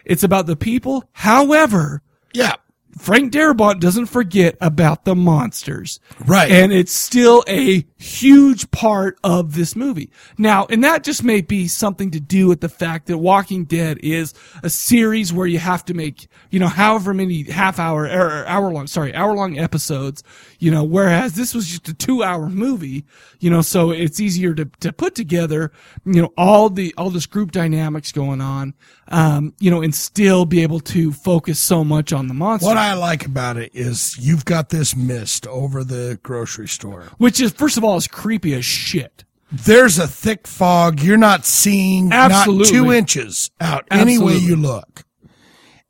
Speaker 1: It's about the people. However,
Speaker 2: yeah,
Speaker 1: Frank Darabont doesn't forget about the monsters.
Speaker 2: Right.
Speaker 1: And it's still a huge part of this movie. Now, and that just may be something to do with the fact that Walking Dead is a series where you have to make, you know, however many half hour or hour long, sorry, hour long episodes, you know, whereas this was just a two hour movie, you know, so it's easier to, to put together, you know, all the, all this group dynamics going on, um, you know, and still be able to focus so much on the monster.
Speaker 2: What I like about it is you've got this mist over the grocery store.
Speaker 1: which is first of all is creepy as shit.
Speaker 2: There's a thick fog. You're um, not seeing
Speaker 1: Absolutely.
Speaker 2: not two inches out any way
Speaker 1: Absolutely.
Speaker 2: you look.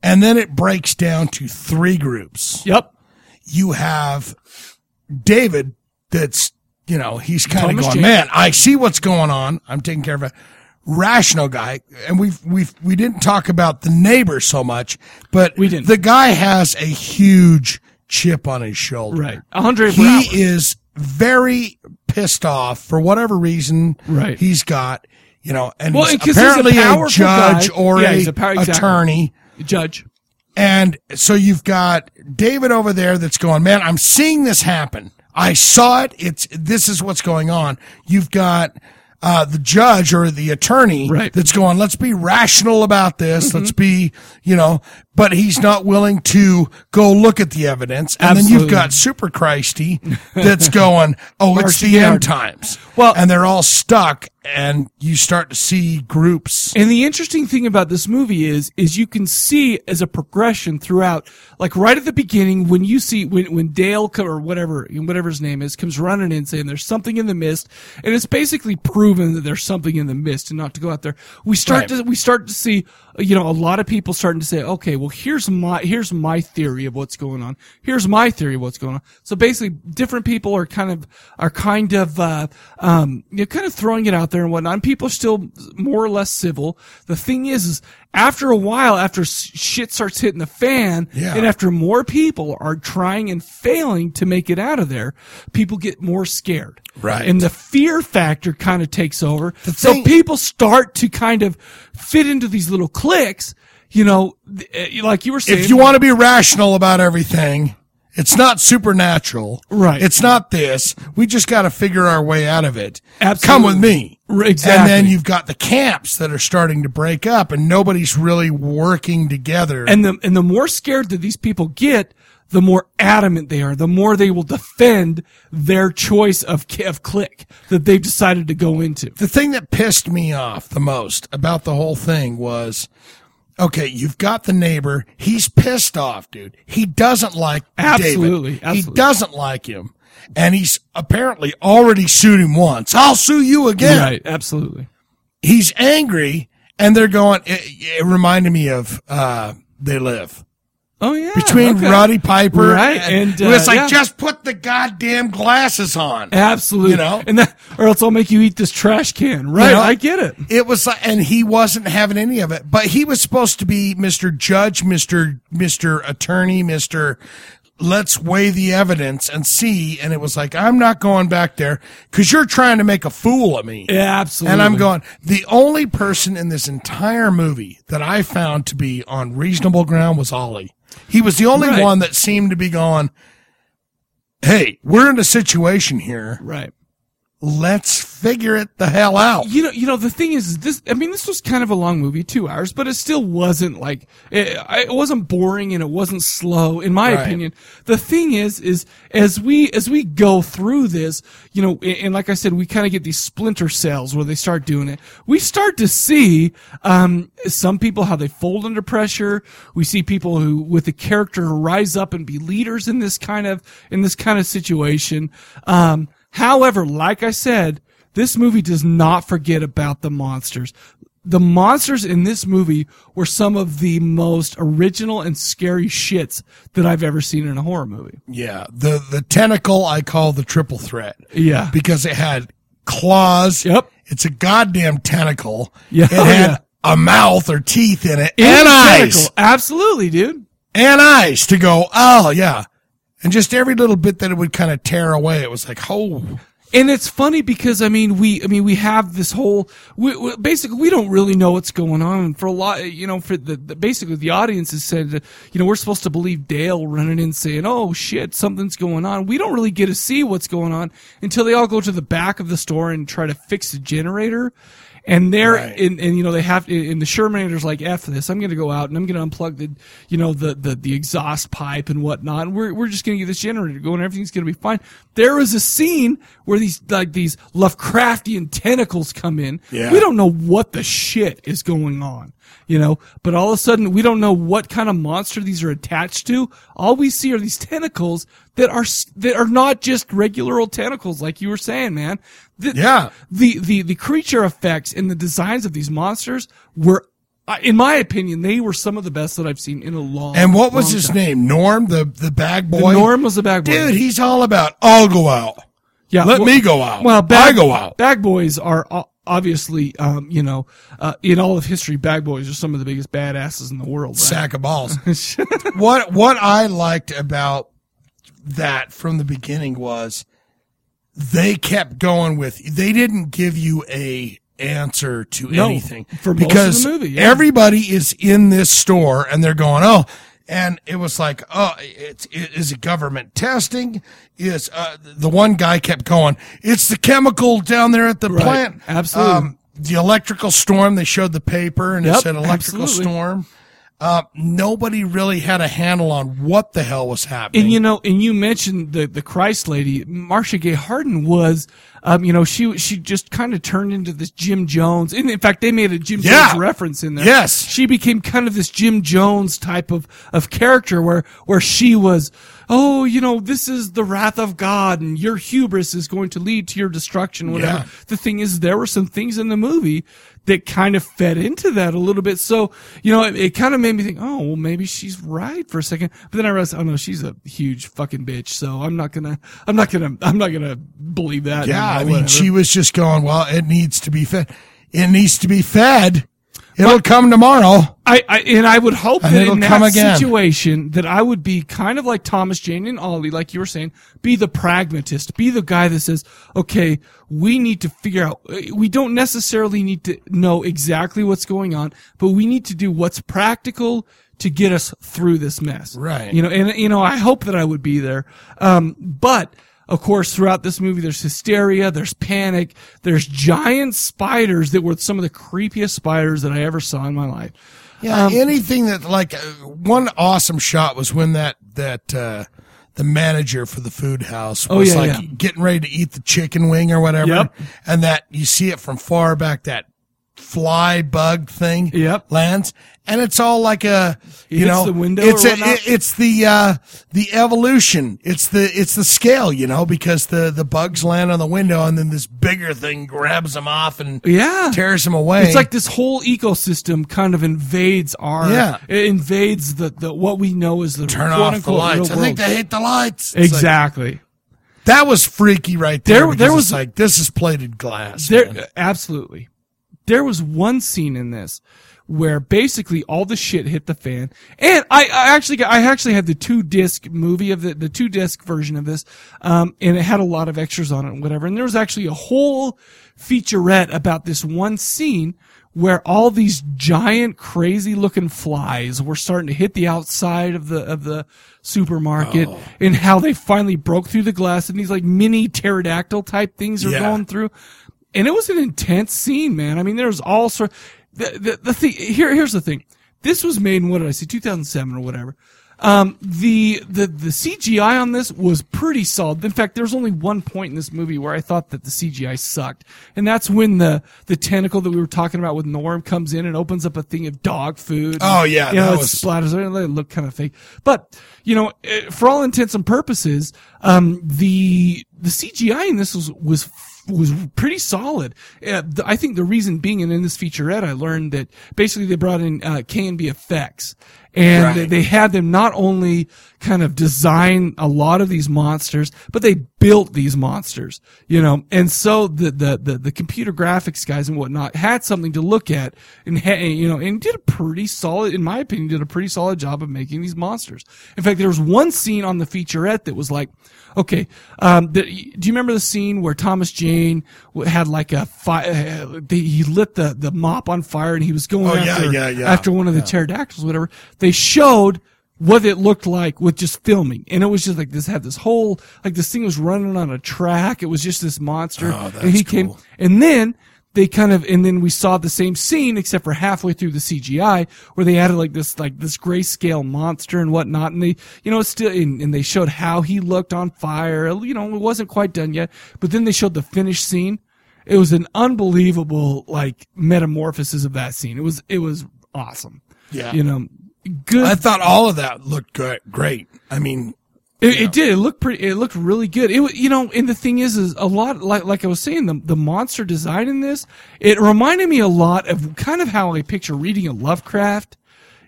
Speaker 2: And then it breaks down to three groups.
Speaker 1: Yep.
Speaker 2: You have David that's, you know, he's kind of
Speaker 1: Thomas
Speaker 2: going,
Speaker 1: Jane.
Speaker 2: man, I see what's going on. I'm taking care of it. Rational guy. And we've, we've, we didn't talk about the neighbor so much, but we didn't. the guy has a huge chip on his shoulder.
Speaker 1: Right. 100
Speaker 2: He
Speaker 1: per hour.
Speaker 2: is very pissed off for whatever reason.
Speaker 1: Right.
Speaker 2: He's got, you know, and
Speaker 1: Well,
Speaker 2: he's
Speaker 1: and 'cause he's a
Speaker 2: apparently a,
Speaker 1: powerful
Speaker 2: judge
Speaker 1: guy.
Speaker 2: or
Speaker 1: Yeah,
Speaker 2: a,
Speaker 1: he's a power- exactly.
Speaker 2: attorney.
Speaker 1: Judge.
Speaker 2: And so you've got David over there that's going, man, I'm seeing this happen. I saw it. It's, this is what's going on. You've got, uh, the judge or the attorney that's going, let's be rational about this. Let's be, you know, but he's not willing to go look at the evidence. And then you've
Speaker 1: Absolutely.
Speaker 2: got Super Christy that's going, oh, it's
Speaker 1: Marching
Speaker 2: the end
Speaker 1: Yard.
Speaker 2: times. Well, and they're all stuck and you start to see groups.
Speaker 1: And the interesting thing about this movie is, is you can see as a progression throughout, like right at the beginning when you see when when Dale co- or whatever whatever his name is comes running in saying there's something in the mist, and it's basically proven that there's something in the mist and not to go out there. We start
Speaker 2: Right.
Speaker 1: to we start to see you know a lot of people starting to say, okay, well here's my here's my theory of what's going on. Here's my theory of what's going on. So basically, different people are kind of are kind of uh, um, you're kind of throwing it out there and whatnot. And people are still more or less civil. The thing is, is after a while, after s- shit starts hitting the fan,
Speaker 2: Yeah.
Speaker 1: and after more people are trying and failing to make it out of there, people get more scared.
Speaker 2: Right.
Speaker 1: And the fear factor kind of takes over. so people start to kind of fit into these little cliques, you know, th- eh, like you were saying.
Speaker 2: if you want to be rational about everything, it's not supernatural. Right. It's not this. We just got to figure our way out of it.
Speaker 1: Absolutely.
Speaker 2: Come with me.
Speaker 1: R-
Speaker 2: And then
Speaker 1: exactly.
Speaker 2: you've got the camps that are starting to break up and nobody's really working together.
Speaker 1: And the and the more scared that these people get, the more adamant they are, the more they will defend their choice of ki- of click that they've decided to go into.
Speaker 2: The thing that pissed me off the most about the whole thing was okay, you've got the neighbor. He's pissed off, dude. He doesn't like
Speaker 1: Absolutely,
Speaker 2: David. He doesn't like him. And he's apparently already sued him once. I'll sue you again.
Speaker 1: Right, absolutely.
Speaker 2: He's angry and they're going, it, it reminded me of, uh, they live.
Speaker 1: Oh yeah.
Speaker 2: Between
Speaker 1: okay.
Speaker 2: Roddy Piper
Speaker 1: Right,
Speaker 2: and,
Speaker 1: and, uh,
Speaker 2: it's like,
Speaker 1: yeah.
Speaker 2: just put the goddamn glasses on.
Speaker 1: Absolutely.
Speaker 2: You know?
Speaker 1: and that, or else I'll make you eat this trash can. Right,
Speaker 2: You know?
Speaker 1: I get it.
Speaker 2: It was like, and he wasn't having any of it, but he was supposed to be Mr. Judge, Mr. Mr. Attorney, Mr. Let's weigh the evidence and see. And it was like, I'm not going back there because you're trying to make a fool of me.
Speaker 1: Yeah, absolutely.
Speaker 2: And I'm going, the only person in this entire movie that I found to be on reasonable ground was Ollie. He was the only
Speaker 1: Right.
Speaker 2: one that seemed to be going, Hey, we're in a situation here.
Speaker 1: Right.
Speaker 2: Let's figure it the hell out.
Speaker 1: You know, you know the thing is this. I mean, this was kind of a long movie, two hours, but it still wasn't like it, I- it wasn't boring and it wasn't slow, in my
Speaker 2: Right.
Speaker 1: opinion. The thing is, is as we as we go through this, you know, and, and like I said, we kind of get these splinter cells where they start doing it. We start to see um, some people how they fold under pressure. We see people who, with a character, who rise up and be leaders in this kind of in this kind of situation. Um, however, like I said this movie does not forget about the monsters. The monsters in this movie were some of the most original and scary shits that I've ever seen in a horror movie.
Speaker 2: Yeah, the the tentacle I call the triple threat.
Speaker 1: Yeah.
Speaker 2: because it had claws.
Speaker 1: Yep,
Speaker 2: it's a goddamn tentacle.
Speaker 1: Yeah. Oh,
Speaker 2: it had
Speaker 1: Yeah.
Speaker 2: a mouth or teeth in it,
Speaker 1: It
Speaker 2: and
Speaker 1: was a
Speaker 2: eyes.
Speaker 1: tentacle. Absolutely, dude,
Speaker 2: and eyes to go. Oh yeah, and just every little bit that it would kind of tear away, it was like, oh,
Speaker 1: And it's funny because I mean we I mean we have this whole we, we, basically we don't really know what's going on and for a lot you know for the, the basically the audience has said that, you know we're supposed to believe Dale running in saying oh shit something's going on we don't really get to see what's going on until they all go to the back of the store and try to fix the generator and they're and, and you know they have to and the Shermanator's like f this I'm gonna go out and I'm gonna unplug the you know the the, the exhaust pipe and whatnot and we're we're just gonna get this generator going everything's gonna be fine. There is a scene where these like these Lovecraftian tentacles come in.
Speaker 14: Yeah.
Speaker 1: We don't know what the shit is going on, you know. But all of a sudden we don't know what kind of monster these are attached to. All we see are these tentacles that are s- that are not just regular old tentacles like you were saying, man. The,
Speaker 2: yeah.
Speaker 1: The, the the creature effects and the designs of these monsters were I- in my opinion, they were some of the best that I've seen in a long.
Speaker 2: And what was
Speaker 1: long
Speaker 2: his
Speaker 1: time.
Speaker 2: name? Norm, the the bag
Speaker 1: The
Speaker 2: boy.
Speaker 1: Norm was the bag boy.
Speaker 2: Dude, he's all about. I'll go out.
Speaker 1: Yeah,
Speaker 2: let
Speaker 1: well-
Speaker 2: me go out.
Speaker 1: Well, bag,
Speaker 2: I go out.
Speaker 1: Bag boys are o- obviously, um, you know, uh, in all of history, bag boys are some of the biggest badasses in the world.
Speaker 2: Sack of balls. what what I liked about that from the beginning was they kept going with they didn't give you a answer to
Speaker 1: No,
Speaker 2: anything
Speaker 1: for most of the
Speaker 2: because
Speaker 1: movie, yeah.
Speaker 2: everybody is in this store and they're going oh and it was like oh it's it, is it government testing is uh, the one guy kept going it's the chemical down there at the
Speaker 1: Right.
Speaker 2: plant Um,
Speaker 1: Absolutely.
Speaker 2: the electrical storm they showed the paper and it said electrical storm uh, nobody really had a handle on what the hell was happening.
Speaker 1: And you know, and you mentioned the the Christ lady, Marcia Gay Harden was, um, you know, she she just kind of turned into this Jim Jones. And in fact, they made a Jim
Speaker 2: Yeah.
Speaker 1: Jones reference in there.
Speaker 2: Yes.
Speaker 1: she became kind of this Jim Jones type of of character where where she was, oh, you know, this is the wrath of God, and your hubris is going to lead to your destruction. Whatever.
Speaker 2: Yeah.
Speaker 1: The thing is, there were some things in the movie that kind of fed into that a little bit. So, you know, it, it kind of made me think, oh, well, maybe she's right for a second. But then I realized, oh no, she's a huge fucking bitch. So I'm not gonna, I'm not gonna, I'm not gonna believe that.
Speaker 2: yeah,
Speaker 1: and
Speaker 2: I mean,
Speaker 1: whatever.
Speaker 2: she was just going, well, it needs to be fed. It needs to be fed. It'll come tomorrow.
Speaker 1: I, I and I would hope
Speaker 2: And
Speaker 1: that
Speaker 2: it'll
Speaker 1: in
Speaker 2: come
Speaker 1: that
Speaker 2: again.
Speaker 1: situation that I would be kind of like Thomas Jane and Ollie, like you were saying, be the pragmatist, be the guy that says, okay, we need to figure out. We don't necessarily need to know exactly what's going on, but we need to do what's practical to get us through this mess.
Speaker 2: Right.
Speaker 1: You know, and you know, I hope that I would be there. Um, but of course, throughout this movie, there's hysteria, there's panic, there's giant spiders that were some of the creepiest spiders that I ever saw in my life.
Speaker 2: Yeah,
Speaker 1: Um,
Speaker 2: anything that like uh, one awesome shot was when that that uh, the manager for the food house
Speaker 1: Oh,
Speaker 2: was
Speaker 1: yeah,
Speaker 2: like
Speaker 1: yeah.
Speaker 2: getting ready to eat the chicken wing or whatever,
Speaker 1: Yep.
Speaker 2: and that you see it from far back that fly bug thing yep. lands, and it's all like a
Speaker 1: It
Speaker 2: you
Speaker 1: hits
Speaker 2: know
Speaker 1: the window
Speaker 2: it's
Speaker 1: or
Speaker 2: a,
Speaker 1: whatnot?
Speaker 2: it- it's the uh, the evolution it's the it's the scale you know because the the bugs land on the window and then this bigger thing grabs them off and
Speaker 1: yeah
Speaker 2: tears them away.
Speaker 1: It's like this whole ecosystem kind of invades our
Speaker 2: Yeah.
Speaker 1: it invades the, the what we know as the
Speaker 2: Turn
Speaker 1: quote
Speaker 2: off the
Speaker 1: unquote,
Speaker 2: lights.
Speaker 1: real
Speaker 2: I think
Speaker 1: world.
Speaker 2: they hate the lights. It's like-
Speaker 1: Exactly.
Speaker 2: That was freaky right there.
Speaker 1: There-
Speaker 2: because
Speaker 1: there
Speaker 2: it's
Speaker 1: was-
Speaker 2: like this is plated glass.
Speaker 1: There,
Speaker 2: man.
Speaker 1: absolutely. There was one scene in this where basically all the shit hit the fan, and I, I actually, got- I actually had the two disc movie of the the two disc version of this, um, and it had a lot of extras on it and whatever. And there was actually a whole featurette about this one scene where all these giant, crazy looking flies were starting to hit the outside of the of the supermarket,
Speaker 2: Oh.
Speaker 1: and how they finally broke through the glass, and these like mini pterodactyl type things are
Speaker 2: Yeah.
Speaker 1: going through and it was an intense scene, man. I mean, there was all sort. The the, the thing here here's the thing. This was made in what did I say, 2007 or whatever. Um, the the the CGI on this was pretty solid. In fact, there's only one point in this movie where I thought that the CGI sucked, and that's when the the tentacle that we were talking about with Norm comes in and opens up a thing of dog food.
Speaker 2: Oh, yeah,
Speaker 1: you know,
Speaker 2: that
Speaker 1: it
Speaker 2: was-
Speaker 1: splatters. It looked kind of fake, but you know, eh, for all intents and purposes, um, the the CGI in this was was was pretty solid. Uh, the, I think the reason being, and in this featurette, I learned that basically they brought in uh, K and B effects, and
Speaker 2: Right.
Speaker 1: they, they had them not only kind of design a lot of these monsters, but they built these monsters, you know. And so the the the, the computer graphics guys and whatnot had something to look at, and ha- you know, and did a pretty solid, in my opinion, did a pretty solid job of making these monsters. In fact, there was one scene on the featurette that was like, okay, um, the, do you remember the scene where Thomas Jane w- had like a fire? He lit the the mop on fire, and he was going
Speaker 2: Oh, yeah,
Speaker 1: after
Speaker 2: yeah, yeah.
Speaker 1: after one of the pterodactyls, whatever, they showed what it looked like with just filming. And it was just like this had this whole, like this thing was running on a track. It was just this monster.
Speaker 2: Oh,
Speaker 1: and he
Speaker 2: that's
Speaker 1: came, and then they kind of, and then we saw the same scene except for halfway through the CGI where they added like this, like this grayscale monster and whatnot. And they, you know, it's still, and, and they showed how he looked on fire. You know, it wasn't quite done yet, but then they showed the finished scene. It was an unbelievable like metamorphosis of that scene. It was, it was awesome.
Speaker 2: Yeah.
Speaker 1: You know, good.
Speaker 2: I thought all of that looked good, great. I mean,
Speaker 1: It, it did. It looked pretty. It looked really good. It wa- you know, and the thing is, is a lot like like I was saying, the the monster design in this, it reminded me a lot of kind of how I picture reading a Lovecraft,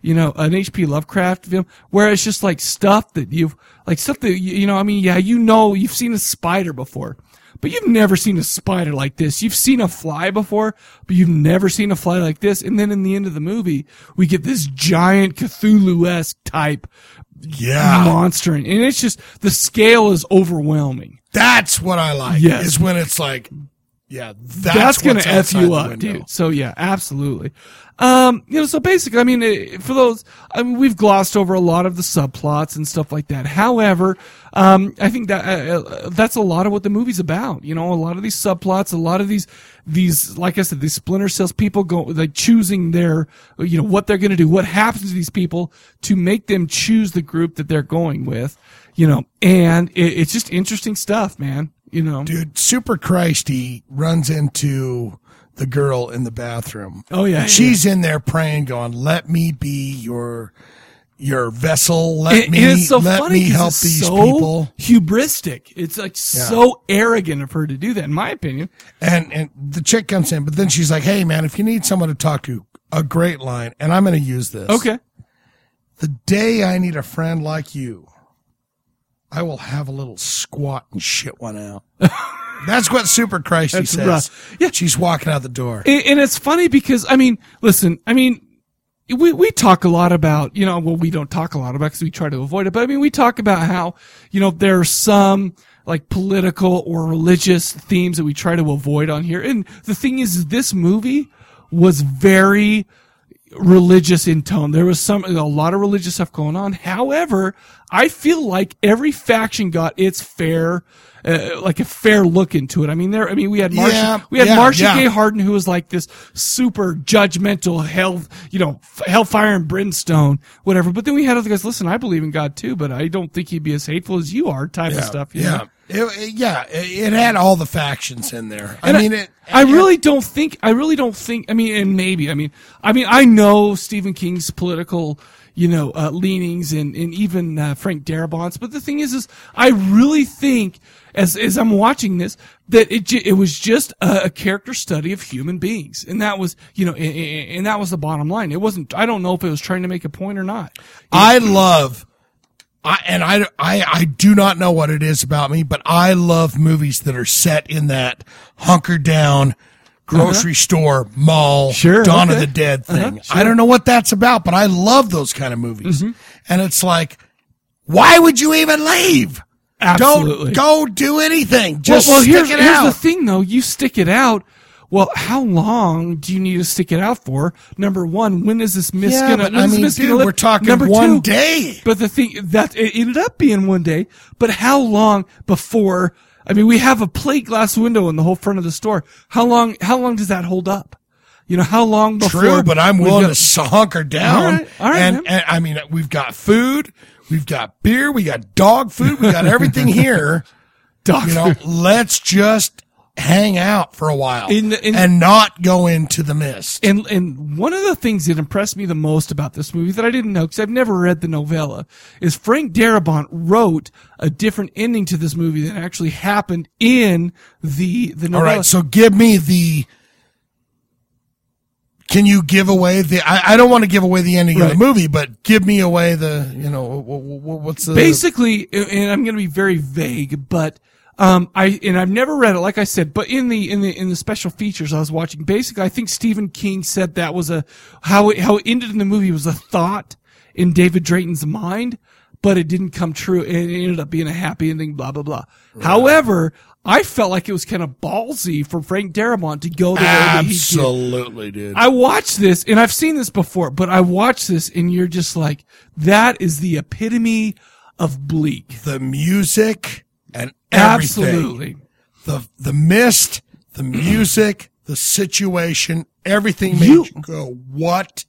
Speaker 1: you know, an H.P. Lovecraft film, where it's just like stuff that you've like stuff that you, you know. I mean, yeah, you know, you've seen a spider before, but you've never seen a spider like this. You've seen a fly before, but you've never seen a fly like this. And then in the end of the movie, we get this giant Cthulhu-esque type
Speaker 2: Yeah.
Speaker 1: monster. And it's just, the scale is overwhelming.
Speaker 2: That's what I like.
Speaker 1: Yes.
Speaker 2: Is when it's like, yeah, that's,
Speaker 1: gonna
Speaker 2: what's
Speaker 1: f
Speaker 2: outside
Speaker 1: you
Speaker 2: the
Speaker 1: up,
Speaker 2: window.
Speaker 1: dude. So yeah, absolutely. Um, you know, so basically, I mean, eh, for those, I mean, we've glossed over a lot of the subplots and stuff like that. However, um, I think that uh, uh, that's a lot of what the movie's about. You know, a lot of these subplots, a lot of these these, like I said, these splinter cells. People go like choosing their, you know, what they're going to do, what happens to these people to make them choose the group that they're going with. You know, and it, it's just interesting stuff, man. You know,
Speaker 2: dude, super Christy runs into the girl in the bathroom.
Speaker 1: Oh, yeah,
Speaker 2: She's in there praying, going, "Let me be your your vessel. Let
Speaker 1: It-
Speaker 2: me
Speaker 1: it's so
Speaker 2: let
Speaker 1: funny
Speaker 2: me
Speaker 1: 'cause
Speaker 2: help
Speaker 1: it's
Speaker 2: these
Speaker 1: so
Speaker 2: people."
Speaker 1: Hubristic. It's like so arrogant of her to do that, in my opinion.
Speaker 2: And and the chick comes in, but then she's like, "Hey, man, if you need someone to talk to, a great line, and I'm going to use this."
Speaker 1: Okay.
Speaker 2: The day I need a friend like you, I will have a little squat and shit one out. That's what Super Christy
Speaker 1: That's
Speaker 2: says.
Speaker 1: rough.
Speaker 2: Yeah, she's walking out the door.
Speaker 1: And, and it's funny because I mean, listen, I mean, we we talk a lot about you know, well, we don't talk a lot about because we try to avoid it, but I mean, we talk about how you know there are some like political or religious themes that we try to avoid on here, and the thing is, this movie was very religious in tone. There was some a lot of religious stuff going on. However, I feel like every faction got its fair uh, like a fair look into it. I mean, there. I mean, we had Marsha.
Speaker 2: Yeah,
Speaker 1: we had
Speaker 2: yeah,
Speaker 1: Marsha
Speaker 2: yeah.
Speaker 1: Gay Harden, who was like this super judgmental hell, you know, f- hellfire and brimstone, whatever. But then we had other guys. Listen, I believe in God too, but I don't think he'd be as hateful as you are. Type of stuff. you
Speaker 2: yeah,
Speaker 1: know?
Speaker 2: It- it- yeah. It, it had all the factions in there. I
Speaker 1: And
Speaker 2: mean, it,
Speaker 1: I really don't think. I really don't think. I mean, and maybe. I mean, I mean, I know Stephen King's political, you know, uh, leanings and and even uh, Frank Darabont's. But the thing is, is I really think as as I'm watching this that it ju- it was just a, a character study of human beings, and that was you know, a- a- a- and that was the bottom line. It wasn't. I don't know if it was trying to make a point or not.
Speaker 2: I love. I, and I, I, I do not know what it is about me, but I love movies that are set in that hunker down grocery
Speaker 1: Uh-huh.
Speaker 2: store, mall,
Speaker 1: Sure,
Speaker 2: Dawn of
Speaker 1: okay.
Speaker 2: the Dead thing.
Speaker 1: Uh-huh, sure. Mm-hmm.
Speaker 2: I don't know what that's about, but I love those kind of movies. And it's like, why would you even leave?
Speaker 1: Absolutely.
Speaker 2: Don't go Oh, do anything. Just
Speaker 1: well, well,
Speaker 2: stick
Speaker 1: here's,
Speaker 2: it
Speaker 1: here's
Speaker 2: out.
Speaker 1: the thing though. You stick it out. Well, how long do you need to stick it out for? Number one, when is this miss
Speaker 2: Yeah,
Speaker 1: gonna?
Speaker 2: but
Speaker 1: when
Speaker 2: I
Speaker 1: is
Speaker 2: mean,
Speaker 1: miss gonna
Speaker 2: dude,
Speaker 1: live?
Speaker 2: we're talking
Speaker 1: Number
Speaker 2: one
Speaker 1: two,
Speaker 2: day.
Speaker 1: But the thing that it ended up being one day. But how long before? I mean, we have a plate glass window in the whole front of the store. How long? How long does that hold up? You know, how long before?
Speaker 2: True, but I'm
Speaker 1: we've
Speaker 2: willing
Speaker 1: got-
Speaker 2: to s- hunker down.
Speaker 1: All right, all right,
Speaker 2: and, and I mean, we've got food, we've got beer, we got dog food, we got everything here.
Speaker 1: Dog
Speaker 2: you know,
Speaker 1: food.
Speaker 2: let's just hang out for a while
Speaker 1: In the- in-
Speaker 2: and not go into the mist.
Speaker 1: And and one of the things that impressed me the most about this movie that I didn't know because I've never read the novella is Frank Darabont wrote a different ending to this movie than actually happened in the the
Speaker 2: All
Speaker 1: novella.
Speaker 2: right, so give me the. Can you give away the? I, I don't want to give away the ending of
Speaker 1: Right.
Speaker 2: the movie, but give me away the. You know, wh- wh- wh- what's the
Speaker 1: basically and i'm going to be very vague but um, I and I've never read it, like I said, but in the in the in the special features I was watching, basically, I think Stephen King said that was a how it, how it ended in the movie was a thought in David Drayton's mind, but it didn't come true, and it ended up being a happy ending. Blah blah blah. However, I felt like it was kind of ballsy for Frank Darabont to go the way that he did.
Speaker 2: Absolutely, dude.
Speaker 1: I watched this and I've seen this before, but I watched this and you're just like, that is the epitome of bleak.
Speaker 2: The music and everything.
Speaker 1: Absolutely.
Speaker 2: the the mist, the music, the situation, everything made you, go what?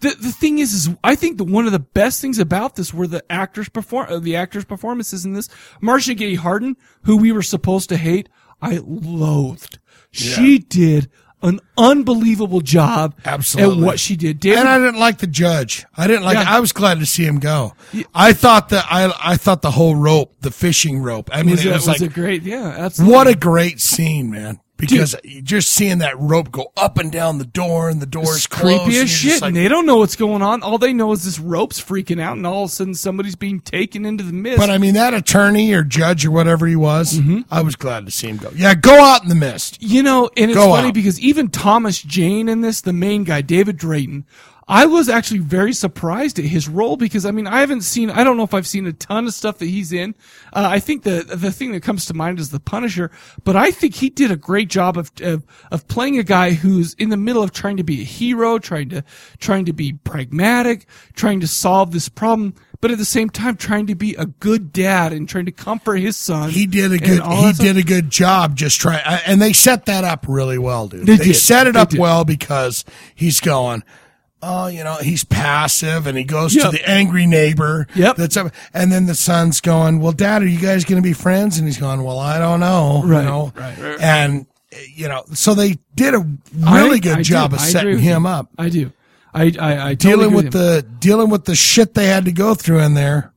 Speaker 1: The the thing is, is I think that one of the best things about this were the actors perform uh, the actors' performances in this. Marcia Gay Harden, who we were supposed to hate, I loathed. She did an unbelievable job
Speaker 2: Absolutely.
Speaker 1: at what she did. David,
Speaker 2: and I didn't like the judge. I didn't like.
Speaker 1: Yeah.
Speaker 2: I was glad to see him go. I thought that I I thought the whole rope, the fishing rope. I mean,
Speaker 1: was,
Speaker 2: it was, like
Speaker 1: a great, yeah, absolutely.
Speaker 2: what a great scene, man. Because just seeing that rope go up and down the door, and the door is
Speaker 1: It's creepy
Speaker 2: closed,
Speaker 1: as
Speaker 2: and you're just
Speaker 1: shit,
Speaker 2: like,
Speaker 1: and they don't know what's going on. All they know is this rope's freaking out, and all of a sudden somebody's being taken into the mist.
Speaker 2: But I mean, that attorney or judge or whatever he was,
Speaker 1: Mm-hmm.
Speaker 2: I was glad to see him go. Yeah, go out in the mist.
Speaker 1: You know, and it's
Speaker 2: Go
Speaker 1: funny
Speaker 2: out.
Speaker 1: because even Thomas Jane in this, the main guy, David Drayton, I was actually very surprised at his role because I mean, I haven't seen, I don't know if I've seen a ton of stuff that he's in. Uh, I think the, the thing that comes to mind is the Punisher, but I think he did a great job of, of, of playing a guy who's in the middle of trying to be a hero, trying to, trying to be pragmatic, trying to solve this problem. But at the same time, trying to be a good dad and trying to comfort his son.
Speaker 2: He did a
Speaker 1: and
Speaker 2: good.
Speaker 1: all
Speaker 2: He
Speaker 1: that stuff.
Speaker 2: did a good job. Just try, I- and they set that up really well, dude.
Speaker 1: They
Speaker 2: They,
Speaker 1: did.
Speaker 2: set it
Speaker 1: They
Speaker 2: up
Speaker 1: did.
Speaker 2: well because he's going. Oh, you know, he's passive, and he goes
Speaker 1: Yep.
Speaker 2: to the angry neighbor. Yep. That's up, and then the son's going. Well, Dad, are you guys going to be friends? And he's going. Well, I don't know. you
Speaker 1: Right,
Speaker 2: know?
Speaker 1: right.
Speaker 2: And you know, so they did a really
Speaker 1: I-
Speaker 2: good
Speaker 1: I
Speaker 2: job
Speaker 1: do.
Speaker 2: of
Speaker 1: I agree
Speaker 2: setting
Speaker 1: with
Speaker 2: him
Speaker 1: you.
Speaker 2: up.
Speaker 1: I do. I I, I totally
Speaker 2: dealing
Speaker 1: agree
Speaker 2: with,
Speaker 1: him.
Speaker 2: the dealing with the shit they had to go through in there.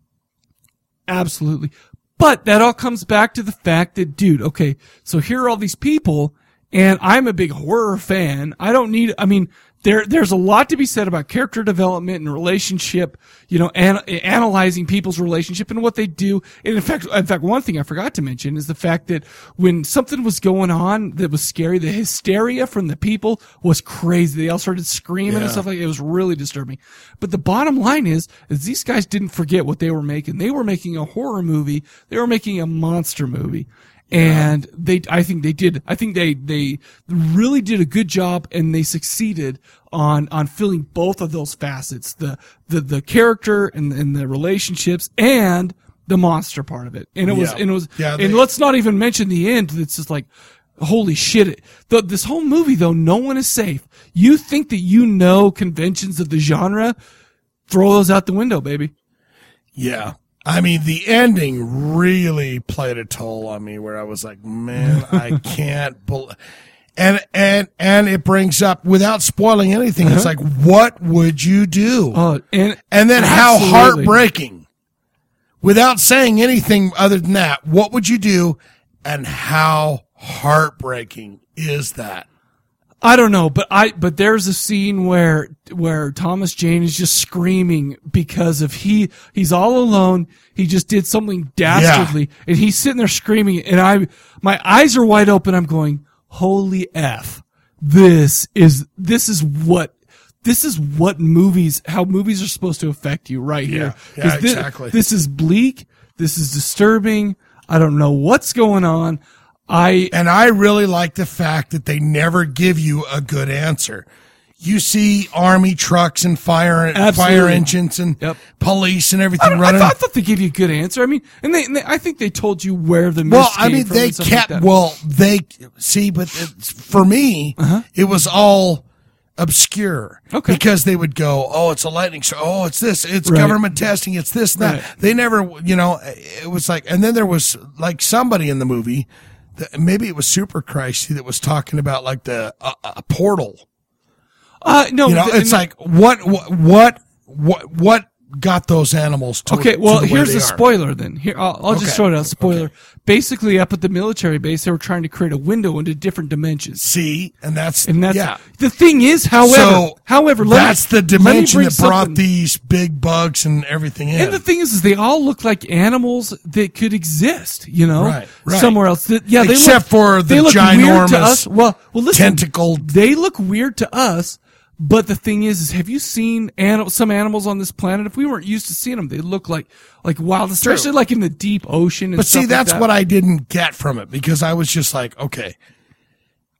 Speaker 1: absolutely. But that all comes back to the fact that, dude, okay, so here are all these people, and I'm a big horror fan. I don't need. I mean, there there's a lot to be said about character development and relationship. You know, an, analyzing people's relationship and what they do. And in fact, in fact, one thing I forgot to mention is the fact that when something was going on that was scary, the hysteria from the people was crazy. They all started screaming
Speaker 23: Yeah.
Speaker 1: and stuff like. Like, it was really disturbing. But the bottom line is, is these guys didn't forget what they were making. They were making a horror movie. They were making a monster movie. And they, I think they did, I think they, they really did a good job and they succeeded on, on filling both of those facets, the, the, the character and, and the relationships and the monster part of it. And it was,
Speaker 2: Yeah.
Speaker 1: and it was,
Speaker 2: Yeah,
Speaker 1: and let's not even mention the end. That's just like, holy shit. It- The, this whole movie, though, no one is safe. You think that you know conventions of the genre, throw those out the window, baby.
Speaker 2: Yeah. I mean, the ending really played a toll on me where I was like, man, I can't believe. And, and, and it brings up without spoiling anything. It's
Speaker 1: Uh-huh. Oh,
Speaker 2: like, what would you do?
Speaker 1: and,
Speaker 2: and then how
Speaker 1: Absolutely.
Speaker 2: heartbreaking without saying anything other than that. What would you do? And how heartbreaking is that?
Speaker 1: I don't know, but I but there's a scene where where Thomas Jane is just screaming because of he he's all alone. He just did something dastardly, and he's sitting there screaming, and I my eyes are wide open. I'm going, holy f, this is this is what. This is what movies, how movies are supposed to affect you right here.
Speaker 2: Yeah,
Speaker 1: 'Cause thi-
Speaker 2: exactly.
Speaker 1: This is bleak. This is disturbing. I don't know what's going on. I
Speaker 2: and I really like the fact that they never give you a good answer. You see army trucks and fire fire
Speaker 1: Absolutely.
Speaker 2: engines and police and everything
Speaker 1: I,
Speaker 2: running.
Speaker 1: I thought that they gave you a good answer. I mean, and they, and they I think they told you where the
Speaker 2: well,
Speaker 1: mist
Speaker 2: I
Speaker 1: came
Speaker 2: mean,
Speaker 1: from
Speaker 2: they
Speaker 1: and stuff like
Speaker 2: kept.
Speaker 1: that.
Speaker 2: well, they see, but it's, for me,
Speaker 1: Uh-huh.
Speaker 2: it was all obscure. Okay. Because they would go, oh, it's a lightning show. Oh, it's this. It's
Speaker 1: Right.
Speaker 2: government testing. It's this. And that.
Speaker 1: Right.
Speaker 2: They never, you know, it was like, and then there was like somebody in the movie. That, maybe it was Super Christy that was talking about like the uh, a portal.
Speaker 1: Uh, no,
Speaker 2: you know,
Speaker 1: th-
Speaker 2: it's
Speaker 1: and-
Speaker 2: like what, what, what, what, what got those animals? To,
Speaker 1: okay,
Speaker 2: to
Speaker 1: well,
Speaker 2: the way
Speaker 1: here's
Speaker 2: they
Speaker 1: a
Speaker 2: are?
Speaker 1: spoiler then. Here, I'll, I'll just
Speaker 2: Okay.
Speaker 1: throw it out. Spoiler. Basically, up at the military base, they were trying to create a window into different dimensions.
Speaker 2: See, and that's
Speaker 1: and that's
Speaker 2: yeah.
Speaker 1: the thing is, however,
Speaker 2: So,
Speaker 1: however, let me-
Speaker 2: that's
Speaker 1: let me
Speaker 2: the dimension
Speaker 1: bring
Speaker 2: that brought
Speaker 1: something-
Speaker 2: these big bugs and everything in.
Speaker 1: And the thing is, is they all look like animals that could exist, you know,
Speaker 2: Right, right.
Speaker 1: somewhere else. Th- Yeah, they
Speaker 2: Except
Speaker 1: look,
Speaker 2: for the
Speaker 1: they look weird
Speaker 2: ginormous
Speaker 1: to us. Well, well, listen,
Speaker 2: tentacled-
Speaker 1: They look weird to us, but the thing is, is have you seen anim- some animals on this planet? If we weren't used to seeing them, they look like like wild,
Speaker 2: True.
Speaker 1: especially like in the deep ocean. And
Speaker 2: but see,
Speaker 1: stuff like
Speaker 2: that's
Speaker 1: that.
Speaker 2: what I didn't get from it because I was just like, okay,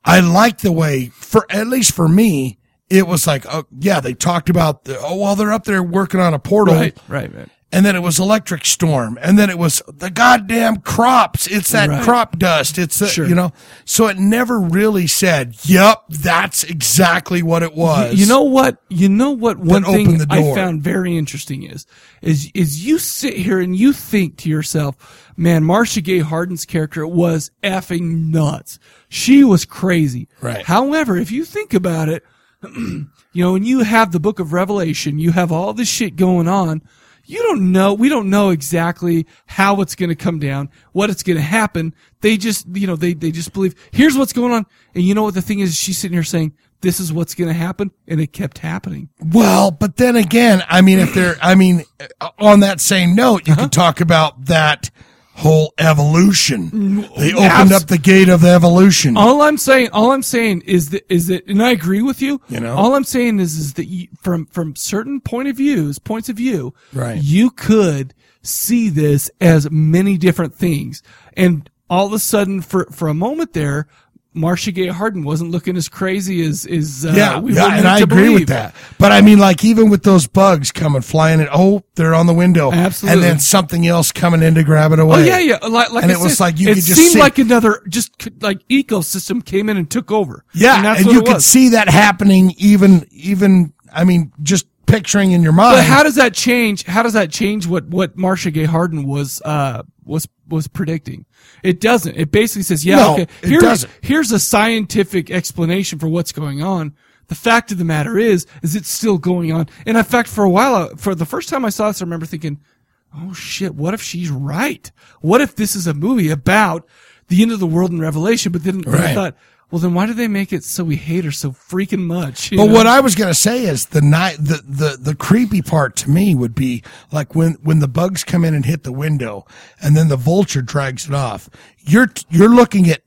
Speaker 2: I like the way for at least for me, it was like, oh yeah, they talked about the, oh well, they're up there working on a portal,
Speaker 1: Right, right, right.
Speaker 2: and then it was electric storm, and then it was the goddamn crops. It's that
Speaker 1: Right.
Speaker 2: crop dust. It's the, you know, so it never really said, "Yep, that's exactly what it was."
Speaker 1: You know what? You know what? One
Speaker 2: That
Speaker 1: thing
Speaker 2: opened the
Speaker 1: I
Speaker 2: door.
Speaker 1: found very interesting is, is, is you sit here and you think to yourself, man, Marcia Gay Harden's character was effing nuts. She was crazy.
Speaker 2: Right.
Speaker 1: However, if you think about it, you know, when you have the book of Revelation, you have all this shit going on. You don't know, we don't know exactly how it's going to come down, what it's going to happen. They just, you know, they, they just believe, here's what's going on. And you know what the thing is? She's sitting here saying, this is what's going to happen. And it kept happening.
Speaker 2: Well, but then again, I mean, if they're, I mean, uh, on that same note, you
Speaker 1: Uh-huh.
Speaker 2: could talk about that whole
Speaker 1: Mm-hmm.
Speaker 2: evolution. They
Speaker 1: Abs-
Speaker 2: opened up the gate of evolution.
Speaker 1: All I'm saying, all I'm saying is that is that, and I agree with you.
Speaker 2: You know?
Speaker 1: all I'm saying is is that you, from from certain point of views, points of view,
Speaker 2: Right.
Speaker 1: You could see this as many different things, and all of a sudden, for for a moment there. Marcia Gay Harden wasn't looking as crazy as is. Uh,
Speaker 2: yeah,
Speaker 1: we were
Speaker 2: yeah,
Speaker 1: led
Speaker 2: and I
Speaker 1: to
Speaker 2: agree
Speaker 1: believe.
Speaker 2: with that. But I mean, like even with those bugs coming flying in, oh, they're on the window,
Speaker 1: Absolutely.
Speaker 2: and then something else coming in to grab it away.
Speaker 1: Oh yeah, yeah. Like, like
Speaker 2: and
Speaker 1: I
Speaker 2: it was
Speaker 1: said,
Speaker 2: like you
Speaker 1: it
Speaker 2: could just
Speaker 1: seemed
Speaker 2: see,
Speaker 1: like another just c- like ecosystem came in and took over.
Speaker 2: yeah,
Speaker 1: and,
Speaker 2: and,
Speaker 1: that's what
Speaker 2: you
Speaker 1: it
Speaker 2: could
Speaker 1: was.
Speaker 2: see that happening. Even, even, I mean, just picturing in your mind.
Speaker 1: But how does that change? How does that change what what Marcia Gay Harden was uh was was predicting? It doesn't. It basically says, yeah,
Speaker 2: No,
Speaker 1: okay.
Speaker 2: it doesn't.
Speaker 1: Here's a scientific explanation for what's going on. The fact of the matter is, is it's still going on. And in fact, for a while, uh, for the first time I saw this, I remember thinking, oh shit, what if she's right? What if this is a movie about the end of the world in Revelation? But then I
Speaker 2: Right.
Speaker 1: thought, well, then why do they make it so we hate her so freaking much? you
Speaker 2: But
Speaker 1: know?
Speaker 2: what I was gonna say is the night the, the the creepy part to me would be like when when the bugs come in and hit the window, and then the vulture drags it off. You're you're looking at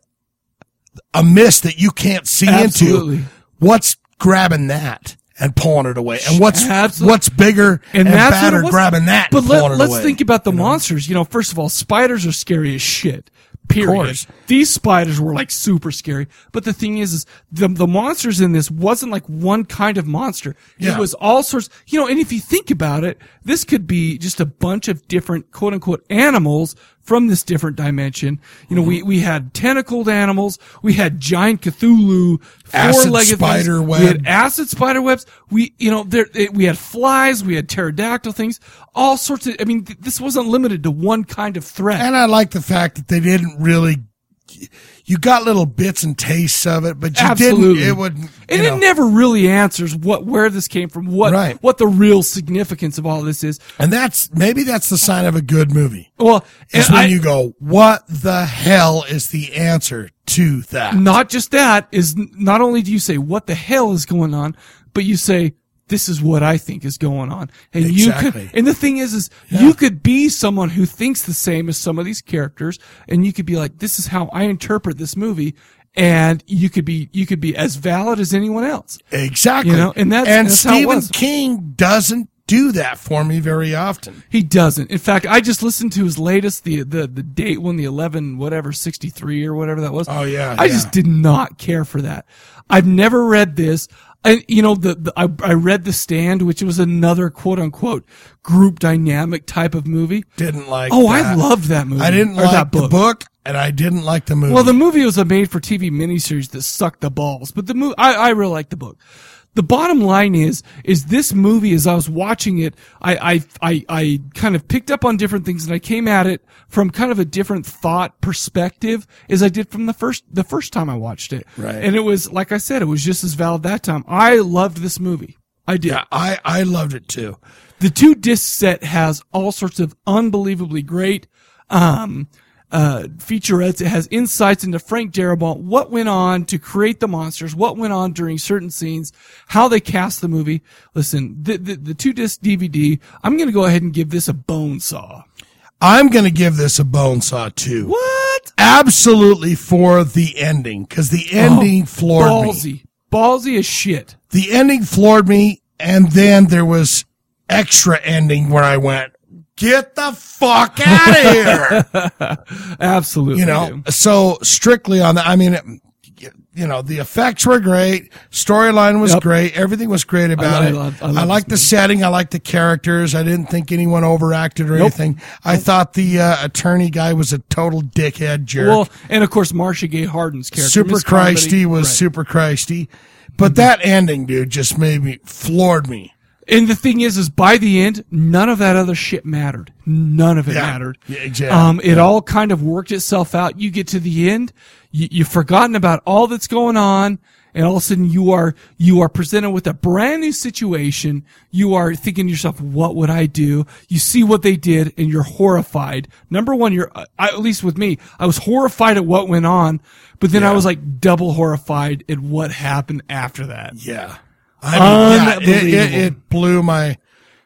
Speaker 2: a mist that you can't see
Speaker 1: Absolutely.
Speaker 2: into. What's grabbing that and pulling it away, and what's
Speaker 1: Absolutely.
Speaker 2: what's bigger and, badder grabbing that?
Speaker 1: But
Speaker 2: and
Speaker 1: let,
Speaker 2: pulling it
Speaker 1: us
Speaker 2: away.
Speaker 1: think about the monsters. You know, first of all, spiders are scary as shit. Period.
Speaker 2: course.
Speaker 1: These spiders were like super scary. But the thing is, is the, the monsters in this wasn't like one kind of monster.
Speaker 2: Yeah.
Speaker 1: It was all sorts. You know, and if you think about it, this could be just a bunch of different quote unquote animals from this different dimension. You know,
Speaker 2: Mm-hmm.
Speaker 1: we, we had tentacled animals. We had giant Cthulhu,
Speaker 2: Acid
Speaker 1: four-legged
Speaker 2: spider
Speaker 1: things.
Speaker 2: web.
Speaker 1: We had acid spider webs. We, you know, there it, we had flies. We had pterodactyl things. All sorts of. I mean, th- this wasn't limited to one kind of threat.
Speaker 2: And I like the fact that they didn't really. You got little bits and tastes of it, but you
Speaker 1: Absolutely,
Speaker 2: didn't. It would.
Speaker 1: and
Speaker 2: know.
Speaker 1: it never really answers what where this came from, what
Speaker 2: Right.
Speaker 1: what the real significance of all this is.
Speaker 2: And that's maybe that's the sign of a good movie.
Speaker 1: Well,
Speaker 2: is
Speaker 1: and
Speaker 2: when
Speaker 1: I-
Speaker 2: you go, what the hell is the answer to that?
Speaker 1: Not just that is n- not only do you say what the hell is going on, but you say this is what I think is going on, and you
Speaker 2: Exactly.
Speaker 1: could. And the thing is, is you could be someone who thinks the same as some of these characters, and you could be like, this is how I interpret this movie, and you could be you could be as valid as anyone else.
Speaker 2: Exactly.
Speaker 1: You know, and that's
Speaker 2: and
Speaker 1: that's how it
Speaker 2: Stephen
Speaker 1: was.
Speaker 2: King doesn't do that for me very often.
Speaker 1: He doesn't. In fact, I just listened to his latest, the the the date one, the eleven, whatever, sixty three or whatever that was.
Speaker 2: Oh, yeah,
Speaker 1: I
Speaker 2: yeah.
Speaker 1: just did not care for that. I've never read this. And you know, the, the I, I read The Stand, which was another quote unquote group dynamic type of movie.
Speaker 2: Didn't like.
Speaker 1: Oh, I
Speaker 2: that.
Speaker 1: loved that movie.
Speaker 2: I didn't
Speaker 1: or
Speaker 2: like
Speaker 1: that
Speaker 2: the book, and I didn't like the movie.
Speaker 1: well, the movie was a made-for-TV miniseries that sucked the balls, but the movie I, I really like the book. The bottom line is, is this movie as I was watching it, I, I, I, I kind of picked up on different things and I came at it from kind of a different thought perspective as I did from the first, the first time I watched it.
Speaker 2: Right.
Speaker 1: And it was, like I said, it was just as valid that time. I loved this movie. I did.
Speaker 2: I, I loved it too.
Speaker 1: The two disc set has all sorts of unbelievably great, um, uh, featurettes. It has insights into Frank Darabont, what went on to create the monsters, what went on during certain scenes, how they cast the movie. Listen, the, the, the two disc DVD, I'm going to go ahead and give this a bone saw.
Speaker 2: I'm going to give this a bone saw too.
Speaker 1: What?
Speaker 2: Absolutely for the ending because the ending
Speaker 1: Oh,
Speaker 2: floored
Speaker 1: ballsy.
Speaker 2: me.
Speaker 1: Ballsy as shit.
Speaker 2: The ending floored me, and then there was extra ending where I went, "Get the fuck out of here!"
Speaker 1: Absolutely.
Speaker 2: you know. So strictly on the, I mean, it- you know, the effects were great, storyline was great, everything was great about
Speaker 1: I
Speaker 2: it.
Speaker 1: loved- I
Speaker 2: I,
Speaker 1: loved
Speaker 2: liked the setting, I liked the characters. I didn't think anyone overacted or
Speaker 1: Nope.
Speaker 2: anything. I thought the uh, attorney guy was a total dickhead jerk.
Speaker 1: Well, and of course, Marcia Gay Harden's character.
Speaker 2: Super
Speaker 1: Miss Carmody.
Speaker 2: Christy was
Speaker 1: Right. Mm-hmm.
Speaker 2: super Christy. But that ending, dude, just made me floored me.
Speaker 1: And the thing is, is by the end, none of that other shit mattered. None of it
Speaker 2: Yeah.
Speaker 1: mattered.
Speaker 2: Yeah, exactly.
Speaker 1: Um, it all kind of worked itself out. You get to the end, you, you've forgotten about all that's going on, and all of a sudden you are you are presented with a brand new situation. You are thinking to yourself, "What would I do?" You see what they did, and you're horrified. Number one, you're I, at least with me, I was horrified at what went on, but then I was like double horrified at what happened after that.
Speaker 2: Yeah. I mean, yeah, it, it,
Speaker 1: Unbelievable.
Speaker 2: it blew my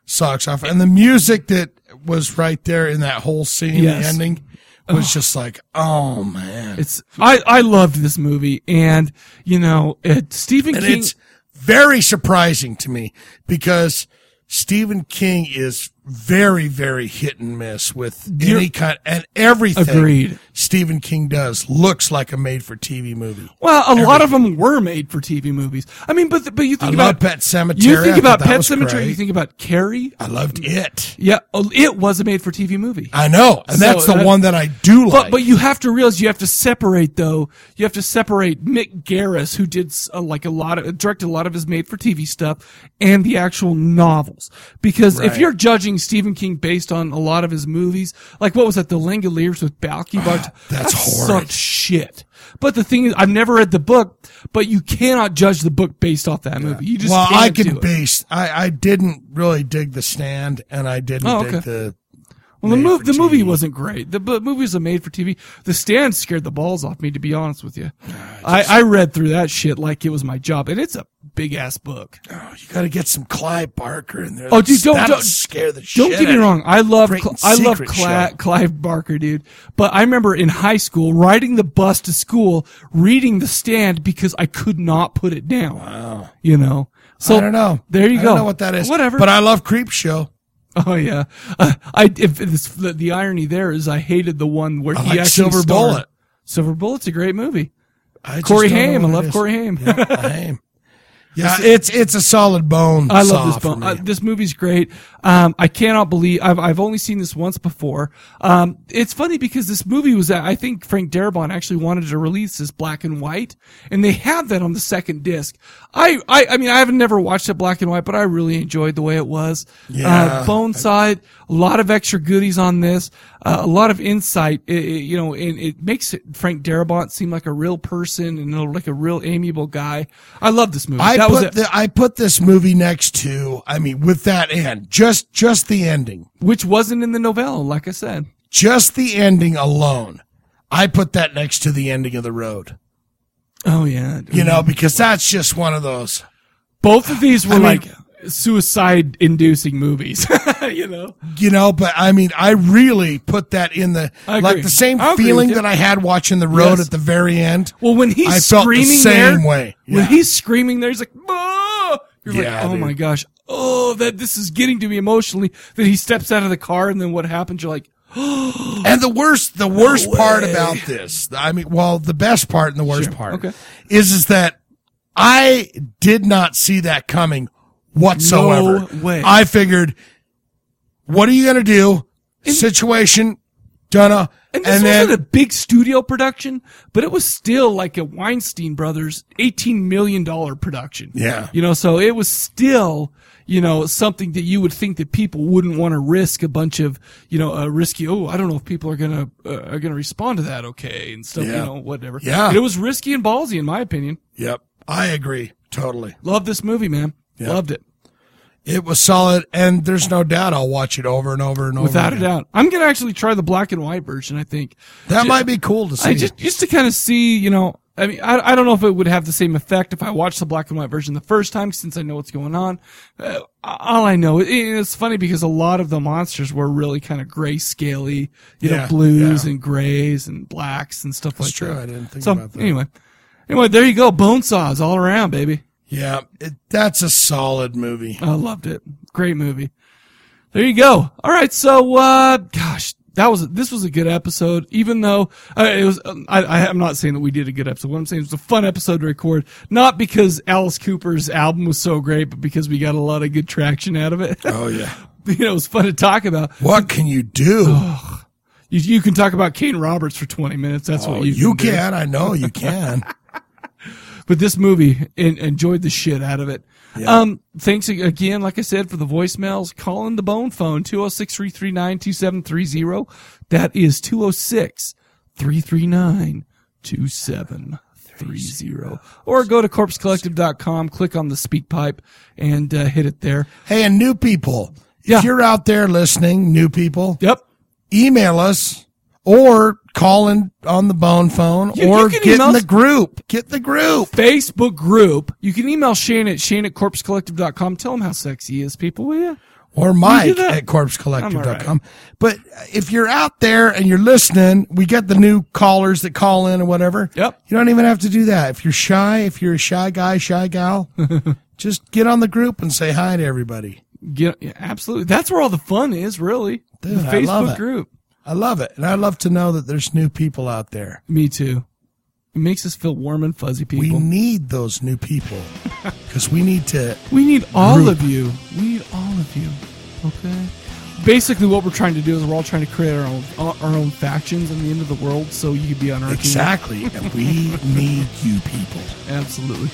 Speaker 2: socks off. And the music that was right there in that whole scene,
Speaker 1: Yes.
Speaker 2: the ending, was just like, oh man.
Speaker 1: It's I I loved this movie, and you know it, Stephen
Speaker 2: And
Speaker 1: King.
Speaker 2: It's very surprising to me because Stephen King is very, very hit and miss with
Speaker 1: You're-
Speaker 2: any kind and everything.
Speaker 1: Agreed.
Speaker 2: Stephen King does looks like a made for TV movie.
Speaker 1: Well, a lot of them were made for TV movies. I mean, but but you think
Speaker 2: I
Speaker 1: about
Speaker 2: love Pet Sematary.
Speaker 1: You think
Speaker 2: I thought
Speaker 1: about
Speaker 2: that
Speaker 1: Pet
Speaker 2: was
Speaker 1: Cemetery.
Speaker 2: great.
Speaker 1: You think about Carrie.
Speaker 2: I loved it.
Speaker 1: Yeah, oh, it was a made-for-TV movie.
Speaker 2: I know, and that's the one that I do
Speaker 1: But
Speaker 2: like.
Speaker 1: but you have to realize you have to separate though. You have to separate Mick Garris, who did uh, like a lot of directed a lot of his made-for-TV stuff, and the actual novels. Because if
Speaker 23: Right.
Speaker 1: you're judging Stephen King based on a lot of his movies, like what was that, The Langoliers with Balky
Speaker 2: Ah,
Speaker 1: Bart? that's that
Speaker 23: horrid.
Speaker 1: sucked shit. But the thing is, I've never read the book, but you cannot judge the book based off that movie. You just
Speaker 2: well,
Speaker 1: can't
Speaker 2: I
Speaker 1: do
Speaker 2: can
Speaker 1: it.
Speaker 2: base. I I didn't really dig the stand, and I didn't
Speaker 1: Oh,
Speaker 2: dig
Speaker 1: okay.
Speaker 2: the.
Speaker 1: Well, the, mov- the movie wasn't great. The bu- movies are made for TV. The stand scared the balls off me, to be honest with you. I, I read through that shit like it was my job, and it's a big ass book.
Speaker 2: You got to get some Clive Barker in there.
Speaker 1: Oh, dude, don't
Speaker 2: That'll
Speaker 1: don't
Speaker 2: scare the
Speaker 1: Don't
Speaker 2: shit.
Speaker 1: get me
Speaker 2: out of
Speaker 1: wrong.
Speaker 2: you.
Speaker 1: I love
Speaker 2: Great
Speaker 1: Cl- I love
Speaker 2: Secret
Speaker 1: Cla-
Speaker 2: Show.
Speaker 1: Clive Barker, dude. But I remember in high school riding the bus to school, reading The Stand because I could not put it down. Wow. You know. So
Speaker 2: I don't know.
Speaker 1: There you
Speaker 2: I
Speaker 1: go.
Speaker 2: don't know what that is.
Speaker 1: Whatever.
Speaker 2: But I love Creep Show.
Speaker 1: Oh yeah. Uh, I if it's, the, the irony there is I hated the one where
Speaker 2: I
Speaker 1: he
Speaker 2: like
Speaker 1: actually
Speaker 2: Silver
Speaker 1: starred.
Speaker 2: Bullet.
Speaker 1: Silver Bullet's a great movie.
Speaker 2: I just
Speaker 1: Corey
Speaker 2: don't know
Speaker 1: Haim. I
Speaker 2: what it
Speaker 1: love
Speaker 2: is.
Speaker 1: Corey Haim.
Speaker 2: Yeah, Haim. Yeah, it's it's a solid bone.
Speaker 1: Uh, I
Speaker 2: saw
Speaker 1: love this
Speaker 2: for
Speaker 1: bone.
Speaker 2: me.
Speaker 1: Uh, this movie's great. Um, I cannot believe I've I've only seen this once before. Um, it's funny because this movie was uh, I think Frank Darabont actually wanted to release this black and white, and they had that on the second disc. I I, I mean I haven't never watched it black and white, but I really enjoyed the way it was.
Speaker 23: Yeah.
Speaker 1: Uh, bone side, a lot of extra goodies on this, uh, a lot of insight. i i you know, and it makes Frank Darabont seem like a real person and like a real amiable guy. I love this movie.
Speaker 2: I
Speaker 1: that was
Speaker 2: put
Speaker 1: it.
Speaker 2: the, I put this movie next to. I mean, with that end, just just the ending,
Speaker 1: which wasn't in the novella, like I said.
Speaker 2: Just the ending alone, I put that next to the ending of the road.
Speaker 1: Oh yeah,
Speaker 2: you know because that's just one of those.
Speaker 1: Both of these were
Speaker 2: I mean-
Speaker 1: like suicide inducing movies. you know,
Speaker 2: You know, but I mean, I really put that in the
Speaker 1: I agree.
Speaker 2: like the same
Speaker 1: I agree
Speaker 2: feeling
Speaker 1: with you.
Speaker 2: that I had watching the road
Speaker 1: Yes.
Speaker 2: at the very end.
Speaker 1: Well, when he's
Speaker 2: I felt the
Speaker 1: screaming
Speaker 2: same
Speaker 1: there,
Speaker 2: way.
Speaker 1: when
Speaker 2: Yeah.
Speaker 1: he's screaming there, he's like, "Ah!" you're
Speaker 2: Yeah,
Speaker 1: like, oh
Speaker 2: dude.
Speaker 1: my gosh, oh that this is getting to me emotionally. That he steps out of the car, and then what happens? You're like, oh,
Speaker 2: and the worst, the worst part
Speaker 1: way.
Speaker 2: about this, I mean, well, the best part and the worst part
Speaker 1: okay.
Speaker 2: is is that I did not see that coming whatsoever.
Speaker 1: No way.
Speaker 2: I figured, what are you gonna do? Situation, dunno.
Speaker 1: And this wasn't a big studio production, but it was still like a Weinstein Brothers eighteen million dollar production.
Speaker 2: Yeah.
Speaker 1: you know, so it was still you know something that you would think that people wouldn't want to risk a bunch of you know uh, risky. Oh, I don't know if people are gonna uh, are gonna respond to that okay and stuff. You
Speaker 2: Yeah.
Speaker 1: know, whatever.
Speaker 2: Yeah.
Speaker 1: it was risky and ballsy in my opinion.
Speaker 2: Yep. I agree totally.
Speaker 1: Love this movie, man. Loved it.
Speaker 2: It was solid, and there's no doubt I'll watch it over and over and over.
Speaker 1: Without a
Speaker 2: again.
Speaker 1: doubt, I'm gonna actually try the black and white version. I think
Speaker 2: That
Speaker 1: Ju-
Speaker 2: might be cool to see.
Speaker 1: I just just to kind of see, you know. I mean, I, I don't know if it would have the same effect if I watched the black and white version the first time, since I know what's going on. Uh, all I know, it, it's funny because a lot of the monsters were really kind of grayscaley, you know,
Speaker 2: Yeah,
Speaker 1: blues and grays and blacks and stuff
Speaker 2: That's
Speaker 1: like
Speaker 2: true,
Speaker 1: that.
Speaker 2: I didn't think
Speaker 1: so,
Speaker 2: about that.
Speaker 1: Anyway, anyway, there you go. Bone saws all around, baby.
Speaker 2: Yeah, it, that's a solid movie.
Speaker 1: I loved it. Great movie. There you go. All right. So, uh, gosh, that was, this was a good episode, even though uh, it was, um, I, I, I'm not saying that we did a good episode. What I'm saying is it was a fun episode to record, not because Alice Cooper's album was so great, but because we got a lot of good traction out of it.
Speaker 2: Oh, yeah.
Speaker 1: you know, it was fun to talk about.
Speaker 2: What can you do?
Speaker 1: you, you can talk about Kane Roberts for 20 minutes. That's
Speaker 2: Oh,
Speaker 1: what you,
Speaker 2: you
Speaker 1: can. do.
Speaker 2: can. I know you can.
Speaker 1: but this movie en- enjoyed the shit out of it.
Speaker 14: Yeah.
Speaker 1: Um, thanks ag- again, like I said, for the voicemails. Call in the bone phone 206 339 2730. That is 206 339 2730. Or go to corpsecollective.com, click on the speak pipe, and uh, hit it there.
Speaker 2: Hey, and new people, if you're out there listening, new people,
Speaker 1: yep,
Speaker 2: email us or call in on the bone phone
Speaker 1: You- you
Speaker 2: or
Speaker 1: can
Speaker 2: get
Speaker 1: email
Speaker 2: in the
Speaker 1: us-
Speaker 2: group. Get the group.
Speaker 1: Facebook group. You can email Shane at Shane at corpsecollective.com. Tell him how sexy he is, people, will you?
Speaker 2: Or
Speaker 1: You do
Speaker 2: Mike
Speaker 1: that?
Speaker 2: at corpsecollective.com.
Speaker 1: I'm
Speaker 2: But if you're out there and you're listening, we get the new callers that call in and whatever. Yep. You don't even have to do that. If you're shy, if you're a shy guy, shy gal, just get on the group and say hi to everybody.
Speaker 1: Get, yeah, absolutely. That's where all the fun is, really.
Speaker 2: Dude,
Speaker 1: the
Speaker 2: I
Speaker 1: Facebook
Speaker 2: love it.
Speaker 1: group.
Speaker 2: I love it. And I love to know that there's new people out there.
Speaker 1: Me too. It makes us feel warm and fuzzy, people.
Speaker 2: We need those new people because we need to.
Speaker 1: We need all
Speaker 2: group.
Speaker 1: of you. We need all of you. Okay. Basically, what we're trying to do is we're all trying to create our own uh, our own factions in the end of the world, so you could be on our team.
Speaker 2: Exactly. and we need you people.
Speaker 1: Absolutely.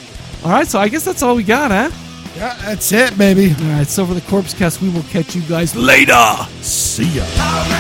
Speaker 1: All right, so I guess that's all we got, huh?
Speaker 2: Yeah, that's it, baby.
Speaker 1: All right, so for the Corpse Cast, we will catch you guys later.
Speaker 2: See ya.
Speaker 14: Alright.